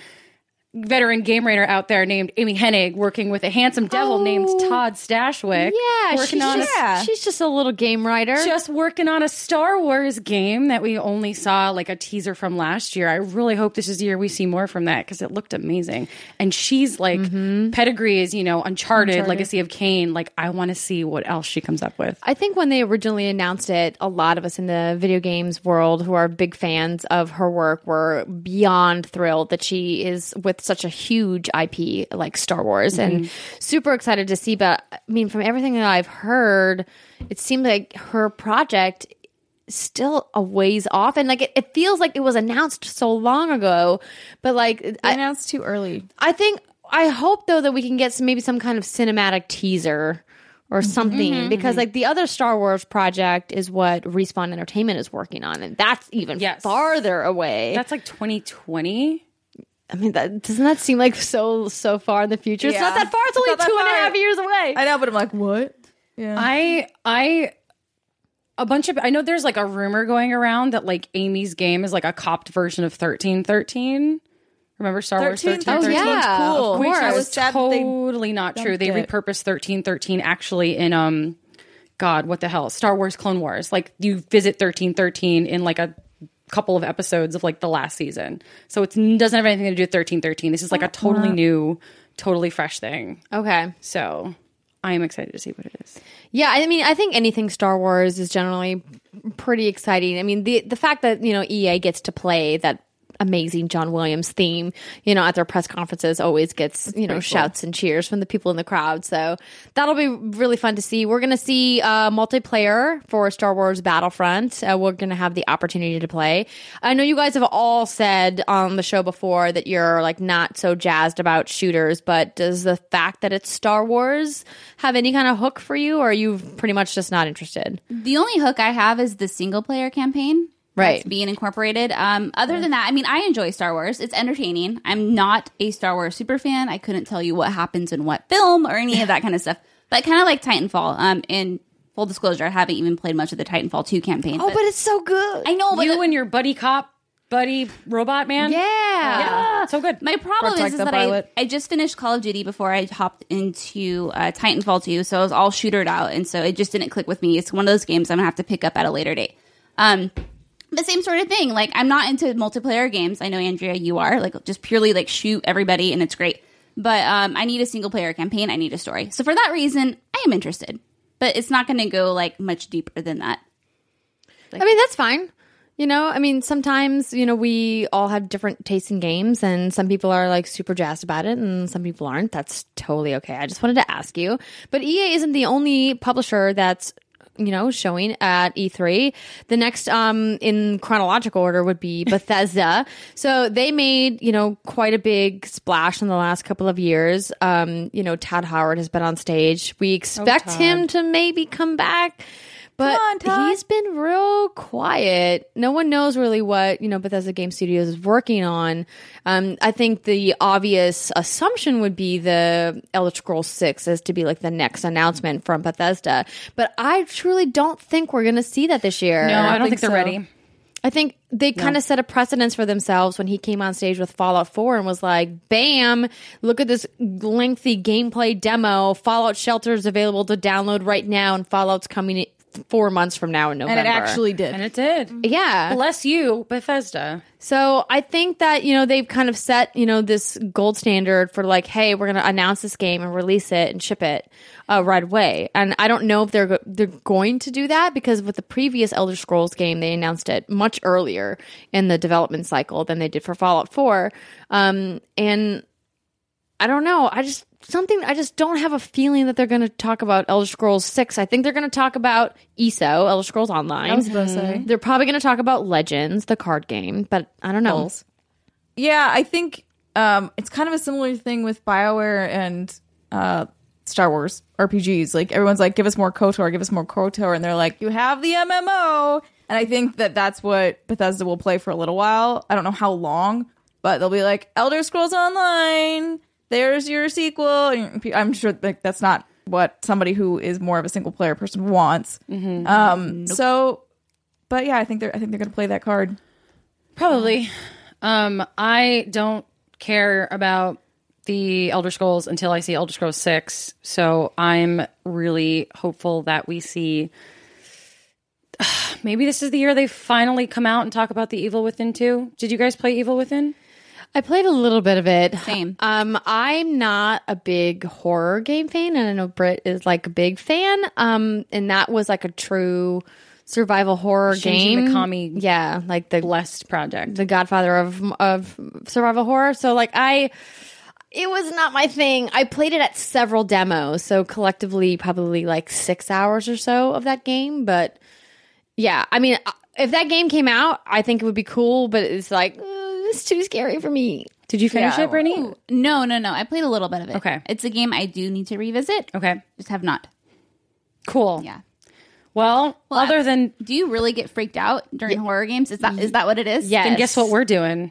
Speaker 4: veteran game writer out there named Amy Hennig working with a handsome devil named Todd Stashwick.
Speaker 1: Oh, Yeah,
Speaker 4: working
Speaker 1: she's,
Speaker 4: on
Speaker 1: just,
Speaker 4: a,
Speaker 2: Yeah.
Speaker 1: she's just a little game writer.
Speaker 4: just working on a Star Wars game that we only saw like a teaser from last year. I really hope this is the year we see more from that because it looked amazing. And she's like
Speaker 1: Mm-hmm.
Speaker 4: pedigree is you know Uncharted, Legacy of Kane. Like I want to see what else she comes up with.
Speaker 1: I think when they originally announced it, a lot of us in the video games world who are big fans of her work were beyond thrilled that she is with such a huge IP like Star Wars and super excited to see. But I mean, from everything that I've heard, it seemed like her project is still a ways off and like it, it feels like it was announced so long ago but like
Speaker 2: I
Speaker 1: I,
Speaker 2: know it's too early.
Speaker 1: I think I hope though that we can get some maybe some kind of cinematic teaser or
Speaker 2: Mm-hmm.
Speaker 1: something because like the other Star Wars project is what Respawn Entertainment is working on and that's even
Speaker 4: Yes.
Speaker 1: farther away.
Speaker 4: That's like 2020.
Speaker 1: I mean that doesn't that seem like so so far in the future? It's not
Speaker 2: Yeah.
Speaker 1: that far. It's
Speaker 2: It's
Speaker 1: only
Speaker 2: not that
Speaker 1: two and a
Speaker 2: far.
Speaker 1: half years away.
Speaker 2: I know, but I'm like, what? Yeah.
Speaker 4: I I a bunch of I know there's like a rumor going around that like Amy's game is like a copped version of 1313. Remember Star Wars 1313?
Speaker 1: Oh, yeah,
Speaker 2: cool.
Speaker 1: of
Speaker 4: Which
Speaker 1: course.
Speaker 2: I
Speaker 4: is
Speaker 2: was sad that they
Speaker 4: totally not true. They
Speaker 2: dumped it.
Speaker 4: repurposed 1313 actually in um god, what the hell? Star Wars Clone Wars. Like you visit 1313 in like a couple of episodes of like the last season. So it doesn't have anything to do with 1313. This is like a totally new, totally fresh thing.
Speaker 1: Okay.
Speaker 4: So I am excited to see what it is.
Speaker 1: Yeah, I mean, I think anything Star Wars is generally pretty exciting. I mean, the the fact that you know EA gets to play that amazing John Williams theme, you know, at their press conferences always gets you know shouts and cheers from the people in the crowd. So that'll be really fun to see. We're gonna see uh, multiplayer for Star Wars Battlefront. Uh, we're gonna have the opportunity to play. I know you guys have all said on the show before that you're like not so jazzed about shooters, but does the fact that it's Star Wars have any kind of hook for you, or are you pretty much just not interested?
Speaker 3: The only hook I have is the single player campaign.
Speaker 1: Right.
Speaker 3: That's being incorporated. Um, other than that, I mean, I enjoy Star Wars. It's entertaining. I'm not a Star Wars super fan. I couldn't tell you what happens in what film or any of that kind of stuff. But kind of like Titanfall. Um, in full disclosure, I haven't even played much of the Titanfall 2 campaign.
Speaker 1: Oh, but it's so good.
Speaker 3: I know, but
Speaker 4: you
Speaker 3: the-
Speaker 4: and your buddy cop, buddy robot man.
Speaker 1: yeah.
Speaker 4: Yeah. So good.
Speaker 3: my problem
Speaker 2: Protect
Speaker 3: is, is
Speaker 2: the
Speaker 3: that I,
Speaker 2: pilot.
Speaker 3: I just finished Call of Duty before I hopped into uh, Titanfall 2, so I was all shootered out, and so it just didn't click with me. It's one of those games I'm gonna have to pick up at a later date. Um, the same sort of thing. Like I'm not into multiplayer games. I know Andrea, you are like just purely like shoot everybody, and it's great. But um, I need a single player campaign. I need a story. So for that reason, I am interested. but it's not going to go like much deeper than that.
Speaker 1: I mean, that's fine. You know, I mean, sometimes, you know, we all have different tastes in games, and some people are like super jazzed about it, and some people aren't. That's totally okay. I just wanted to ask you. But EA isn't the only publisher that's, you know, showing at E3. The next, um, in chronological order would be Bethesda. so they made, you know, quite a big splash in the last couple of years. Um, you know, Todd Howard has been on stage. We expect him to maybe come back. But
Speaker 2: on, Todd.
Speaker 1: he's been real quiet. No one knows really what you know Bethesda Game Studios is working on. Um, I think the obvious assumption would be the Elder Scrolls Six as to be like the next
Speaker 4: Mm.
Speaker 1: announcement from Bethesda, but I truly don't think we're going to see that this year.
Speaker 4: No, I don't
Speaker 2: think
Speaker 4: think, they're
Speaker 2: so.
Speaker 4: ready.
Speaker 1: I think they kind of set a precedence for themselves when he came on stage with Fallout 4 and was like, bam, look at this lengthy gameplay demo. Fallout Shelter is available to download right now, and Fallout's coming i- four months from now in
Speaker 2: and
Speaker 1: November.
Speaker 2: it actually did.
Speaker 4: And it did.
Speaker 3: Mm.
Speaker 1: Yeah.
Speaker 4: Bless you, Bethesda.
Speaker 1: So I think that, you know, they've kind of set, you know, this gold standard for like, hey, we're going to announce this game and release it and ship it uh, right away. And I don't know if they're, go- they're going to do that because with the previous Elder Scrolls game, they announced it much earlier in the development cycle than they did for Fallout 4. Um, and I don't know. I just something I just don't have a feeling that they're going to talk about Elder Scrolls 6. I think they're going to talk about ESO, Elder Scrolls Online. They're probably going to talk about Legends, the card game, but I don't know.
Speaker 2: Yeah, I think um, it's kind of a similar thing with Bioware and uh, Star Wars RPGs. Like everyone's like, "Give us more KOTOR, give us more KOTOR," and they're like, "You have the MMO." And I think that that's what Bethesda will play for a little while. I don't know how long, but they'll be like, "Elder Scrolls Online." There's your sequel. And pe- I'm sure like that's not what somebody who is more of a single player person wants. Um, So, but yeah, I think they're I think they're gonna play that card.
Speaker 4: Probably. Um, I don't care about the Elder Scrolls until I see Elder Scrolls 6. So I'm really hopeful that we see. <sighs> Maybe this is the year they finally come out and talk about the Evil Within 2. Did you guys play Evil Within?
Speaker 1: I played a little bit of it.
Speaker 3: Same.
Speaker 1: Um, I'm not a big horror game fan, and I know Britt is like a big fan. Um, and that was like a true survival horror game.
Speaker 4: Mikami.
Speaker 1: yeah, like the
Speaker 4: Blessed project.
Speaker 1: the Godfather of of survival horror. So like I. It was not my thing. I played it at several demos, so collectively probably like six hours or so of that game. But yeah, I mean, uh, if that game came out, I think it would be cool. But it's like uh, it's too scary for me.
Speaker 4: Did you finish
Speaker 2: Yeah,
Speaker 4: it, Brittany?
Speaker 3: No, no, no. I played a little bit of it.
Speaker 4: Okay.
Speaker 3: It's a game I do need to revisit.
Speaker 4: Okay.
Speaker 3: Just have not.
Speaker 4: Cool.
Speaker 3: Yeah.
Speaker 4: Well, other than
Speaker 3: Do you really get freaked out during horror games? Is that is that what it is?
Speaker 1: Yes.
Speaker 4: then guess what we're doing?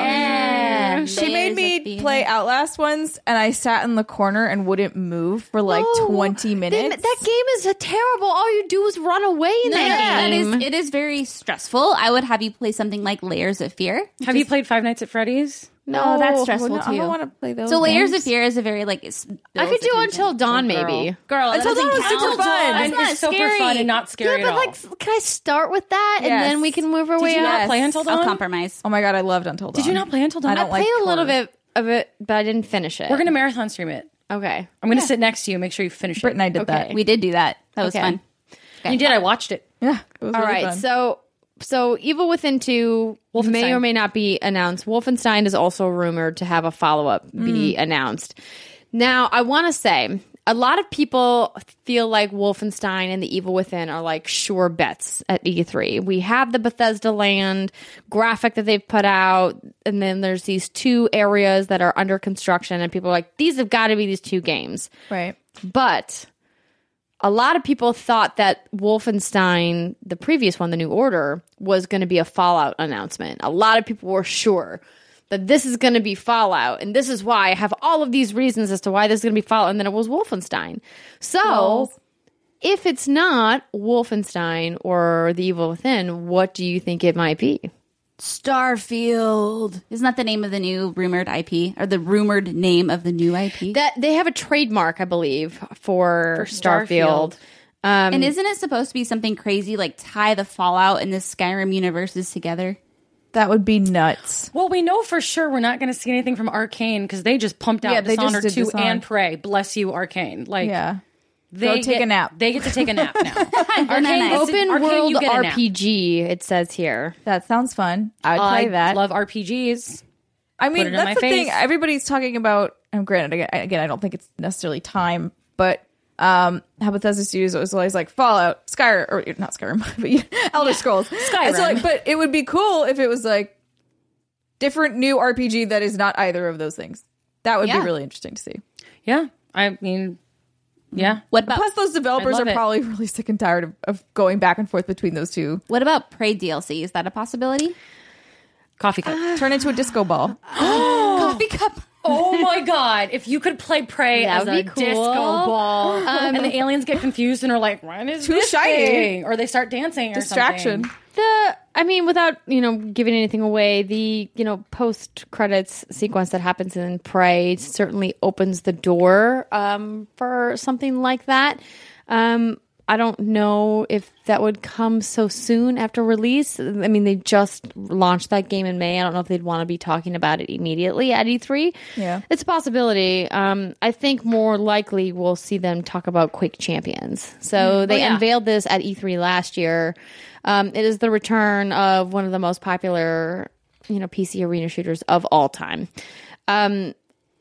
Speaker 3: Yeah.
Speaker 2: She made me play Outlast once, and I sat in the corner and wouldn't move for like
Speaker 1: Oh,
Speaker 2: 20
Speaker 1: they-
Speaker 2: minutes.
Speaker 1: that game is a terrible. All you do is run away in
Speaker 3: No, no, no,
Speaker 1: that
Speaker 3: that
Speaker 1: game.
Speaker 3: is it is very stressful. I would have you play something like Layers of Fear.
Speaker 4: Have you played Five Nights at Freddy's?
Speaker 1: No,
Speaker 3: oh, that's
Speaker 1: well,
Speaker 3: stressful
Speaker 2: no, I
Speaker 3: too.
Speaker 2: don't wanna play those
Speaker 3: So Layers of
Speaker 2: games.
Speaker 3: Fear is a very like it's
Speaker 1: I could do Until Dawn,
Speaker 4: Girl.
Speaker 1: maybe.
Speaker 3: Girl,
Speaker 2: Until Dawn was super fun.
Speaker 4: And
Speaker 2: That's
Speaker 4: it's super fun and not scary
Speaker 1: Yeah, but
Speaker 4: at all.
Speaker 1: like, s- can I start with that and
Speaker 2: Yes.
Speaker 1: then we can move our
Speaker 4: Did
Speaker 1: way
Speaker 4: you
Speaker 1: up?
Speaker 4: not play Until Dawn?
Speaker 3: I'll compromise.
Speaker 2: oh my god, I loved Until Dawn.
Speaker 4: Did you not play Until Dawn?
Speaker 2: I don't
Speaker 1: I
Speaker 2: like
Speaker 1: played a little
Speaker 2: horror.
Speaker 1: bit of it, but I didn't finish it.
Speaker 4: We're gonna marathon stream it.
Speaker 1: okay.
Speaker 4: I'm gonna sit next to you. Make sure you finish
Speaker 2: Britt and I did that.
Speaker 3: We did do that. That was
Speaker 1: Okay.
Speaker 3: fun.
Speaker 4: it. You did. I watched it.
Speaker 2: Yeah, it was
Speaker 1: All
Speaker 2: really
Speaker 1: right.
Speaker 2: fun.
Speaker 1: So, so Evil Within Two may or may not be announced. Wolfenstein is also rumored to have a follow up
Speaker 2: Mm.
Speaker 1: be announced. Now, I want to say a lot of people feel like Wolfenstein and the Evil Within are like sure bets at E3. We have the Bethesda Land graphic that they've put out, and then there's these two areas that are under construction, and people are like, these have got to be these two games.
Speaker 2: right.
Speaker 1: But a lot of people thought that Wolfenstein, the previous one, The New Order, was going to be a Fallout announcement. A lot of people were sure that this is going to be Fallout, and this is why I have all of these reasons as to why this is going to be Fallout, and then it was Wolfenstein. So. If it's not Wolfenstein or The Evil Within, what do you think it might be?
Speaker 3: Starfield. Isn't that the name of the new rumored IP or the rumored name of the new IP?
Speaker 1: That they have a trademark, I believe, for, Starfield.
Speaker 4: Starfield.
Speaker 3: and isn't it supposed to be something crazy like tie the Fallout and the Skyrim universes together?
Speaker 2: That would be nuts.
Speaker 4: Well, we know for sure we're not gonna see anything from Arcane because they just pumped out
Speaker 2: Yeah, they just
Speaker 4: Dishonored
Speaker 2: did
Speaker 4: two
Speaker 2: Dishonored.
Speaker 4: and Prey. Bless you, Arcane. Like
Speaker 2: Yeah.
Speaker 4: They
Speaker 2: take
Speaker 4: get-
Speaker 2: a nap.
Speaker 4: They get to take a nap now. Arcane,
Speaker 3: nice.
Speaker 4: you
Speaker 1: Open
Speaker 4: get- Arcane,
Speaker 1: world
Speaker 4: you get a nap.
Speaker 1: RPG. It says here.
Speaker 2: That sounds fun. I would play
Speaker 4: I
Speaker 2: that.
Speaker 4: love RPGs.
Speaker 2: I
Speaker 4: it
Speaker 2: mean,
Speaker 4: in my
Speaker 2: that's the
Speaker 4: face.
Speaker 2: thing. Everybody's talking about. And granted, again, again, I don't think it's necessarily time, but um, how Bethesda Studios was always like Fallout, Skyrim, or not Skyrim, <laughs> but
Speaker 4: <laughs>
Speaker 2: you- Elder Scrolls, Skyrim. So, like, but it would be cool if it was like different new RPG that is not either of those things. That would
Speaker 3: Yeah.
Speaker 2: be really interesting to see.
Speaker 4: Yeah, I mean, yeah.
Speaker 3: What about
Speaker 2: Plus, those developers
Speaker 4: love
Speaker 2: are
Speaker 4: it.
Speaker 2: probably <laughs> really sick and tired of, of going back and forth between those two.
Speaker 3: what about Prey DLC? Is that a possibility?
Speaker 4: Coffee cup.
Speaker 2: Turn into a disco ball.
Speaker 3: Coffee cup.
Speaker 4: Oh my god! If you could play Prey
Speaker 1: That
Speaker 4: as
Speaker 1: would
Speaker 4: a
Speaker 1: be cool.
Speaker 4: disco ball, and the aliens get confused and are like, "What is
Speaker 2: Too
Speaker 4: this
Speaker 2: shiny."
Speaker 4: thing?" Or they start dancing. <laughs> Or
Speaker 2: Distraction.
Speaker 4: something.
Speaker 1: The I mean, without you know giving anything away, the you know post credits sequence that happens in Prey certainly opens the door um, for something like that. Um, I don't know if that would come so soon after release. I mean, they just launched that game in May. I don't know if they'd want to be talking about it immediately at E3.
Speaker 2: Yeah.
Speaker 1: it's a possibility. Um, I think more likely we'll see them talk about Quake Champions. So they
Speaker 4: yeah.
Speaker 1: unveiled this at E3 last year. Um, it is the return of one of the most popular, you know, PC arena shooters of all time. Um,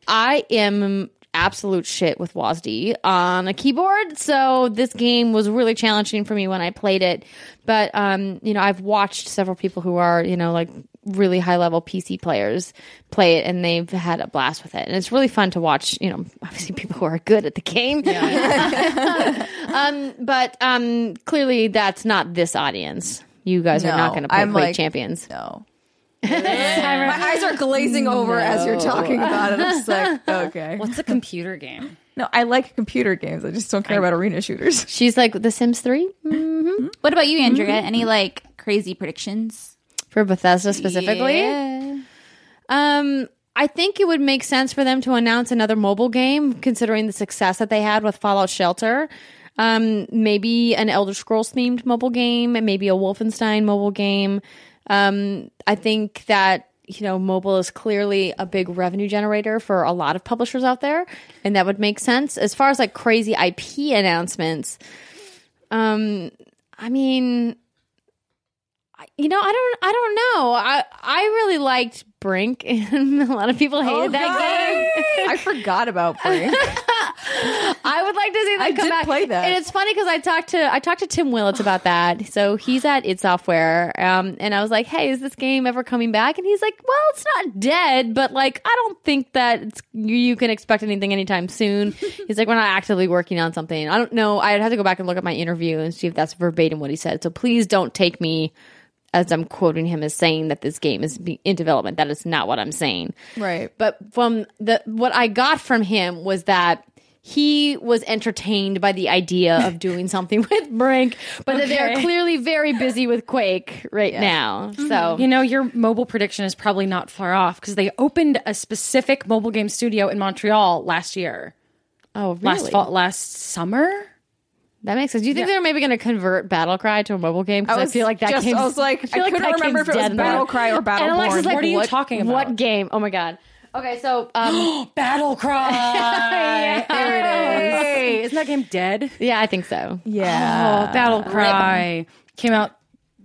Speaker 1: I am absolute shit with WASD on a keyboard, so this game was really challenging for me when I played it. But um, you know, I've watched several people who are you know like really high level PC players play it, and they've had a blast with it, and it's really fun to watch. You know, <laughs> obviously people who are good at the game. <laughs> um, but um, clearly that's not this audience. You guys are
Speaker 2: No,
Speaker 1: not going to play
Speaker 2: I'm
Speaker 1: Quake
Speaker 2: like-
Speaker 1: Champions.
Speaker 2: No. <laughs> My eyes are glazing over as you're talking about it. I'm just
Speaker 4: <laughs>
Speaker 2: like, okay.
Speaker 4: What's a computer game?
Speaker 2: No, I like computer games. I just don't care about arena
Speaker 1: <laughs>
Speaker 2: shooters.
Speaker 1: She's like The Sims Three
Speaker 3: What about you, Andrea? Any like crazy predictions?
Speaker 1: for Bethesda specifically.
Speaker 3: Yeah.
Speaker 1: Um, I think it would make sense for them to announce another mobile game, considering the success that they had with Fallout Shelter. Um, maybe an Elder Scrolls themed mobile game, and maybe a Wolfenstein mobile game. Um, I think that you know mobile is clearly a big revenue generator for a lot of publishers out there, and that would make sense as far as like crazy IP announcements. Um, I mean, you know, I don't, I don't know. I, I really liked Brink, <laughs> and a lot of people
Speaker 2: Oh,
Speaker 1: hated Oh,
Speaker 2: <laughs>
Speaker 1: that game.
Speaker 2: I forgot about
Speaker 1: <laughs>
Speaker 2: Brink.
Speaker 1: I would like to see that
Speaker 2: I
Speaker 1: come
Speaker 2: did
Speaker 1: back.
Speaker 2: play that.
Speaker 1: And it's funny because I talked to I talked to Tim Willits about that. So he's at id Software, um, and I was like, "Hey, is this game ever coming back?" And he's like, "Well, it's not dead, but like, I don't think that it's, you, you can expect anything anytime
Speaker 2: <laughs>
Speaker 1: soon." he's like, "We're not actively working on something." I don't know. I'd have to go back and look at my interview and see if that's verbatim what he said. So please don't take me. As I'm quoting him as saying that this game is be- in development, that is not what I'm saying
Speaker 2: right.
Speaker 1: but from the what I got from him was that he was entertained by the idea
Speaker 2: <laughs>
Speaker 1: of doing something with Brink, but that they're
Speaker 4: Okay.
Speaker 1: clearly very busy with Quake right now.
Speaker 2: Mm-hmm.
Speaker 1: So
Speaker 4: You know, your mobile prediction is probably not far off because they opened a specific mobile game studio in Montreal last year,
Speaker 1: oh, really?
Speaker 4: last fall, last summer.
Speaker 1: that makes sense. Do you think they're maybe going to convert Battlecry to a mobile game?
Speaker 2: I
Speaker 1: Because I,
Speaker 2: was
Speaker 1: feel like that
Speaker 2: just-
Speaker 1: game's-
Speaker 2: I was like,
Speaker 1: feel
Speaker 2: I couldn't
Speaker 1: that
Speaker 2: remember
Speaker 1: game's
Speaker 2: if it was
Speaker 1: dead now.
Speaker 2: Battlecry
Speaker 1: <laughs>
Speaker 2: or
Speaker 1: And Alexa's
Speaker 2: Battleborn.
Speaker 1: like,
Speaker 4: What are you
Speaker 1: what,
Speaker 4: talking about?
Speaker 1: What game? Oh my god. Okay, so
Speaker 2: <gasps>
Speaker 1: um,
Speaker 4: <laughs> Battle Cry. There it is. Isn't that game dead?
Speaker 1: yeah, I think so.
Speaker 2: Yeah.
Speaker 4: oh, Battle Cry came out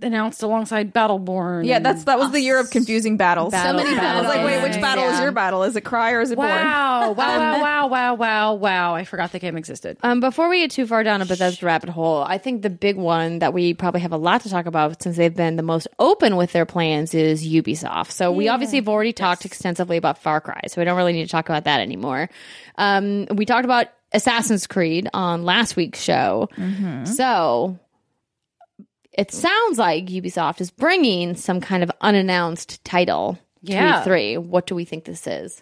Speaker 4: announced alongside Battleborn.
Speaker 2: Yeah, that's that was the year of confusing battles.
Speaker 1: Battle-
Speaker 2: so many battles. I was like, wait, which battle is
Speaker 1: Yeah.
Speaker 2: your battle? Is it cry or is it born? Um,
Speaker 4: wow, wow, wow, wow, wow, wow, wow. I forgot the game existed.
Speaker 1: Um, before we get too far down a Bethesda rabbit hole, I think the big one that we probably have a lot to talk about since they've been the most open with their plans is Ubisoft. So we obviously have already talked extensively about Far Cry, so we don't really need to talk about that anymore. Um, we talked about Assassin's Creed on last week's show. So it sounds like Ubisoft is bringing some kind of unannounced title
Speaker 4: Yeah.
Speaker 1: to E3. What do we think this is?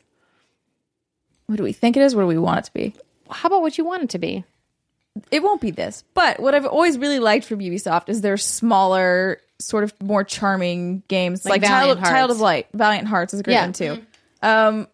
Speaker 2: What do we think it is? What do we want it to be?
Speaker 1: How about what you want it to be?
Speaker 2: it won't be this. But what I've always really liked from Ubisoft is their smaller, sort of more charming games, like,
Speaker 1: Valiant
Speaker 2: Child, Child
Speaker 1: Hearts.
Speaker 2: of Light, Valiant Hearts is a great
Speaker 1: Yeah. Mm-hmm.
Speaker 2: one too. Um,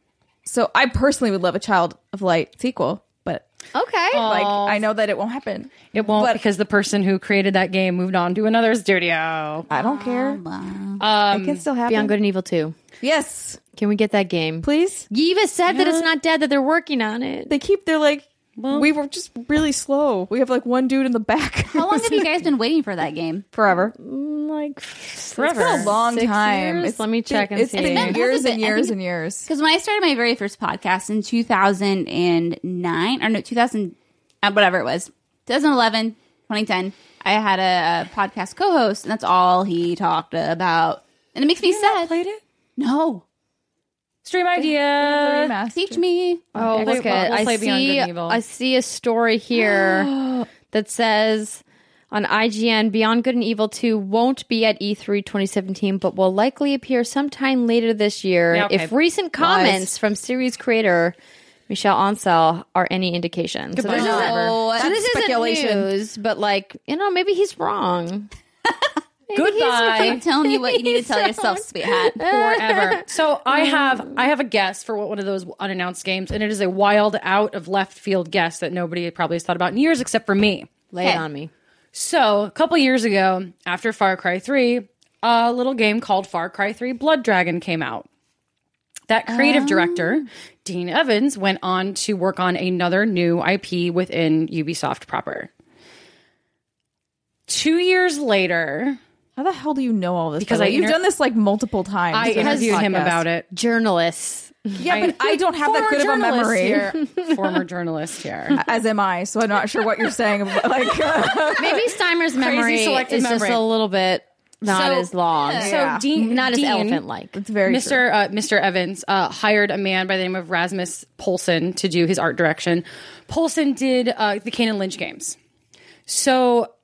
Speaker 2: so I personally would love a Child of Light sequel, but
Speaker 1: Okay.
Speaker 2: like I know that it won't happen.
Speaker 4: It won't
Speaker 2: But-
Speaker 4: because the person who created that game moved on to another studio.
Speaker 2: I don't care.
Speaker 4: Oh,
Speaker 2: it can still happen.
Speaker 1: Beyond Good and Evil 2.
Speaker 2: Yes,
Speaker 1: Can we get that game?
Speaker 2: please.
Speaker 1: Yeva said that it's not dead, that they're working on it.
Speaker 2: They keep. They're like.
Speaker 4: Well,
Speaker 2: we were just really slow. We have like one dude in the back.
Speaker 3: How
Speaker 2: <laughs>
Speaker 3: long have you guys been waiting for that game?
Speaker 2: Forever.
Speaker 1: Like forever.
Speaker 2: It's
Speaker 4: forever.
Speaker 2: been a long
Speaker 1: Six
Speaker 2: time.
Speaker 1: years?
Speaker 2: It's-
Speaker 1: Let me check and
Speaker 2: it's
Speaker 1: see.
Speaker 2: been
Speaker 3: It's been-
Speaker 2: years
Speaker 3: has it
Speaker 2: and
Speaker 3: been? I
Speaker 2: years
Speaker 3: think-
Speaker 2: and years.
Speaker 3: Because when I started my very first podcast in 2009, or no, 2000, uh, whatever it was, 2011, 2010, I had a, a podcast co host, and that's all he talked about. And it makes me sad.
Speaker 4: played it.
Speaker 3: No.
Speaker 4: Stream
Speaker 2: <laughs>
Speaker 4: idea.
Speaker 3: Teach me.
Speaker 1: Oh,
Speaker 4: We'll
Speaker 1: look
Speaker 4: play-
Speaker 1: at
Speaker 4: we'll
Speaker 1: I
Speaker 4: play Beyond
Speaker 1: see.
Speaker 4: Good and Evil.
Speaker 1: I see a story here that says on IGN, Beyond Good and Evil Two won't be at E E3 2017, but will likely appear sometime later this year.
Speaker 4: Yeah, okay.
Speaker 1: If recent comments from series creator Michelle Ansel are any indication, so
Speaker 2: Goodbye,
Speaker 1: this, isn't,
Speaker 2: Oliver.
Speaker 1: so
Speaker 3: That's
Speaker 1: this
Speaker 2: speculation.
Speaker 1: isn't news, but like you know, maybe he's <laughs> wrong.
Speaker 3: I'm
Speaker 4: Goodbye
Speaker 3: telling you what you need to tell yourself, sweetheart.
Speaker 4: forever. So I have I have a guess for what one of those unannounced games, and it is a wild out of left field guess that nobody probably has thought about in years except for me.
Speaker 1: Lay it
Speaker 3: Okay.
Speaker 1: on me.
Speaker 4: So, a couple years ago, after Far Cry 3, a little game called Far Cry 3 Blood Dragon came out. That creative
Speaker 2: Oh.
Speaker 4: director, Dean Evans, went on to work on another new IP within Ubisoft proper. Two years later,
Speaker 2: How the hell do you know all this?
Speaker 4: Because
Speaker 2: by the
Speaker 4: I
Speaker 2: way? you've
Speaker 4: inter-
Speaker 2: done this like multiple times.
Speaker 4: I
Speaker 2: during this
Speaker 4: interviewed him
Speaker 2: podcast.
Speaker 4: about it.
Speaker 1: Journalists.
Speaker 2: Yeah, but I don't have that
Speaker 4: Former
Speaker 2: good of a
Speaker 4: journalist
Speaker 2: memory.
Speaker 4: here. Former
Speaker 2: <laughs>
Speaker 4: journalist here.
Speaker 2: As am I, so I'm not sure what you're saying. About, like, <laughs> uh,
Speaker 1: Maybe Steimer's memory is
Speaker 4: selective
Speaker 1: just
Speaker 4: memory.
Speaker 1: a little bit not
Speaker 4: So-
Speaker 1: as long,
Speaker 4: So,
Speaker 2: Yeah.
Speaker 4: Dean,
Speaker 1: not as
Speaker 4: Dean-
Speaker 1: elephant like.
Speaker 2: it's very true.
Speaker 4: Mr. Uh, Mr. Evans uh, hired a man by the name of Rasmus Polson to do his art direction. Polson did uh, the Kane and Lynch games. So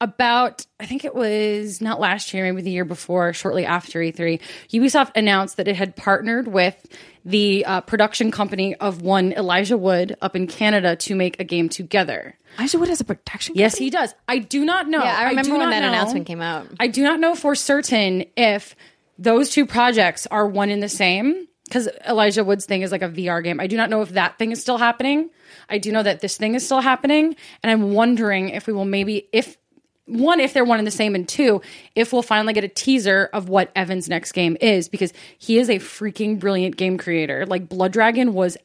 Speaker 4: about I think it was not last year, maybe the year before, shortly after E3, Ubisoft announced that it had partnered with the uh, production company of one Elijah Wood up in Canada to make a game together.
Speaker 2: Elijah Wood has a production.
Speaker 4: Yes, he does. I do not know.
Speaker 1: Yeah, I remember
Speaker 4: do
Speaker 1: when
Speaker 4: not
Speaker 1: that
Speaker 4: know.
Speaker 1: announcement came out.
Speaker 4: I do not know for certain if those two projects are one and the same because Elijah Wood's thing is like a VR game. I do not know if that thing is still happening. I do know that this thing is still happening, and I'm wondering if we will maybe if one if they're one and the same, and two if we'll finally get a teaser of what Evan's next game is because he is a freaking brilliant game creator. Like Blood Dragon was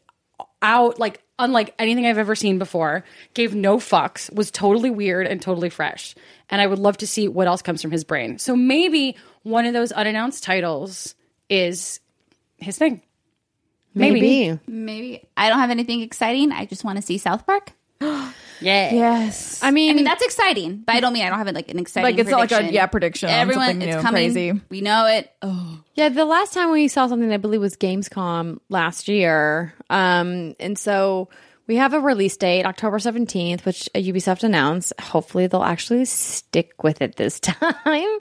Speaker 4: out like unlike anything I've ever seen before. Gave no fucks, was totally weird and totally fresh. And I would love to see what else comes from his brain. So maybe one of those unannounced titles is his thing. Maybe.
Speaker 3: Maybe I don't have anything exciting. I just want to see South Park. <gasps>
Speaker 1: Yeah.
Speaker 2: Yes,
Speaker 1: I mean,
Speaker 3: I mean, that's exciting, but I don't mean I don't have like an exciting.
Speaker 2: Like, it's not like a-
Speaker 3: prediction.
Speaker 2: yeah, prediction on
Speaker 3: Everyone,
Speaker 2: something
Speaker 3: it's
Speaker 2: new and
Speaker 3: coming.
Speaker 2: crazy.
Speaker 3: We know it. Oh,
Speaker 1: yeah, the last time we saw something I believe was Gamescom last year. Um and so we have a release date, October 17th, which Ubisoft announced. Hopefully they'll actually stick with it this <laughs> time.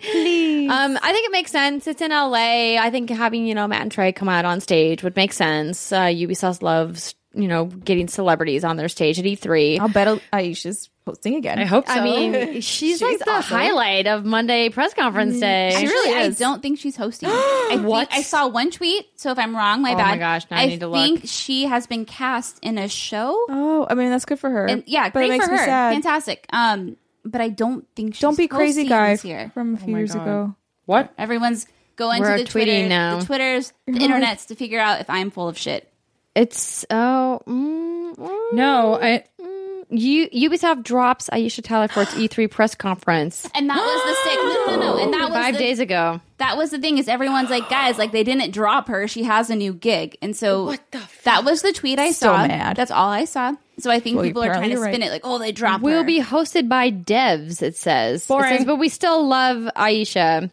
Speaker 1: Please. Um I think it makes sense. It's in LA. I think having, you know, Matt and Trey come out on stage would make sense. Uh Ubisoft loves, you know, getting celebrities on their stage at E E3.
Speaker 2: I'll bet Aisha's posting again.
Speaker 4: I hope so.
Speaker 1: I <laughs> mean, she's, Mm, like the
Speaker 2: awesome.
Speaker 1: highlight of Monday press conference day.
Speaker 3: actually,
Speaker 2: really
Speaker 3: I
Speaker 2: is.
Speaker 3: don't think she's hosting. I
Speaker 1: What?
Speaker 3: Think I saw one tweet. So if I'm wrong, my
Speaker 1: Oh
Speaker 3: bad.
Speaker 1: my gosh, now I need to look.
Speaker 3: think she has been cast in a show.
Speaker 2: Oh, I mean that's good for her.
Speaker 3: and yeah,
Speaker 2: but
Speaker 3: great
Speaker 2: it makes
Speaker 3: for
Speaker 2: me
Speaker 3: her.
Speaker 2: sad.
Speaker 3: Fantastic. Um, but I don't think she's
Speaker 2: Don't be crazy,
Speaker 3: hosting
Speaker 2: guy.
Speaker 3: this year.
Speaker 2: From a
Speaker 4: Oh
Speaker 2: few years ago.
Speaker 4: what?
Speaker 3: Everyone's going
Speaker 1: We're
Speaker 3: to the
Speaker 1: tweeting
Speaker 3: Twitter,
Speaker 1: now.
Speaker 3: the Twitters, the internets to figure out if I'm full of shit.
Speaker 1: It's oh mm, mm.
Speaker 4: No, I
Speaker 1: you Ubisoft drops Aisha Tyler for its E3 press conference
Speaker 3: And that was the stick. No, no, no. And that was
Speaker 1: five
Speaker 3: the,
Speaker 1: days ago.
Speaker 3: that was the thing is everyone's like, guys, like they didn't drop her. She has a new gig, and so what the that was the tweet I
Speaker 2: Still
Speaker 3: saw.
Speaker 2: mad.
Speaker 3: That's all I saw. So I think
Speaker 2: Well,
Speaker 3: people are trying
Speaker 2: apparently
Speaker 3: to
Speaker 2: you're
Speaker 3: spin
Speaker 2: right.
Speaker 3: it like, oh, they dropped.
Speaker 1: Will
Speaker 3: her.
Speaker 1: be hosted by devs. It says. It
Speaker 4: Boring.
Speaker 1: says, but we still love Aisha.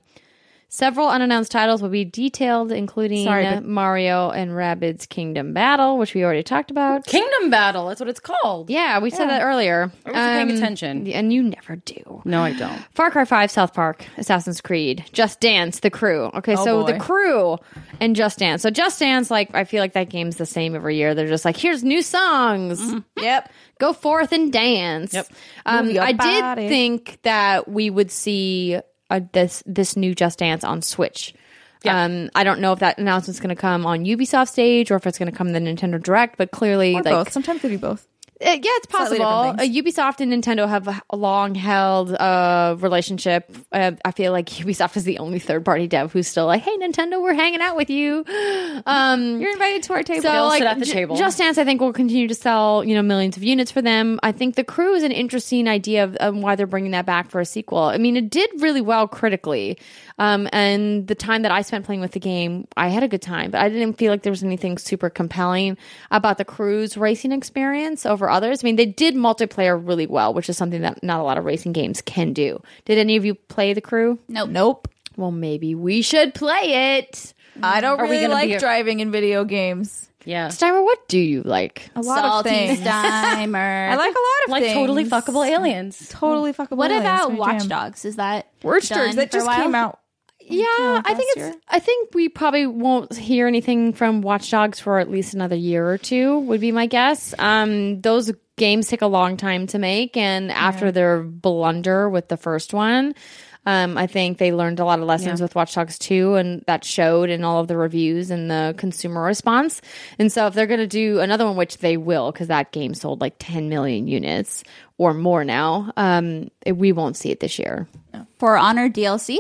Speaker 1: Several unannounced titles will be detailed, including
Speaker 2: Sorry,
Speaker 1: uh,
Speaker 2: but-
Speaker 1: Mario and Rabbids Kingdom Battle, which we already talked about.
Speaker 4: Kingdom Battle. That's what it's called.
Speaker 1: yeah, we said that earlier.
Speaker 4: I wasn't paying attention.
Speaker 1: and you never do.
Speaker 4: No, I don't.
Speaker 1: Far Cry 5, South Park, Assassin's Creed, Just Dance, The Crew. Okay, so
Speaker 2: Oh, boy.
Speaker 1: The Crew and Just Dance. So Just Dance, like, I feel like that game's the same every year. They're just like, here's new songs.
Speaker 2: Yep.
Speaker 1: Go forth and dance.
Speaker 4: Yep.
Speaker 1: Um,
Speaker 2: Mm-hmm. Move your
Speaker 1: I
Speaker 2: body.
Speaker 1: did think that we would see uh, this this new Just Dance on Switch. Um, I don't know if that announcement's going to come on Ubisoft stage or if it's going to come in the Nintendo Direct, but clearly,
Speaker 2: Or
Speaker 1: like,
Speaker 2: both. Sometimes they do both.
Speaker 1: Uh, yeah, it's
Speaker 2: Slightly
Speaker 1: possible. Uh,
Speaker 2: different
Speaker 1: Ubisoft and Nintendo have a- a long held uh, relationship. Uh, I feel like <laughs> Ubisoft is the only third party dev who's still like, "Hey, Nintendo, we're hanging out with you. <gasps> Um,
Speaker 3: You're invited to our table.
Speaker 1: so,
Speaker 4: all
Speaker 1: like,
Speaker 4: sit at the
Speaker 1: Ju-
Speaker 4: table.
Speaker 1: Just Dance, I think, will continue to sell you know millions of units for them. I think the crew is an interesting idea of um, why they're bringing that back for a sequel. I mean, it did really well critically, um, and the time that I spent playing with the game, I had a good time, but I didn't feel like there was anything super compelling about the crew's racing experience over others. I mean, they did multiplayer really well, which is something that not a lot of racing games can do. Did any of you play the crew?
Speaker 3: nope.
Speaker 2: Nope.
Speaker 1: Well, maybe we should play it.
Speaker 2: I don't really
Speaker 4: gonna
Speaker 2: like
Speaker 4: be a-
Speaker 2: driving in video games.
Speaker 4: Yeah.
Speaker 1: Steimer, what do you like?
Speaker 2: A lot of
Speaker 3: Salty
Speaker 2: things.
Speaker 3: <laughs> Steimer.
Speaker 2: I like a lot of
Speaker 4: Like
Speaker 2: things.
Speaker 4: totally fuckable aliens.
Speaker 2: Totally fuckable.
Speaker 3: What
Speaker 2: aliens.
Speaker 3: about
Speaker 2: My
Speaker 3: Watch
Speaker 2: jam.
Speaker 3: Dogs? Is that
Speaker 2: Watch
Speaker 3: done
Speaker 2: Dogs that
Speaker 3: for a
Speaker 2: just
Speaker 3: while?
Speaker 2: came out.
Speaker 1: Yeah, I think
Speaker 2: uh, last
Speaker 1: it's.
Speaker 2: year?
Speaker 1: I think we probably won't hear anything from Watch Dogs for at least another year or two. Would be my guess. Um, those games take a long time to make, and after their blunder with the first one, um, I think they learned a lot of lessons with Watch Dogs two, and that showed in all of the reviews and the consumer response. And so, if they're going to do another one, which they will, because that game sold like ten million units or more now, um, it- we won't see it this year.
Speaker 3: For Honor DLC?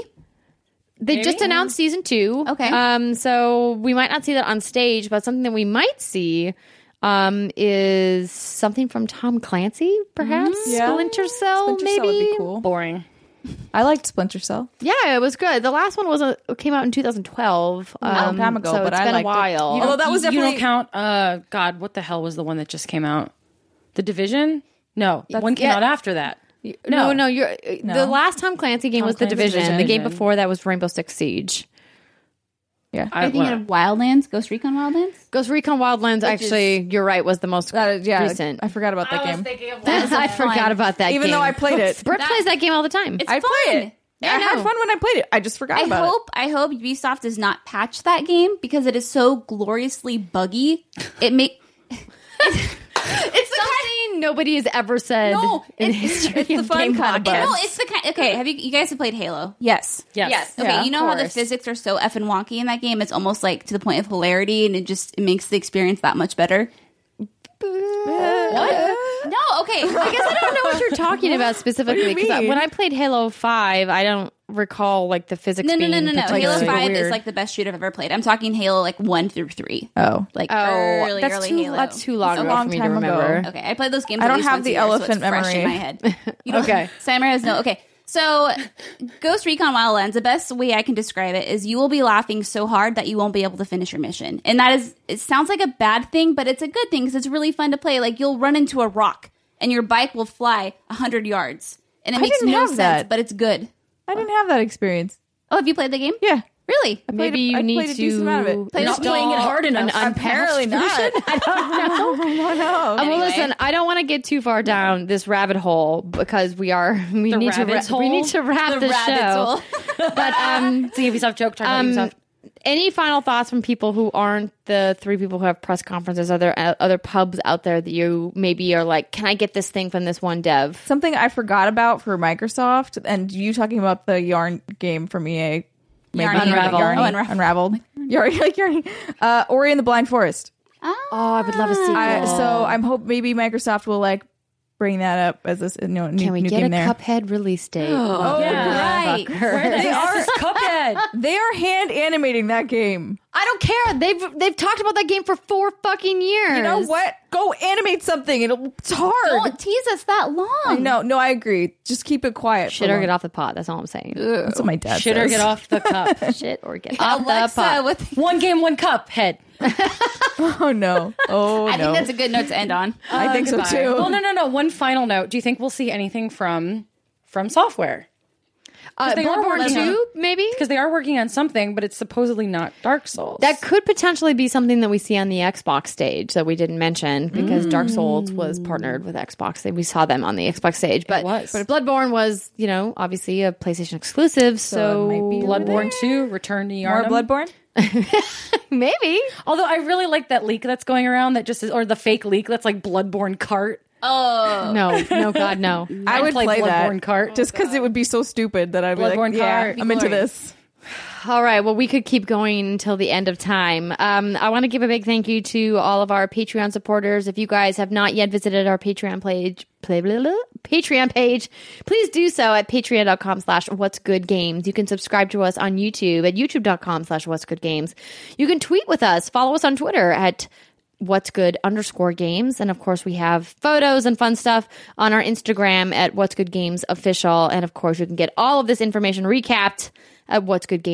Speaker 1: They just announced season two.
Speaker 3: Okay.
Speaker 1: Um, so we might not see that on stage, but something that we might see um, is something from Tom Clancy, perhaps?
Speaker 2: Mm, Yeah.
Speaker 1: Splinter Cell,
Speaker 2: Splinter
Speaker 1: maybe?
Speaker 2: Cell would be cool.
Speaker 4: Boring.
Speaker 2: I liked Splinter Cell.
Speaker 1: Yeah, it was good. The last one was a, came out in 2012. Um,
Speaker 2: long time ago,
Speaker 1: so
Speaker 2: but
Speaker 1: it's
Speaker 2: I
Speaker 1: been a
Speaker 2: liked it.
Speaker 1: while.
Speaker 2: You know- Well, that was
Speaker 4: You- You
Speaker 2: definitely-
Speaker 4: don't count. Uh, God, what the hell was the one that just came out? The Division. No, one came
Speaker 1: yeah.
Speaker 4: out after that.
Speaker 1: Oh, no, no, you're, uh, the last Tom Clancy game was
Speaker 4: Clancy
Speaker 1: The Division. The game
Speaker 4: Division.
Speaker 1: before that was Rainbow Six Siege.
Speaker 4: I,
Speaker 3: Are you thinking of Wildlands? Ghost Recon Wildlands?
Speaker 1: Ghost Recon Wildlands, actually, you're right, was the most
Speaker 2: That is, yeah,
Speaker 1: recent.
Speaker 2: I forgot about <laughs> that game.
Speaker 1: <laughs> I forgot about that
Speaker 2: Even
Speaker 1: game.
Speaker 2: though I played it,
Speaker 1: Britt plays that game all the time.
Speaker 3: It's
Speaker 2: I
Speaker 3: fun.
Speaker 2: played it. <laughs>
Speaker 3: Yeah,
Speaker 2: I
Speaker 3: no.
Speaker 2: had fun when I played it. I just forgot
Speaker 3: I
Speaker 2: about it.
Speaker 3: hope I hope Ubisoft does not patch that game because it is so gloriously buggy. It make
Speaker 1: It's something nobody has ever said
Speaker 3: No,
Speaker 1: in
Speaker 3: it's-
Speaker 1: history.
Speaker 2: it's the
Speaker 1: of
Speaker 2: fun
Speaker 1: game
Speaker 2: kind of
Speaker 1: podcasts.
Speaker 2: bug.
Speaker 3: no, it's the kind. Okay, have you you guys have played Halo? Yes,
Speaker 4: Yes.
Speaker 3: Okay,
Speaker 2: Yeah,
Speaker 3: you know
Speaker 1: of
Speaker 3: how the
Speaker 1: course.
Speaker 3: physics are so effing wonky in that game. It's almost like to the point of hilarity, and it just it makes the experience that much better. What? No, okay. I guess I
Speaker 1: <laughs> I don't know what you're talking about specifically because I-
Speaker 2: mean?
Speaker 1: when I played Halo Five, I don't recall like the physics.
Speaker 3: No, no,
Speaker 1: being
Speaker 3: no, no, no. Halo
Speaker 1: particularly
Speaker 3: Five
Speaker 1: weird.
Speaker 3: is like the best shoot I've ever played. I'm talking Halo like one through three.
Speaker 2: Oh,
Speaker 3: Like
Speaker 1: oh,
Speaker 3: early,
Speaker 1: that's
Speaker 3: early
Speaker 1: too
Speaker 3: Halo.
Speaker 1: that's too long,
Speaker 2: a
Speaker 1: ago
Speaker 2: long
Speaker 1: for me to
Speaker 2: time ago.
Speaker 1: remember.
Speaker 3: Okay, I play those games.
Speaker 2: I
Speaker 3: at
Speaker 2: don't
Speaker 3: least
Speaker 2: have
Speaker 3: once
Speaker 2: the
Speaker 3: a year, so it's
Speaker 2: elephant
Speaker 3: fresh in
Speaker 2: memory.
Speaker 3: my head. You don't,
Speaker 4: Okay.
Speaker 3: Slimer has no. Okay, so Ghost Recon Wildlands. The best way I can describe it is you will be laughing so hard that you won't be able to finish your mission, and that is. It sounds like a bad thing, but it's a good thing because it's really fun to play. Like you'll run into a rock, and your bike will fly hundred yards, and it
Speaker 2: I
Speaker 3: makes
Speaker 2: didn't
Speaker 3: no
Speaker 2: have
Speaker 3: sense,
Speaker 2: that.
Speaker 3: but it's good.
Speaker 2: I didn't have that experience.
Speaker 3: Oh, have you played the game?
Speaker 2: <laughs> Yeah,
Speaker 3: Really?
Speaker 2: played
Speaker 1: Maybe
Speaker 2: a-
Speaker 1: you
Speaker 2: I
Speaker 1: need
Speaker 2: played a decent
Speaker 1: to
Speaker 2: amount of it. Played
Speaker 4: Not playing it hard enough.
Speaker 1: <laughs>
Speaker 2: apparently not.
Speaker 1: Uh, well,
Speaker 3: Anyway.
Speaker 1: listen, I don't want to get too far down this rabbit hole because we are <laughs> we need to
Speaker 4: rabbit's
Speaker 1: we
Speaker 4: hole?
Speaker 1: need to wrap the,
Speaker 4: <laughs>
Speaker 1: show. But
Speaker 3: <laughs>
Speaker 1: um,
Speaker 4: It's a Ubisoft joke. Talking about Ubisoft.
Speaker 1: any final thoughts from people who aren't the three people who have press conferences? Are there uh, other pubs out there that you maybe are like, can I get this thing from this one dev?
Speaker 2: Something I forgot about for Microsoft, and you talking about the Yarn game from EA. Maybe
Speaker 3: Yarny.
Speaker 1: Unravel.
Speaker 2: Yarny.
Speaker 3: Oh, Unravel.
Speaker 2: Unraveled. Yarn, <laughs> like Yarny. Uh, Ori and the Blind Forest.
Speaker 1: Oh, I would love a sequel.
Speaker 2: I, so I'm hope maybe Microsoft will like bring that up as this you know, new,
Speaker 1: can we
Speaker 2: new
Speaker 1: get
Speaker 2: game
Speaker 1: a
Speaker 2: there.
Speaker 1: Cuphead release <gasps> date? Oh,
Speaker 3: Right.
Speaker 4: Where the are Cuphead?
Speaker 2: They are hand animating that game.
Speaker 1: I don't care. They've they've talked about that game for four fucking years.
Speaker 2: You know what? Go animate something. It'll, it's hard.
Speaker 3: Don't tease us that long.
Speaker 2: No, no, I agree. Just keep it quiet.
Speaker 1: Shit or get off the pot. That's all I'm saying.
Speaker 2: That's what my dad
Speaker 4: Shit or
Speaker 2: says.
Speaker 4: get off the cup.
Speaker 1: <laughs> Shit or get off the
Speaker 3: Alexa,
Speaker 2: uh,
Speaker 1: pot.
Speaker 3: what
Speaker 4: one game, one cup. Head.
Speaker 2: <laughs> Oh no. Oh
Speaker 3: I
Speaker 2: no.
Speaker 3: think <laughs> that's a good note to end on.
Speaker 2: I think so too.
Speaker 4: Well, no, no, no. One final note. Do you think we'll see anything from from software?
Speaker 1: Uh,
Speaker 4: they are
Speaker 1: Bloodborne
Speaker 4: working on-
Speaker 1: two, maybe.
Speaker 4: Because they are working on something, but it's supposedly not Dark Souls.
Speaker 1: That could potentially be something that we see on the Xbox stage that we didn't mention because Dark Souls was partnered with Xbox. They- We saw them on the Xbox stage, but,
Speaker 4: was.
Speaker 1: but Bloodborne was, you know, obviously a PlayStation exclusive. So,
Speaker 2: it might be
Speaker 4: Bloodborne Two, Return to
Speaker 2: More
Speaker 4: Yarnum.
Speaker 2: Bloodborne.
Speaker 1: <laughs> maybe
Speaker 4: Although I really like that leak that's going around. That just is, or the fake leak that's like Bloodborne cart.
Speaker 3: Oh,
Speaker 1: no, no, God, no.
Speaker 2: I would
Speaker 4: play
Speaker 2: play that
Speaker 4: Bloodborne cart.
Speaker 2: just because it would be so stupid that I'd be
Speaker 4: Bloodborne
Speaker 2: like, yeah,
Speaker 4: cart.
Speaker 2: I'm into
Speaker 4: Glory.
Speaker 2: this.
Speaker 1: All right. Well, we could keep going until the end of time. Um, I want to give a big thank you to all of our Patreon supporters. If you guys have not yet visited our Patreon page, blah, blah, blah, Patreon page, please do so at patreon.com slash what's good games. You can subscribe to us on YouTube at youtube.com slash what's good games. You can tweet with us, follow us on Twitter at what's good underscore games and of course we have photos and fun stuff on our instagram at what's good games official and of course you can get all of this information recapped at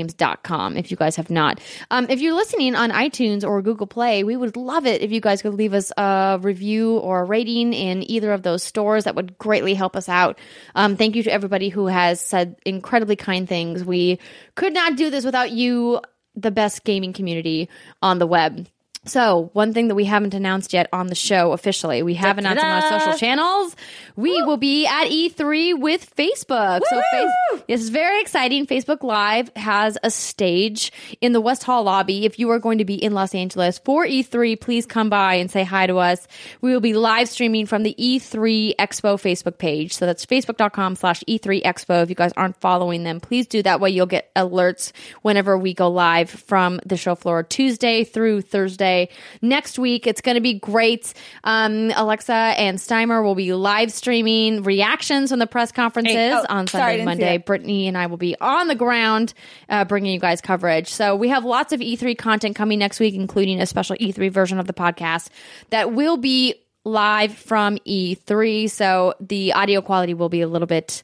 Speaker 1: what'sgoodgames.com if you guys have not um, if you're listening on itunes or google play we would love it if you guys could leave us a review or a rating in either of those stores that would greatly help us out um, thank you to everybody who has said incredibly kind things we could not do this without you the best gaming community on the web so, one thing that we haven't announced yet on the show officially, we have announced on our social channels. We will be at E3 with Facebook. So, face- it's very exciting. Facebook Live has a stage in the West Hall lobby. If you are going to be in Los Angeles for E3, please come by and say hi to us. We will be live streaming from the E3 Expo Facebook page. So, that's facebook.com slash E3 Expo. If you guys aren't following them, please do that way. You'll get alerts whenever we go live from the show floor Tuesday through Thursday next week. It's going to be great. Um, Alexa and Steimer will be live streaming reactions from the press conferences
Speaker 3: oh,
Speaker 1: on
Speaker 3: sorry, I
Speaker 1: Sunday,
Speaker 3: didn't see
Speaker 1: Monday.
Speaker 3: that.
Speaker 1: Brittany and I will be on the ground uh, bringing you guys coverage. So we have lots of E3 content coming next week, including a special E3 version of the podcast that will be live from E3. So the audio quality will be a little bit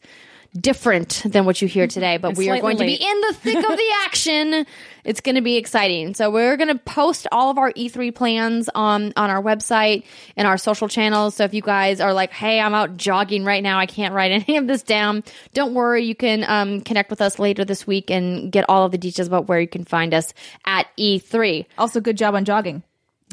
Speaker 1: different than what you hear today, but we are
Speaker 4: Mm-hmm.
Speaker 1: going
Speaker 4: slightly
Speaker 1: to be
Speaker 4: late.
Speaker 1: in the thick of
Speaker 4: <laughs>
Speaker 1: the action. It's going to be exciting. So we're going to post all of our E3 plans on on our website and our social channels. So if you guys are like, "Hey, I'm out jogging right now. I can't write <laughs> any of this down." Don't worry. You can um, connect with us later this week and get all of the details about where you can find us at E3.
Speaker 2: Also, good job on jogging.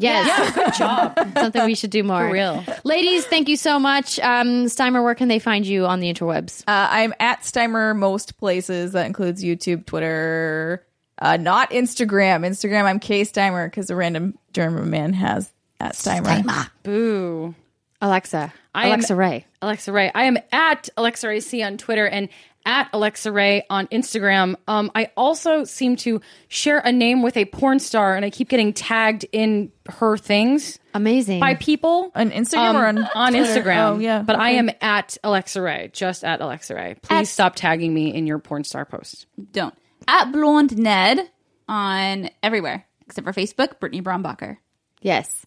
Speaker 1: Yes, <laughs> good job. Something we should do more. For
Speaker 4: real.
Speaker 1: ladies. Thank you so much, um, Steimer. Where can they find you on the interwebs?
Speaker 2: Uh, I'm at Steimer most places. That includes YouTube, Twitter, uh, not Instagram. Instagram, I'm K Steimer because a random German man has at Steimer.
Speaker 4: Boo.
Speaker 1: Alexa,
Speaker 4: I am-
Speaker 1: Alexa Ray.
Speaker 4: Alexa Ray. I am at Alexa Ray C on Twitter and at Alexa Ray on Instagram. Um, I also seem to share a name with a porn star, and I keep getting tagged in her things
Speaker 1: Amazing.
Speaker 4: by people Um,
Speaker 2: On Instagram or on Twitter?
Speaker 4: Instagram.
Speaker 2: Oh, yeah.
Speaker 4: but I
Speaker 2: Okay.
Speaker 4: am at Alexa Ray, just at Alexa Ray. Please stop tagging me in your porn star posts.
Speaker 3: Don't. At Blonde Ned on everywhere except for Facebook, Brittany Brombacher.
Speaker 1: Yes.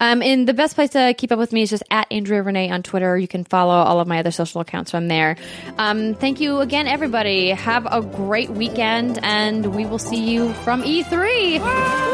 Speaker 1: Um, and the best place to keep up with me is just at Andrea Renee on Twitter. You can follow all of my other social accounts from there. Um, thank you again, E everybody. Have a great weekend, and we will see you from E3.